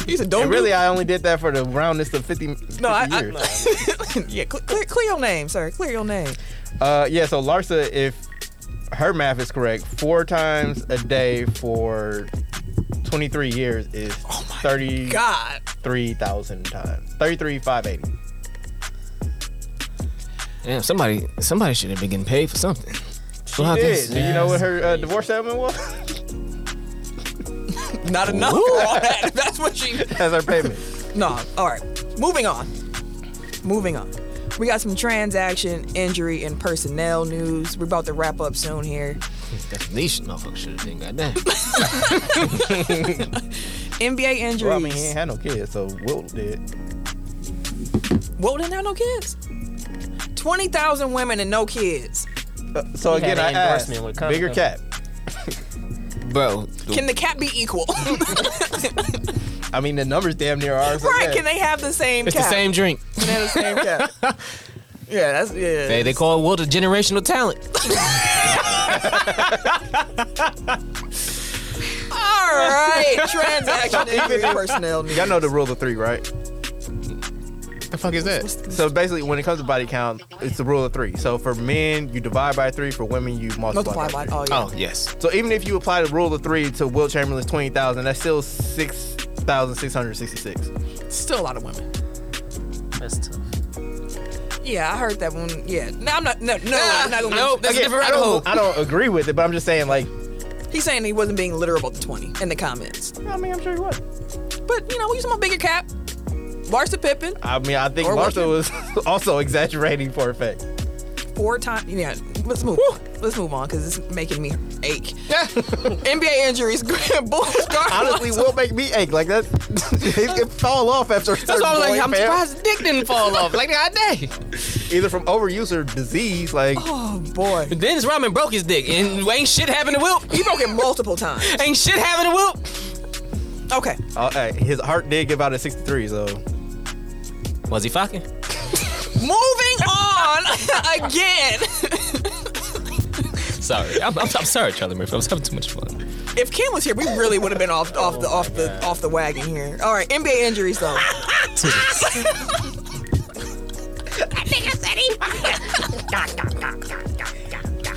[SPEAKER 1] He said, "Don't
[SPEAKER 3] And really,
[SPEAKER 1] do-
[SPEAKER 3] I only did that for the roundness of 50, 50
[SPEAKER 1] Oh, no, I, I-
[SPEAKER 3] years.
[SPEAKER 1] yeah, cl- clear, clear your name, sir. Clear your name.
[SPEAKER 3] Uh, yeah, so Larsa, if her math is correct, four times a day for 23 years is
[SPEAKER 1] God,
[SPEAKER 3] 33,000 times. 33,580.
[SPEAKER 2] Damn, somebody somebody should have been getting paid for something.
[SPEAKER 3] She
[SPEAKER 5] Oh,
[SPEAKER 2] Well, I guess-
[SPEAKER 3] did. Do you know what her uh, divorce settlement was?
[SPEAKER 1] not enough. for all that. If That's what she.
[SPEAKER 3] As her payment.
[SPEAKER 1] No, all right. Moving on. Moving on. We got some transaction, injury, and personnel news. We're about to wrap up soon here.
[SPEAKER 2] These motherfuckers should have been goddamn.
[SPEAKER 1] NBA injuries.
[SPEAKER 3] Well, I mean, he ain't had no kids, so Will did.
[SPEAKER 1] Well, didn't have no kids. 20,000 women and no kids.
[SPEAKER 3] Uh, so
[SPEAKER 5] He had
[SPEAKER 3] again, I
[SPEAKER 5] an
[SPEAKER 3] asked,
[SPEAKER 5] endorsement with Comic
[SPEAKER 3] bigger
[SPEAKER 5] Con.
[SPEAKER 3] cap.
[SPEAKER 2] Bro,
[SPEAKER 1] Can the cap be equal?
[SPEAKER 3] I mean, the numbers damn near are. so
[SPEAKER 1] right?
[SPEAKER 3] yeah.
[SPEAKER 1] Can they have the same
[SPEAKER 2] it's
[SPEAKER 1] cap?
[SPEAKER 2] the same drink.
[SPEAKER 1] Can they have the same cap? Yeah, that's yeah.
[SPEAKER 2] They, they call Will the generational talent.
[SPEAKER 1] All right, transaction injury personnel news.
[SPEAKER 3] Y'all know the rule of three, right?
[SPEAKER 2] The fuck is that?
[SPEAKER 3] So basically, when it comes to body count, it's the rule of three. So for men, you divide by three. For women, you multiply,
[SPEAKER 1] Multiply
[SPEAKER 3] by
[SPEAKER 1] by
[SPEAKER 3] three.
[SPEAKER 1] oh yeah.
[SPEAKER 2] Oh yes.
[SPEAKER 3] So even if you apply the rule of three to Will Chamberlain's twenty thousand, that's still six thousand six hundred sixty-six.
[SPEAKER 1] Still a lot of women.
[SPEAKER 5] That's tough.
[SPEAKER 1] Yeah, I heard that one. Yeah, no, I'm not. No, no, I'm not gonna.
[SPEAKER 2] nope, that's a different
[SPEAKER 3] I
[SPEAKER 2] rabbit hole.
[SPEAKER 3] don't, I don't agree with it, but I'm just saying, like,
[SPEAKER 1] He's saying he wasn't being literal about the 20 in the comments.
[SPEAKER 3] I mean, I'm sure he was.
[SPEAKER 1] But, you know, he's my bigger cap. Larsa Pippen,
[SPEAKER 3] I mean, I think
[SPEAKER 1] Or
[SPEAKER 3] Martha was also exaggerating for effect.
[SPEAKER 1] four times. Yeah, let's move. Let's move on because it's making me ache. NBA injuries. Bulls guard.
[SPEAKER 3] Honestly, Will make me ache. Like that's he can fall off after.
[SPEAKER 2] That's why I'm like,
[SPEAKER 3] point,
[SPEAKER 2] I'm
[SPEAKER 3] fam.
[SPEAKER 2] surprised the dick didn't fall off. Like, goddamn.
[SPEAKER 3] Either from overuse or disease. Like,
[SPEAKER 1] Oh, boy.
[SPEAKER 2] Dennis Rodman broke his dick, and ain't shit happened to Wilp.
[SPEAKER 1] He broke it multiple times.
[SPEAKER 2] Ain't shit happened to Wilp.
[SPEAKER 1] Okay.
[SPEAKER 3] uh, hey, his heart did give out at 63, so
[SPEAKER 2] Was he fucking?
[SPEAKER 1] Moving on again.
[SPEAKER 2] Sorry, I'm, I'm, I'm sorry, Charlie Murphy. I was having too much fun.
[SPEAKER 1] if Kim was here, we really would have been off off the off the off the wagon here. All right, NBA injuries though.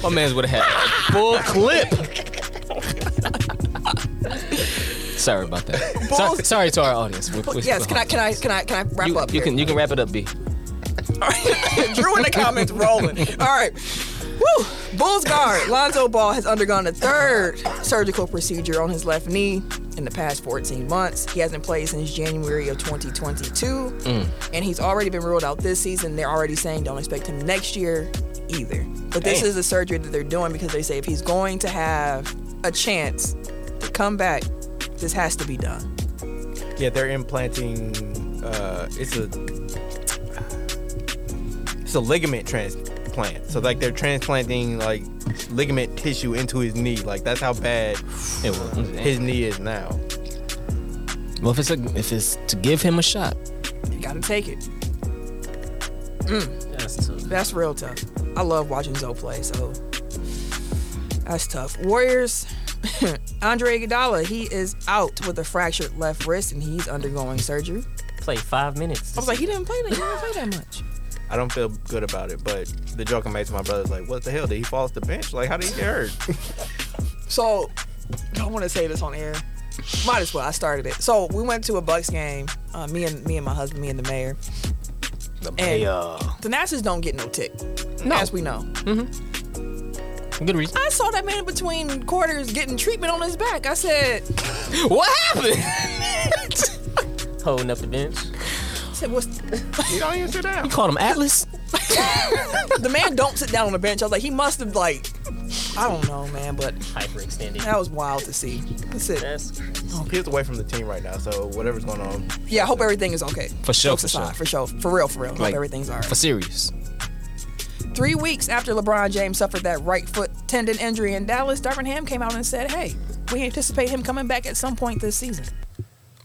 [SPEAKER 2] My man's would have had a full clip. sorry about that. Sorry,
[SPEAKER 1] Balls-
[SPEAKER 2] sorry to our audience. We're- we're-
[SPEAKER 1] Yes, can I can I can I can I wrap
[SPEAKER 2] You,
[SPEAKER 1] up?
[SPEAKER 2] you
[SPEAKER 1] here?
[SPEAKER 2] can you can wrap it up, B.
[SPEAKER 1] Drew in the comments rolling. All right. Woo! Bulls guard Lonzo Ball has undergone a third surgical procedure on his left knee in the past 14 months. He hasn't played since January of 2022, and he's already been ruled out this season. They're already saying don't expect him next year either. But this
[SPEAKER 2] Damn.
[SPEAKER 1] is the surgery that they're doing because they say if he's going to have a chance to come back, this has to be done.
[SPEAKER 3] yeah, they're implanting. Uh, it's a it's a ligament trans transplant. So like they're transplanting like ligament tissue into his knee. Like that's how bad
[SPEAKER 2] It was.
[SPEAKER 3] his knee is now.
[SPEAKER 2] Well, if it's a, if it's to give him a shot,
[SPEAKER 1] You gotta take it.
[SPEAKER 5] That's tough.
[SPEAKER 1] That's real tough. I love watching Zoe play, so that's tough. Warriors, Andre Iguodala, he is out with a fractured left wrist and he's undergoing surgery.
[SPEAKER 5] Play five minutes.
[SPEAKER 1] I was like, he didn't play that. He didn't play that much.
[SPEAKER 3] I don't feel good about it, but the joke I made to my brother's like, "What the hell? Did he fall off the bench? Like, how did he get hurt?"
[SPEAKER 1] So I want to say this on air. Might as well. I started it. So we went to a Bucks game. Uh, me and me and my husband, me and the mayor.
[SPEAKER 2] the
[SPEAKER 1] Hey.
[SPEAKER 2] mayor.
[SPEAKER 1] The Nassers don't get no tick,
[SPEAKER 2] No.
[SPEAKER 1] as we know.
[SPEAKER 2] Good reason.
[SPEAKER 1] I saw that man in between quarters getting treatment on his back. I said,
[SPEAKER 2] What happened?
[SPEAKER 5] holding up the bench.
[SPEAKER 1] I said, what's the
[SPEAKER 3] he don't even sit down.
[SPEAKER 2] Called him Atlas.
[SPEAKER 1] man? Don't sit down on the bench. I was like, he must have like, I don't know, man, but
[SPEAKER 5] Hyperextended.
[SPEAKER 1] that was wild to see. That's it.
[SPEAKER 5] That's
[SPEAKER 3] He's away from the team right now, so whatever's going on,
[SPEAKER 1] Yeah, I hope everything is okay.
[SPEAKER 2] For sure,
[SPEAKER 1] Jokes
[SPEAKER 2] for
[SPEAKER 1] aside,
[SPEAKER 2] sure.
[SPEAKER 1] for sure, for real, for real.
[SPEAKER 2] Like,
[SPEAKER 1] hope everything's alright.
[SPEAKER 2] For serious.
[SPEAKER 1] Three weeks after LeBron James suffered that right foot tendon injury in Dallas, Darvin Ham came out and said, "Hey, we anticipate him coming back at some point this season.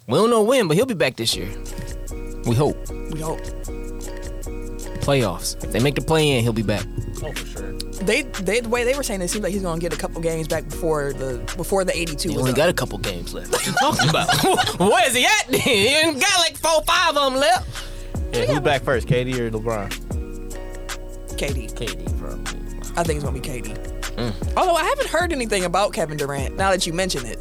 [SPEAKER 2] We don't know when, but he'll be back this year. We hope.
[SPEAKER 1] We hope."
[SPEAKER 2] Playoffs. If they make the play in, he'll be back.
[SPEAKER 5] oh for sure.
[SPEAKER 1] They, they, the way they were saying, it seemed like he's gonna get a couple games back before the before the 82
[SPEAKER 2] He
[SPEAKER 1] was
[SPEAKER 2] only
[SPEAKER 1] up.
[SPEAKER 2] got a couple games left. What you talking about? Where is he at then? He ain't got like four, five of them left.
[SPEAKER 3] yeah, who's back first, KD or LeBron?
[SPEAKER 1] KD.
[SPEAKER 5] KD probably.
[SPEAKER 1] I think it's gonna be KD. Although I haven't heard anything about Kevin Durant now that you mention it.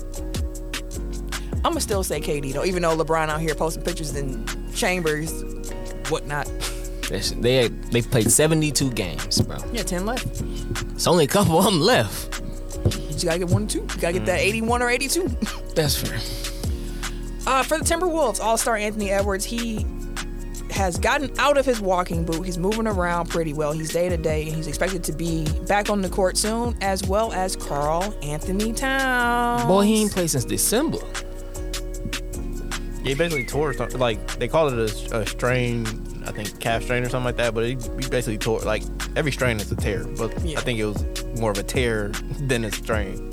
[SPEAKER 1] I'm gonna still say KD though, even though LeBron out here posting pictures in chambers, whatnot.
[SPEAKER 2] That's- They they played 72 games, bro.
[SPEAKER 1] Yeah, 10 left. You
[SPEAKER 2] It's only a couple of them left.
[SPEAKER 1] just gotta get one or two. You gotta get that 81 or 82.
[SPEAKER 2] That's fair.
[SPEAKER 1] Uh, for the Timberwolves, All Star Anthony Edwards, he has gotten out of his walking boot. He's moving around pretty well. He's day to day, and he's expected to be back on the court soon, as well as Carl Anthony Towns.
[SPEAKER 2] Boy, he ain't played since December.
[SPEAKER 3] Yeah, he basically tore something. Like they call it a, a strain, I think calf strain or something like that. But he, he basically tore like every strain is a tear, but
[SPEAKER 1] Yeah.
[SPEAKER 3] I think it was more of a tear than a strain.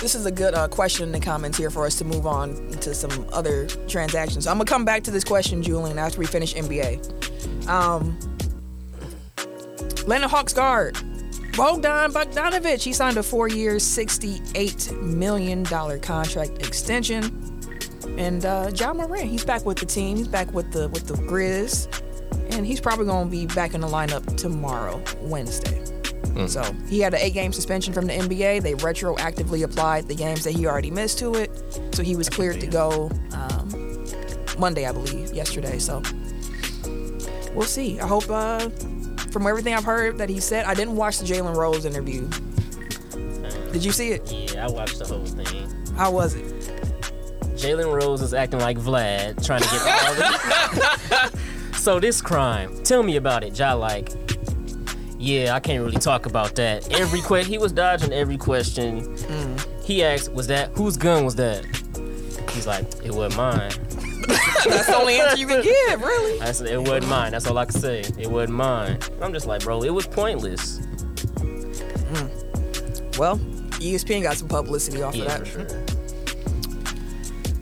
[SPEAKER 1] This is a good uh, question in the comments here for us to move on to some other transactions. I'm gonna come back to this question, Julian, after we finish NBA. Um, Atlanta Hawks guard Bogdan Bogdanovich. He signed a four-year, sixty-eight million dollar contract extension. And uh, John Moran, he's back with the team. He's back with the with the Grizz, and he's probably gonna be back in the lineup tomorrow, Wednesday.
[SPEAKER 5] Mm.
[SPEAKER 1] So he had an eight game suspension from the NBA. They retroactively applied the games that he already missed to it. So he was cleared to go um, Monday, I believe, yesterday. So we'll see. I hope, uh, from everything I've heard that he said, I didn't watch the Jalen Rose interview. Did you see it?
[SPEAKER 5] Yeah, I watched the whole thing.
[SPEAKER 1] How was it?
[SPEAKER 5] Jalen Rose is acting like Vlad, trying to get all the. so this crime, tell me about it, Ja. Like, yeah, I can't really talk about that. Every que- he was dodging every question. He asked, "Was that whose gun was that?" He's like, "It wasn't mine."
[SPEAKER 1] That's the only answer you can give, really.
[SPEAKER 5] I said, "It wasn't mine." That's all I could say. It wasn't mine. I'm just like, bro, it was pointless.
[SPEAKER 1] Well, ESPN got some publicity off
[SPEAKER 5] Yeah,
[SPEAKER 1] of that.
[SPEAKER 5] for sure.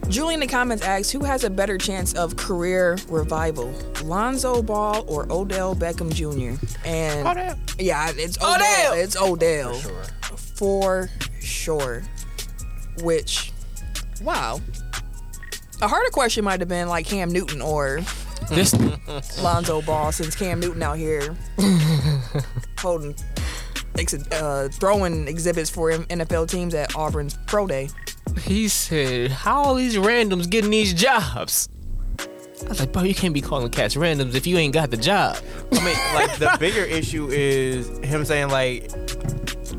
[SPEAKER 1] Julie in the comments asks, who has a better chance of career revival, Lonzo Ball or Odell Beckham Jr.? And
[SPEAKER 3] Odell.
[SPEAKER 1] yeah, it's Odell. It's Odell
[SPEAKER 5] Sure.
[SPEAKER 1] for sure. Which, wow, a harder question might have been like Cam Newton or
[SPEAKER 2] This
[SPEAKER 1] Lonzo Ball, since Cam Newton out here holding, ex- uh, throwing exhibits for NFL teams at Auburn's pro day.
[SPEAKER 2] he said, "How all these randoms getting these jobs?" I was like, "Bro, you can't be calling cats randoms if you ain't got the job."
[SPEAKER 3] I mean, like the bigger issue is him saying like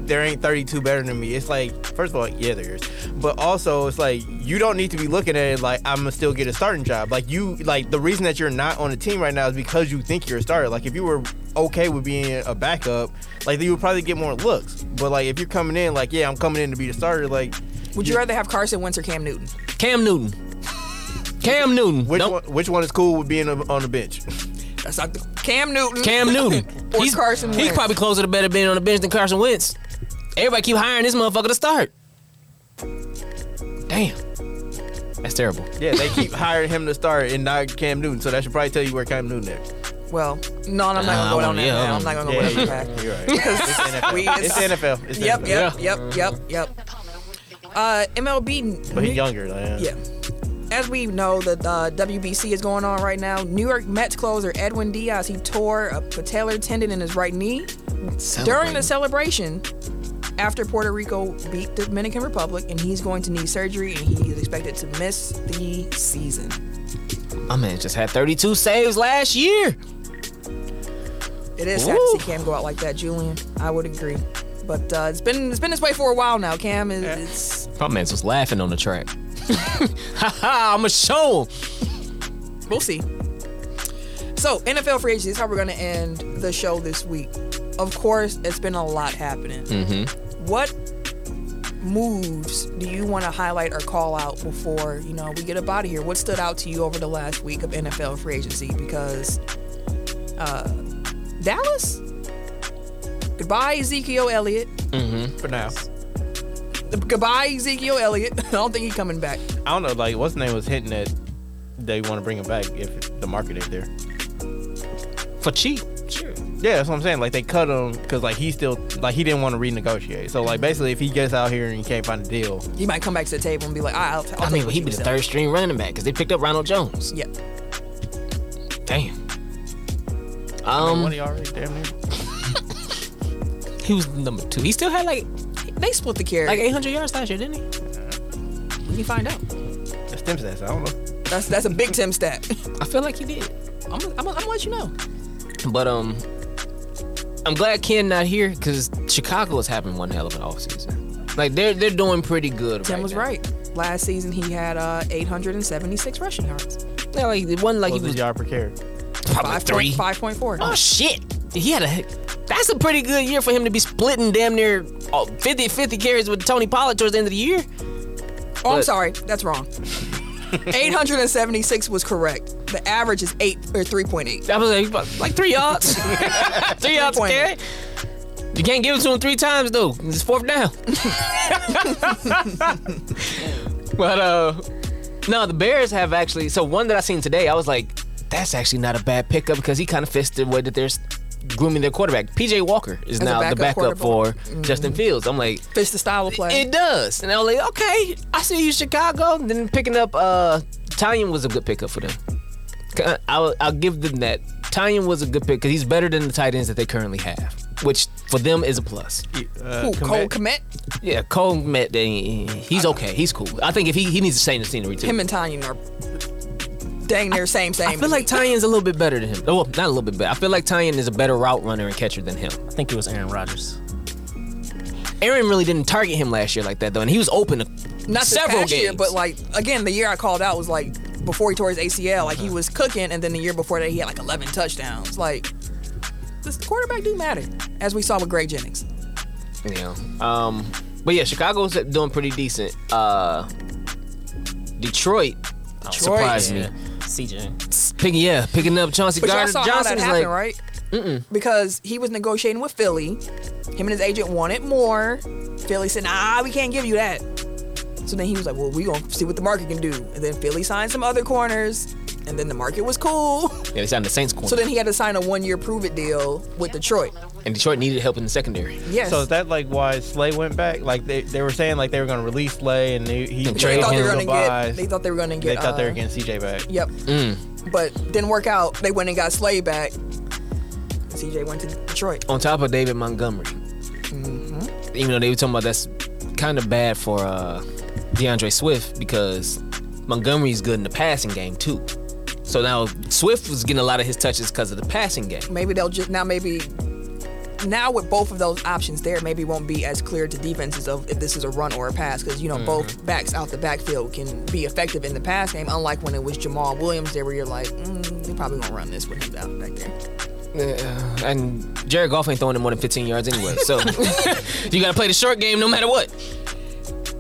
[SPEAKER 3] there ain't 32 better than me. It's like first of all, yeah, there is, but also it's like you don't need to be looking at it like I'm gonna still get a starting job. Like you, like the reason that you're not on a team right now is because you think you're a starter. Like if you were okay with being a backup, like you would probably get more looks. But like if you're coming in, like yeah, I'm coming in to be the starter. Like
[SPEAKER 1] Would you rather have Carson Wentz or Cam Newton?
[SPEAKER 2] Cam Newton. Cam Newton.
[SPEAKER 3] which
[SPEAKER 2] Don't-
[SPEAKER 3] one, which one is cool with being a, on the bench?
[SPEAKER 1] That's not Cam Newton.
[SPEAKER 2] Cam Newton.
[SPEAKER 1] Or Carson
[SPEAKER 2] He's
[SPEAKER 1] Wentz.
[SPEAKER 2] probably closer to better being on the bench than Carson Wentz. Everybody keep hiring this motherfucker to start. Damn. That's terrible.
[SPEAKER 3] Yeah, they keep hiring him to start and not Cam Newton, so that should probably tell you where Cam Newton is.
[SPEAKER 1] Well, no, I'm not gonna
[SPEAKER 2] Nah,
[SPEAKER 1] go
[SPEAKER 2] I
[SPEAKER 1] down
[SPEAKER 2] wanna-
[SPEAKER 1] that.
[SPEAKER 2] yeah, I
[SPEAKER 1] now. I'm
[SPEAKER 2] wanna-
[SPEAKER 1] not gonna
[SPEAKER 3] Yeah,
[SPEAKER 1] go down that.
[SPEAKER 3] You're right. It's NFL.
[SPEAKER 1] Oh We-
[SPEAKER 3] It's NFL. It's
[SPEAKER 1] Yep,
[SPEAKER 3] NFL.
[SPEAKER 1] yep, yep, yep, yep. Uh, MLB.
[SPEAKER 3] But he's younger. Like,
[SPEAKER 1] Yeah. As we know, the uh, WBC is going on right now. New York Mets closer Edwin Diaz he tore a patellar tendon in his right knee during the celebration after Puerto Rico beat Dominican Republic, and he's going to need surgery, and he is expected to miss the season.
[SPEAKER 2] My man just had 32 saves last year.
[SPEAKER 1] It is sad to
[SPEAKER 2] Ooh.
[SPEAKER 1] see Cam go out like that, Julian. I would agree. But uh, it's been it's been this way for a while now. Cam is it's,
[SPEAKER 2] My man's was laughing on the track. Ha ha, I'ma show him.
[SPEAKER 1] we'll see. So NFL free agency is how we're gonna end the show this week. Of course, it's been a lot happening. What moves do you want to highlight or call out before you know we get up out of here? What stood out to you over the last week of NFL free agency? Because uh, Dallas, goodbye Ezekiel Elliott.
[SPEAKER 3] For now.
[SPEAKER 1] Goodbye, Ezekiel Elliott. I don't think he's coming back.
[SPEAKER 3] I don't know. Like, what's the name was hinting that they want to bring him back if the market ain't there.
[SPEAKER 2] For cheap.
[SPEAKER 3] Yeah, that's what I'm saying. Like they cut him because like he still like he didn't want to renegotiate. So like basically, if he gets out here and he can't find a deal,
[SPEAKER 1] He might come back to the table and be like, "All right, I'll, I'll
[SPEAKER 2] I
[SPEAKER 1] take
[SPEAKER 2] mean,
[SPEAKER 1] what
[SPEAKER 2] he'd
[SPEAKER 1] you
[SPEAKER 2] be the
[SPEAKER 1] sell."
[SPEAKER 2] third string running back because they picked up Ronald Jones.
[SPEAKER 1] Yeah.
[SPEAKER 2] Damn.
[SPEAKER 3] what
[SPEAKER 2] Um,
[SPEAKER 3] he already damn near.
[SPEAKER 2] he was number two. He still had like
[SPEAKER 1] They split the carry.
[SPEAKER 2] like 800 yards last year, didn't he?
[SPEAKER 1] Let me find out.
[SPEAKER 3] That's Tim stats. I don't know.
[SPEAKER 1] That's that's a big Tim stat.
[SPEAKER 2] I feel like he did.
[SPEAKER 1] I'm gonna I'm gonna- I'm gonna let you know.
[SPEAKER 2] But um, I'm glad Ken not here because Chicago has having one hell of an offseason. Like they're they're doing pretty good.
[SPEAKER 1] Tim
[SPEAKER 2] right
[SPEAKER 1] was
[SPEAKER 2] now.
[SPEAKER 1] right. Last season he had uh, 876 rushing yards.
[SPEAKER 2] Yeah, like it wasn't like
[SPEAKER 3] What
[SPEAKER 2] he was
[SPEAKER 3] was y'all per carry?
[SPEAKER 2] probably
[SPEAKER 1] Five
[SPEAKER 2] three.
[SPEAKER 1] point five point four.
[SPEAKER 2] Oh shit! He had a. That's a pretty good year for him to be splitting damn near uh, 50 50 carries with Tony Pollard towards the end of the year.
[SPEAKER 1] Oh, I'm
[SPEAKER 2] but-
[SPEAKER 1] sorry. That's wrong. 876 was correct. The average is eight or 3.8.
[SPEAKER 2] That was like, like three yards, three yards a
[SPEAKER 1] Three-pointer.
[SPEAKER 2] carry. You can't give it to him three times though. It's fourth down. but uh, no, the Bears have actually. So one that I seen today, I was like, that's actually not a bad pickup because he kind of fits the way that they're s- grooming their quarterback. PJ Walker is
[SPEAKER 1] a
[SPEAKER 2] now the
[SPEAKER 1] backup Mm-hmm.
[SPEAKER 2] backup for Justin Fields. I'm like,
[SPEAKER 1] Fits the style of play.
[SPEAKER 2] it does. And I was like, okay, I see you, Chicago. And then picking up uh Tanyan was a good pickup for them. Ca- I'll, I'll give them that. Tanyan was a good pick because he's better than the tight ends that they currently have, which for them is a plus.
[SPEAKER 3] Uh,
[SPEAKER 1] Ooh, Cole
[SPEAKER 3] Komet?
[SPEAKER 1] Komet,
[SPEAKER 2] Yeah, Cole Met, eh, he's okay. He's cool. I think if he, he needs to change the scenery too.
[SPEAKER 1] him and Tanya are dang near same same.
[SPEAKER 2] I feel like Tanyan's a little bit better than him. Oh, Well, not a little bit better. I feel like Tanyan is a better route runner and catcher than him.
[SPEAKER 5] I think it was Aaron Rodgers.
[SPEAKER 2] Aaron really didn't target him last year like that though, and he was open to
[SPEAKER 1] not this
[SPEAKER 2] several
[SPEAKER 1] past
[SPEAKER 2] games.
[SPEAKER 1] year, but like again, the year I called out was like before he tore his ACL, like he
[SPEAKER 2] Uh-huh.
[SPEAKER 1] was cooking, and then the year before that he had like 11 touchdowns. Like this quarterback do matter, as we saw with Gray Jennings.
[SPEAKER 2] Yeah. Um, but yeah, Chicago's doing pretty decent. Uh, Detroit, surprised
[SPEAKER 5] Yeah.
[SPEAKER 2] me.
[SPEAKER 5] CJ.
[SPEAKER 2] Picking yeah, picking up Chauncey
[SPEAKER 1] But y'all
[SPEAKER 2] Gardner
[SPEAKER 1] saw how that
[SPEAKER 2] Johnson is
[SPEAKER 1] happened,
[SPEAKER 2] like
[SPEAKER 1] right? Because he was negotiating with Philly. Him and his agent wanted more. Philly said, "Nah, we can't give you that." So then he was like, "Well, we gonna see what the market can do." And then Philly signed some other corners, and then the market was cool.
[SPEAKER 2] yeah, they signed the Saints corner.
[SPEAKER 1] So then he had to sign a one-year prove-it deal with Detroit.
[SPEAKER 2] and Detroit needed help in the secondary.
[SPEAKER 1] Yes.
[SPEAKER 3] So is that like why Slay went back? Like they, they were saying like they were gonna release Slay and they, he
[SPEAKER 2] And
[SPEAKER 1] they
[SPEAKER 2] trade
[SPEAKER 1] thought they
[SPEAKER 2] him.
[SPEAKER 1] were gonna
[SPEAKER 3] Goodbye.
[SPEAKER 1] get. They thought they were gonna get.
[SPEAKER 3] They thought they were
[SPEAKER 1] uh,
[SPEAKER 3] getting CJ back.
[SPEAKER 1] Yep. But didn't work out. They went and got Slay back. CJ went to Detroit.
[SPEAKER 2] On top of David Montgomery,
[SPEAKER 1] Mm-hmm.
[SPEAKER 2] even though they were talking about that's kind of bad for uh, DeAndre Swift because Montgomery's good in the passing game too. So now Swift was getting a lot of his touches because of the passing game.
[SPEAKER 1] maybe they'll just now maybe now with both of those options there maybe it won't be as clear to defenses of if this is a run or a pass because you know both backs out the backfield can be effective in the pass game unlike when it was Jamal Williams there where you're like mm, they probably gonna run this with him out back there
[SPEAKER 2] Yeah, and Jared Goff ain't throwing him more than 15 yards anyway. So you got to play the short game no matter what.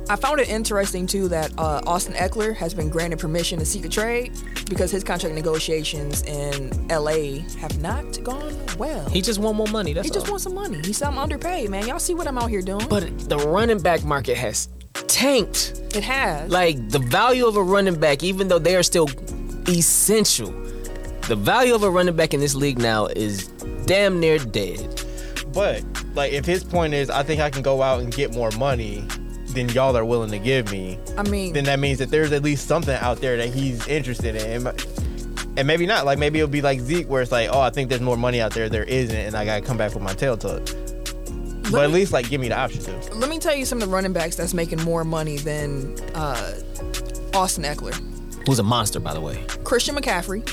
[SPEAKER 1] I found it interesting too that uh, Austin Eckler has been granted permission to seek a trade because his contract negotiations in LA have not gone well.
[SPEAKER 2] He just want more money. That's
[SPEAKER 1] He just
[SPEAKER 2] all.
[SPEAKER 1] wants some money. He's I'm underpaid, man. Y'all see what I'm out here doing?
[SPEAKER 2] But the running back market has tanked.
[SPEAKER 1] it has.
[SPEAKER 2] Like the value of a running back, even though they are still essential, the value of a running back in this league now is damn near dead.
[SPEAKER 3] But like, if his point is, I think I can go out and get more money than y'all are willing to give me,
[SPEAKER 1] I mean,
[SPEAKER 3] then that means that there's at least something out there that he's interested in. And maybe not. Like maybe it'll be like Zeke, where it's like, oh, I think there's more money out there. There isn't, and I gotta come back with my tail tucked. But at least like give me the option to.
[SPEAKER 1] let me tell you some of the running backs that's making more money than uh, Austin Eckler.
[SPEAKER 2] Who's a monster, by the way.
[SPEAKER 1] Christian McCaffrey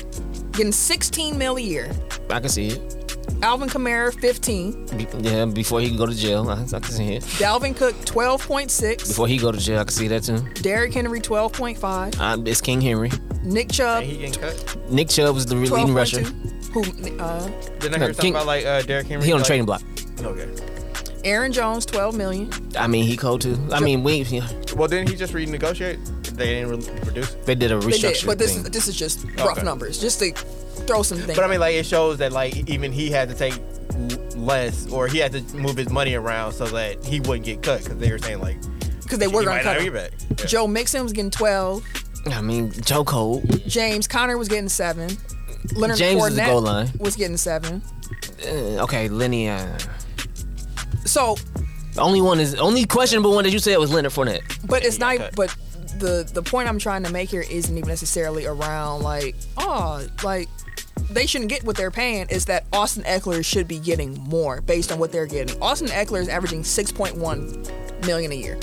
[SPEAKER 1] getting 16 mil a year.
[SPEAKER 2] I can see it.
[SPEAKER 1] Alvin Kamara 15.
[SPEAKER 2] Be- yeah, before he can go to jail, I, I can see it.
[SPEAKER 1] Dalvin Cook 12.6.
[SPEAKER 2] Before he go to jail, I can see that too.
[SPEAKER 1] Derrick Henry 12.5.
[SPEAKER 2] Uh, it's King Henry.
[SPEAKER 1] Nick Chubb
[SPEAKER 3] And he getting cut.
[SPEAKER 2] Nick Chubb was the leading rusher.
[SPEAKER 1] 12.2. Who? Uh,
[SPEAKER 3] Didn't I
[SPEAKER 2] No,
[SPEAKER 3] hear something
[SPEAKER 2] King-
[SPEAKER 3] about like uh, Derrick Henry?
[SPEAKER 2] He on the
[SPEAKER 3] like,
[SPEAKER 2] trading block.
[SPEAKER 3] Okay.
[SPEAKER 1] Aaron Jones 12 million.
[SPEAKER 2] I mean, he cold too. I mean, we
[SPEAKER 3] Well, didn't he just renegotiate? They didn't re- reduce.
[SPEAKER 2] they did a
[SPEAKER 1] They
[SPEAKER 2] restructure
[SPEAKER 1] did, but this
[SPEAKER 2] thing.
[SPEAKER 1] is this is just rough
[SPEAKER 3] Okay.
[SPEAKER 1] numbers, just to throw some things.
[SPEAKER 3] But I mean, like it shows that like even he had to take l- less, or he had to move his money around so that he wouldn't get cut because they were saying like
[SPEAKER 1] because they
[SPEAKER 3] he
[SPEAKER 1] were gonna
[SPEAKER 3] might not
[SPEAKER 1] cut
[SPEAKER 3] be
[SPEAKER 1] him.
[SPEAKER 3] back. Yeah.
[SPEAKER 1] Joe Mixon was getting 12.
[SPEAKER 2] I mean, Joe Cole.
[SPEAKER 1] James Connor was getting seven. Leonard
[SPEAKER 2] James is the
[SPEAKER 1] Fournette
[SPEAKER 2] goal line.
[SPEAKER 1] was getting seven.
[SPEAKER 2] Uh, okay, Lenny. Uh,
[SPEAKER 1] So,
[SPEAKER 2] the only one is only questionable one that you said was Leonard Fournette.
[SPEAKER 1] but it's
[SPEAKER 3] Yeah,
[SPEAKER 1] not.
[SPEAKER 3] he got
[SPEAKER 1] But the the point I'm trying to make here isn't even necessarily around like oh like they shouldn't get what they're paying. Is that Austin Eckler should be getting more based on what they're getting? Austin Eckler is averaging 6.1 million a year.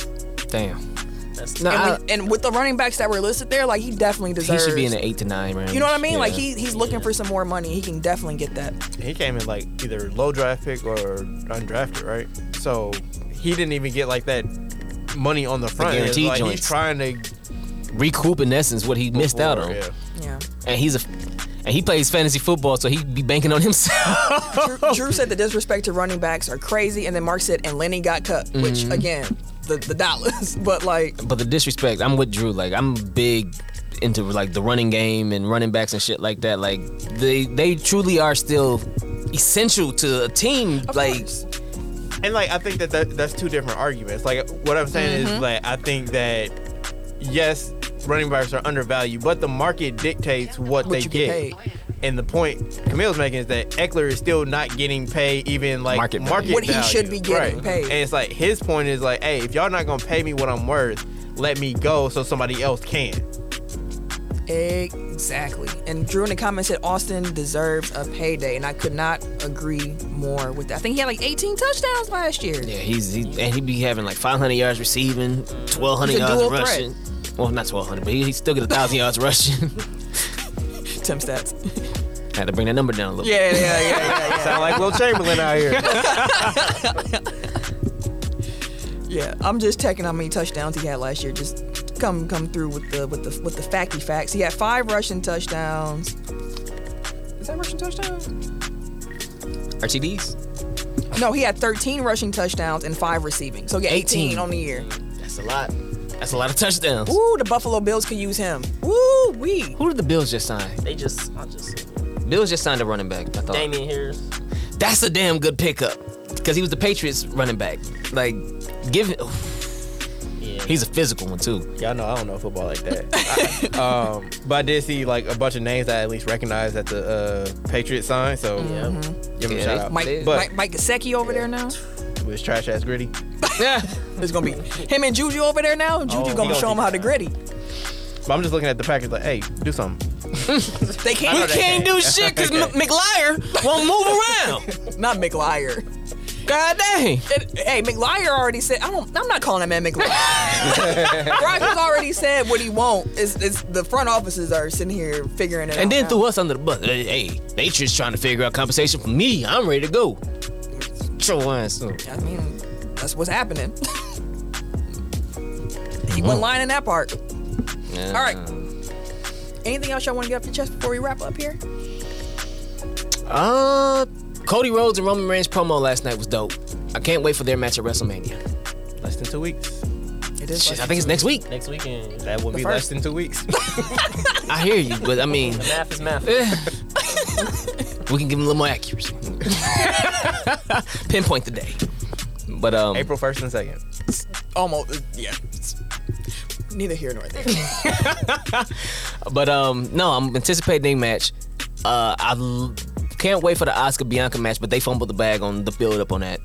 [SPEAKER 2] Damn.
[SPEAKER 5] That's
[SPEAKER 2] No, I-
[SPEAKER 1] and, we, and with the running backs that were listed there, like he definitely
[SPEAKER 2] he
[SPEAKER 1] deserves.
[SPEAKER 2] should be in the eight to nine range.
[SPEAKER 1] You know what I mean? Like
[SPEAKER 2] Yeah.
[SPEAKER 1] he he's looking for some more money. He can definitely get that.
[SPEAKER 3] He came in like either low draft pick or undrafted, right? So he didn't even get like that money on the front. end.
[SPEAKER 2] guaranteed
[SPEAKER 3] like,
[SPEAKER 2] joints.
[SPEAKER 3] He's trying to
[SPEAKER 2] recoup in essence what he missed out on,
[SPEAKER 3] Yeah.
[SPEAKER 1] Yeah.
[SPEAKER 2] and he's a and he plays fantasy football, so he be banking on himself.
[SPEAKER 1] Drew, Drew said the disrespect to running backs are crazy, and then Mark said, and Lenny got cut, which
[SPEAKER 2] Mm-hmm.
[SPEAKER 1] again, the the dollars. But like,
[SPEAKER 2] but the disrespect, I'm with Drew. Like I'm big into like the running game and running backs and shit like that. Like they they truly are still essential to a team.
[SPEAKER 1] of
[SPEAKER 2] like
[SPEAKER 1] course.
[SPEAKER 3] And like I think that, that that's two different arguments. Like what I'm saying is like I think that yes, running backs are undervalued, but the market dictates what,
[SPEAKER 1] What
[SPEAKER 3] they
[SPEAKER 1] you
[SPEAKER 3] get.
[SPEAKER 1] get paid.
[SPEAKER 3] And the point Camille's making is that Eckler is still not getting paid even like
[SPEAKER 2] Market
[SPEAKER 3] market,
[SPEAKER 2] value.
[SPEAKER 1] What he should
[SPEAKER 3] value.
[SPEAKER 1] be getting paid.
[SPEAKER 3] And it's like his point is like, hey, if y'all not gonna pay me what I'm worth, let me go so somebody else can.
[SPEAKER 1] exactly. And Drew in the comments said Austin deserves a payday, and I could not agree more with that. I think he had like 18 touchdowns last year.
[SPEAKER 2] yeah, he's he, and he be having like 500 yards receiving, 1200
[SPEAKER 1] He's a
[SPEAKER 2] yards
[SPEAKER 1] dual
[SPEAKER 2] rushing. Well, not 1200, but he, he still get a thousand yards rushing.
[SPEAKER 1] Tim stats.
[SPEAKER 2] Had to bring that number down a little. bit.
[SPEAKER 1] Yeah, yeah, yeah, yeah, yeah.
[SPEAKER 3] Sound like Will Chamberlain out here.
[SPEAKER 1] Yeah, I'm just checking how many touchdowns he had last year. Just come come through with the with the with the facty facts. He had five rushing touchdowns. Is that rushing touchdowns?
[SPEAKER 2] RTDs.
[SPEAKER 1] No, he had 13 rushing touchdowns and five receiving. So yeah, 18,
[SPEAKER 2] 18.
[SPEAKER 1] on the year.
[SPEAKER 2] That's a lot. That's a lot of touchdowns.
[SPEAKER 1] Ooh, the Buffalo Bills could use him. Ooh, we.
[SPEAKER 2] Who did the Bills just sign?
[SPEAKER 5] they just I just
[SPEAKER 2] Bills just signed a running back. I thought.
[SPEAKER 5] Damien Harris.
[SPEAKER 2] That's a damn good pickup because he was the Patriots running back. Like, give
[SPEAKER 5] Yeah.
[SPEAKER 2] he's a physical one too.
[SPEAKER 3] Y'all know I don't know football like that. I- um, but I did see like a bunch of names that I at least recognized at the uh, Patriot sign. So
[SPEAKER 5] yeah. Mm-hmm.
[SPEAKER 3] give him
[SPEAKER 2] Yeah,
[SPEAKER 3] a shout
[SPEAKER 2] they-
[SPEAKER 3] out.
[SPEAKER 1] Mike
[SPEAKER 2] But-
[SPEAKER 1] Mike, Mike Gesicki over there now.
[SPEAKER 3] But with his trash ass gritty.
[SPEAKER 2] Yeah,
[SPEAKER 1] It's gonna be him and Juju over there now. Juju
[SPEAKER 3] Oh,
[SPEAKER 1] gonna
[SPEAKER 3] he
[SPEAKER 1] show
[SPEAKER 3] gonna
[SPEAKER 1] him how to
[SPEAKER 3] be-
[SPEAKER 1] gritty.
[SPEAKER 3] But I'm just looking at the package like, hey, do something.
[SPEAKER 1] They
[SPEAKER 2] he
[SPEAKER 1] can't.
[SPEAKER 2] can't do shit because McLiar won't move around.
[SPEAKER 1] Not McLiar.
[SPEAKER 2] God dang.
[SPEAKER 1] It- hey, McLiar already said I don't. I'm not calling that man McLiar. Rogers already said what he won't. It's, it's the front offices are sitting here figuring it out.
[SPEAKER 2] And then
[SPEAKER 1] now.
[SPEAKER 2] threw us under the bus. Hey, hey, they just trying to figure out compensation for me. I'm ready to go. Sure, was.
[SPEAKER 1] I mean, that's what's happening. he went lying in that part. All right. Anything else y'all want to get off your chest before we wrap up here?
[SPEAKER 2] Uh, Cody Rhodes and Roman Reigns promo last night was dope. I can't wait for their match at WrestleMania.
[SPEAKER 3] Less than two weeks.
[SPEAKER 1] It's It is.
[SPEAKER 2] Shit,
[SPEAKER 1] less
[SPEAKER 2] I
[SPEAKER 1] than
[SPEAKER 2] think it's
[SPEAKER 1] two
[SPEAKER 2] next
[SPEAKER 1] weeks.
[SPEAKER 2] week.
[SPEAKER 5] Next weekend.
[SPEAKER 3] That would
[SPEAKER 1] The
[SPEAKER 3] be less
[SPEAKER 1] first-
[SPEAKER 3] than two weeks.
[SPEAKER 2] I hear you, but I mean,
[SPEAKER 5] Math is math.
[SPEAKER 2] we can give them a little more accuracy. Pinpoint the day. But um,
[SPEAKER 3] April first and second.
[SPEAKER 1] Almost. uh, Yeah. It's neither here nor there.
[SPEAKER 2] but um, no, I'm anticipating a match. Uh, I l- can't wait for the Oscar Bianca match, but they fumbled the bag on the build up on that.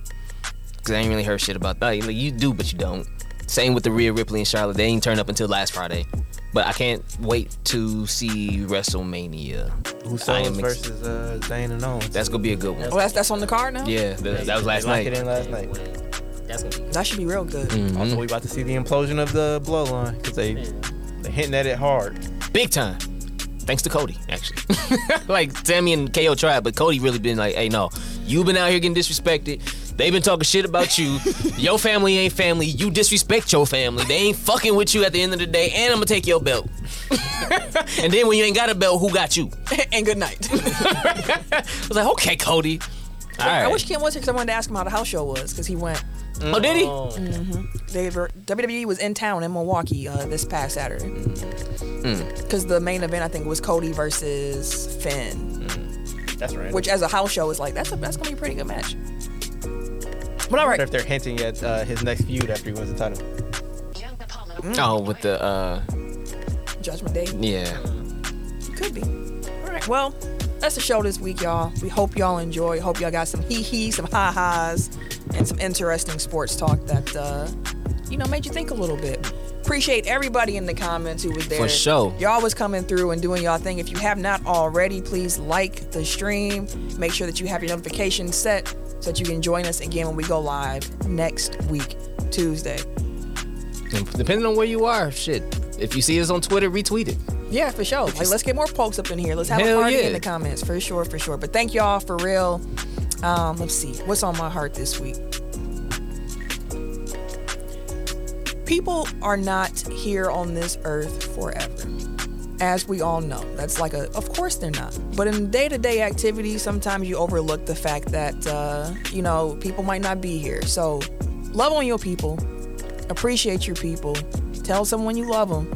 [SPEAKER 2] Cause I ain't really heard shit about that. Like, you do, but you don't. Same with the Rhea Ripley and Charlotte. They ain't turned up until last Friday. But I can't wait to see WrestleMania. I
[SPEAKER 3] Usos
[SPEAKER 2] am ex-
[SPEAKER 3] versus uh, Zayn and Owens.
[SPEAKER 2] That's gonna be a good one.
[SPEAKER 1] Oh, that's that's on the card now.
[SPEAKER 2] Yeah, that, that was last
[SPEAKER 3] they locked It
[SPEAKER 2] night.
[SPEAKER 3] in last night.
[SPEAKER 5] That's gonna be.
[SPEAKER 1] That should be real good.
[SPEAKER 2] Mhm.
[SPEAKER 3] Also, we about to see the implosion of the bloodline because they they hitting at it hard.
[SPEAKER 2] Big time. Thanks to Cody, actually. like Sammy and KO tried, but Cody really been like, hey, no, you've been out here getting disrespected. They've been talking shit about you. your family ain't family. You disrespect your family. They ain't fucking with you at the end of the day, and I'm gonna take your belt. and then when you ain't got a belt, who got you?
[SPEAKER 1] and good night.
[SPEAKER 2] I was like, okay, Cody. All right.
[SPEAKER 1] I wish Kim was here because I wanted to ask him how the house show was because he went.
[SPEAKER 2] oh, did he?
[SPEAKER 5] Oh,
[SPEAKER 1] They were, WWE E was in town in Milwaukee uh, this past Saturday because the main event I think was Cody versus Finn,
[SPEAKER 3] That's right.
[SPEAKER 1] which as a house show is like that's a, that's gonna be a pretty good match. But all
[SPEAKER 3] I wonder
[SPEAKER 1] right,
[SPEAKER 3] if they're hinting at uh, his next feud after he wins the title.
[SPEAKER 2] Oh, with the uh,
[SPEAKER 1] Judgment Day
[SPEAKER 2] yeah.
[SPEAKER 1] could be. All right, well that's the show this week, y'all. We hope y'all enjoy. Hope y'all got some hee hees, some ha ha's, and some interesting sports talk that uh, you know made you think a little bit. Appreciate everybody in the comments who was there.
[SPEAKER 2] For sure.
[SPEAKER 1] Y'all was coming through and doing y'all thing. If you have not already, please like the stream. Make sure that you have your notifications set so that you can join us again when we go live next week, Tuesday.
[SPEAKER 2] And Depending on where you are, shit. If you see us on Twitter, retweet it.
[SPEAKER 1] Yeah, for sure. Like, let's get more pokes up in here. Let's have a
[SPEAKER 2] Hell
[SPEAKER 1] party
[SPEAKER 2] yeah.
[SPEAKER 1] in the comments, for sure, for sure. But thank y'all for real. Um, let's see, what's on my heart this week? People are not here on this earth forever, as we all know. That's like a, of course they're not. But in day to day activities, sometimes you overlook the fact that, uh, you know, people might not be here. So love on your people, appreciate your people, tell someone you love them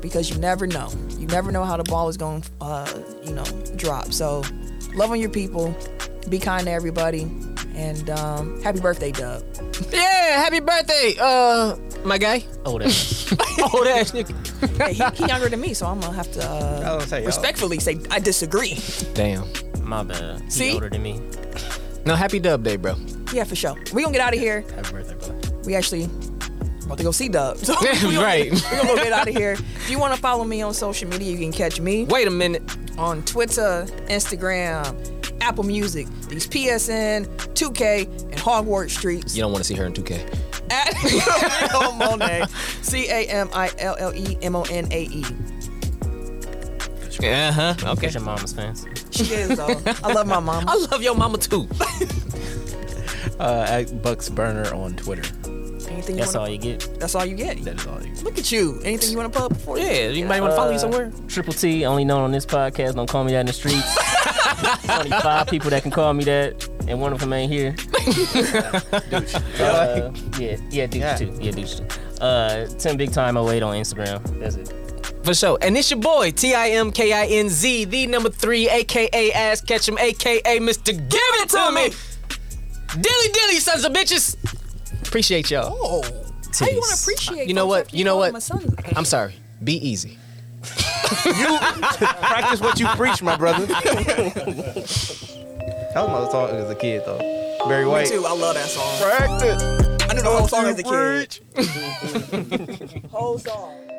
[SPEAKER 1] because you never know. You never know how the ball is going, to uh, you know, drop. So, love on your people. Be kind to everybody. And um, happy birthday, Dub.
[SPEAKER 2] Yeah, happy birthday, uh, my guy.
[SPEAKER 5] oh that.
[SPEAKER 2] Oh, that nigga.
[SPEAKER 1] Hey, he, he younger than me, so I'm gonna have to
[SPEAKER 3] I
[SPEAKER 1] uh,
[SPEAKER 3] was gonna say,
[SPEAKER 1] respectfully say I disagree.
[SPEAKER 2] Damn.
[SPEAKER 5] My bad. He
[SPEAKER 1] See?
[SPEAKER 5] older than me.
[SPEAKER 2] No, happy dub day, bro.
[SPEAKER 1] Yeah, for sure. We gonna get out of here.
[SPEAKER 3] y'all, happy birthday, brother.
[SPEAKER 1] We actually about to go see Dub. So we gonna,
[SPEAKER 2] right.
[SPEAKER 1] we gonna go get out of here. If you wanna follow me on social media, you can catch me
[SPEAKER 2] Wait a minute.
[SPEAKER 1] on Twitter, Instagram, Apple Music, these PSN, 2K, and Hogwarts Streets.
[SPEAKER 2] You don't want to see her in 2K.
[SPEAKER 1] at Camille Monet. C A M I L L E M O N A E.
[SPEAKER 2] Uh huh. Okay.
[SPEAKER 5] Catch your mama's fans.
[SPEAKER 1] She is though. I love my mom.
[SPEAKER 2] I love your mama too.
[SPEAKER 3] Uh, at Bucks Burner on Twitter.
[SPEAKER 1] Anything you
[SPEAKER 5] That's
[SPEAKER 1] wanna,
[SPEAKER 5] all you get.
[SPEAKER 1] that's all you get.
[SPEAKER 3] That is all. You
[SPEAKER 1] Look at you. Anything you want to pub before?
[SPEAKER 2] Yeah. You might want to follow you somewhere.
[SPEAKER 5] Triple T, only known on this podcast. Don't call me that in the streets. only five people that can call me that, and one of them ain't here. Uh, yeah, yeah, douche
[SPEAKER 3] Yeah.
[SPEAKER 5] too. Yeah, douche too. Uh, Tim Big Time 08 on Instagram. That's it.
[SPEAKER 2] For sure. And it's your boy T I M K I N Z, the number three, aka Ass Ketchum, aka Mr. Give It To Me. Dilly dilly, sons of bitches. Appreciate y'all.
[SPEAKER 1] Oh. How you want to
[SPEAKER 5] Titties.
[SPEAKER 1] appreciate?
[SPEAKER 2] You know
[SPEAKER 1] folks
[SPEAKER 2] what?
[SPEAKER 1] after
[SPEAKER 2] You know
[SPEAKER 1] call
[SPEAKER 2] what?
[SPEAKER 1] My son.
[SPEAKER 2] I'm sorry. Be easy.
[SPEAKER 3] Practice what you preach, my brother. that was my song as a kid, though. Barry
[SPEAKER 1] Me
[SPEAKER 3] White.
[SPEAKER 1] too. I love that song.
[SPEAKER 3] Practice.
[SPEAKER 1] I knew the whole song
[SPEAKER 3] you
[SPEAKER 1] as a kid.
[SPEAKER 3] preach.
[SPEAKER 1] Whole song.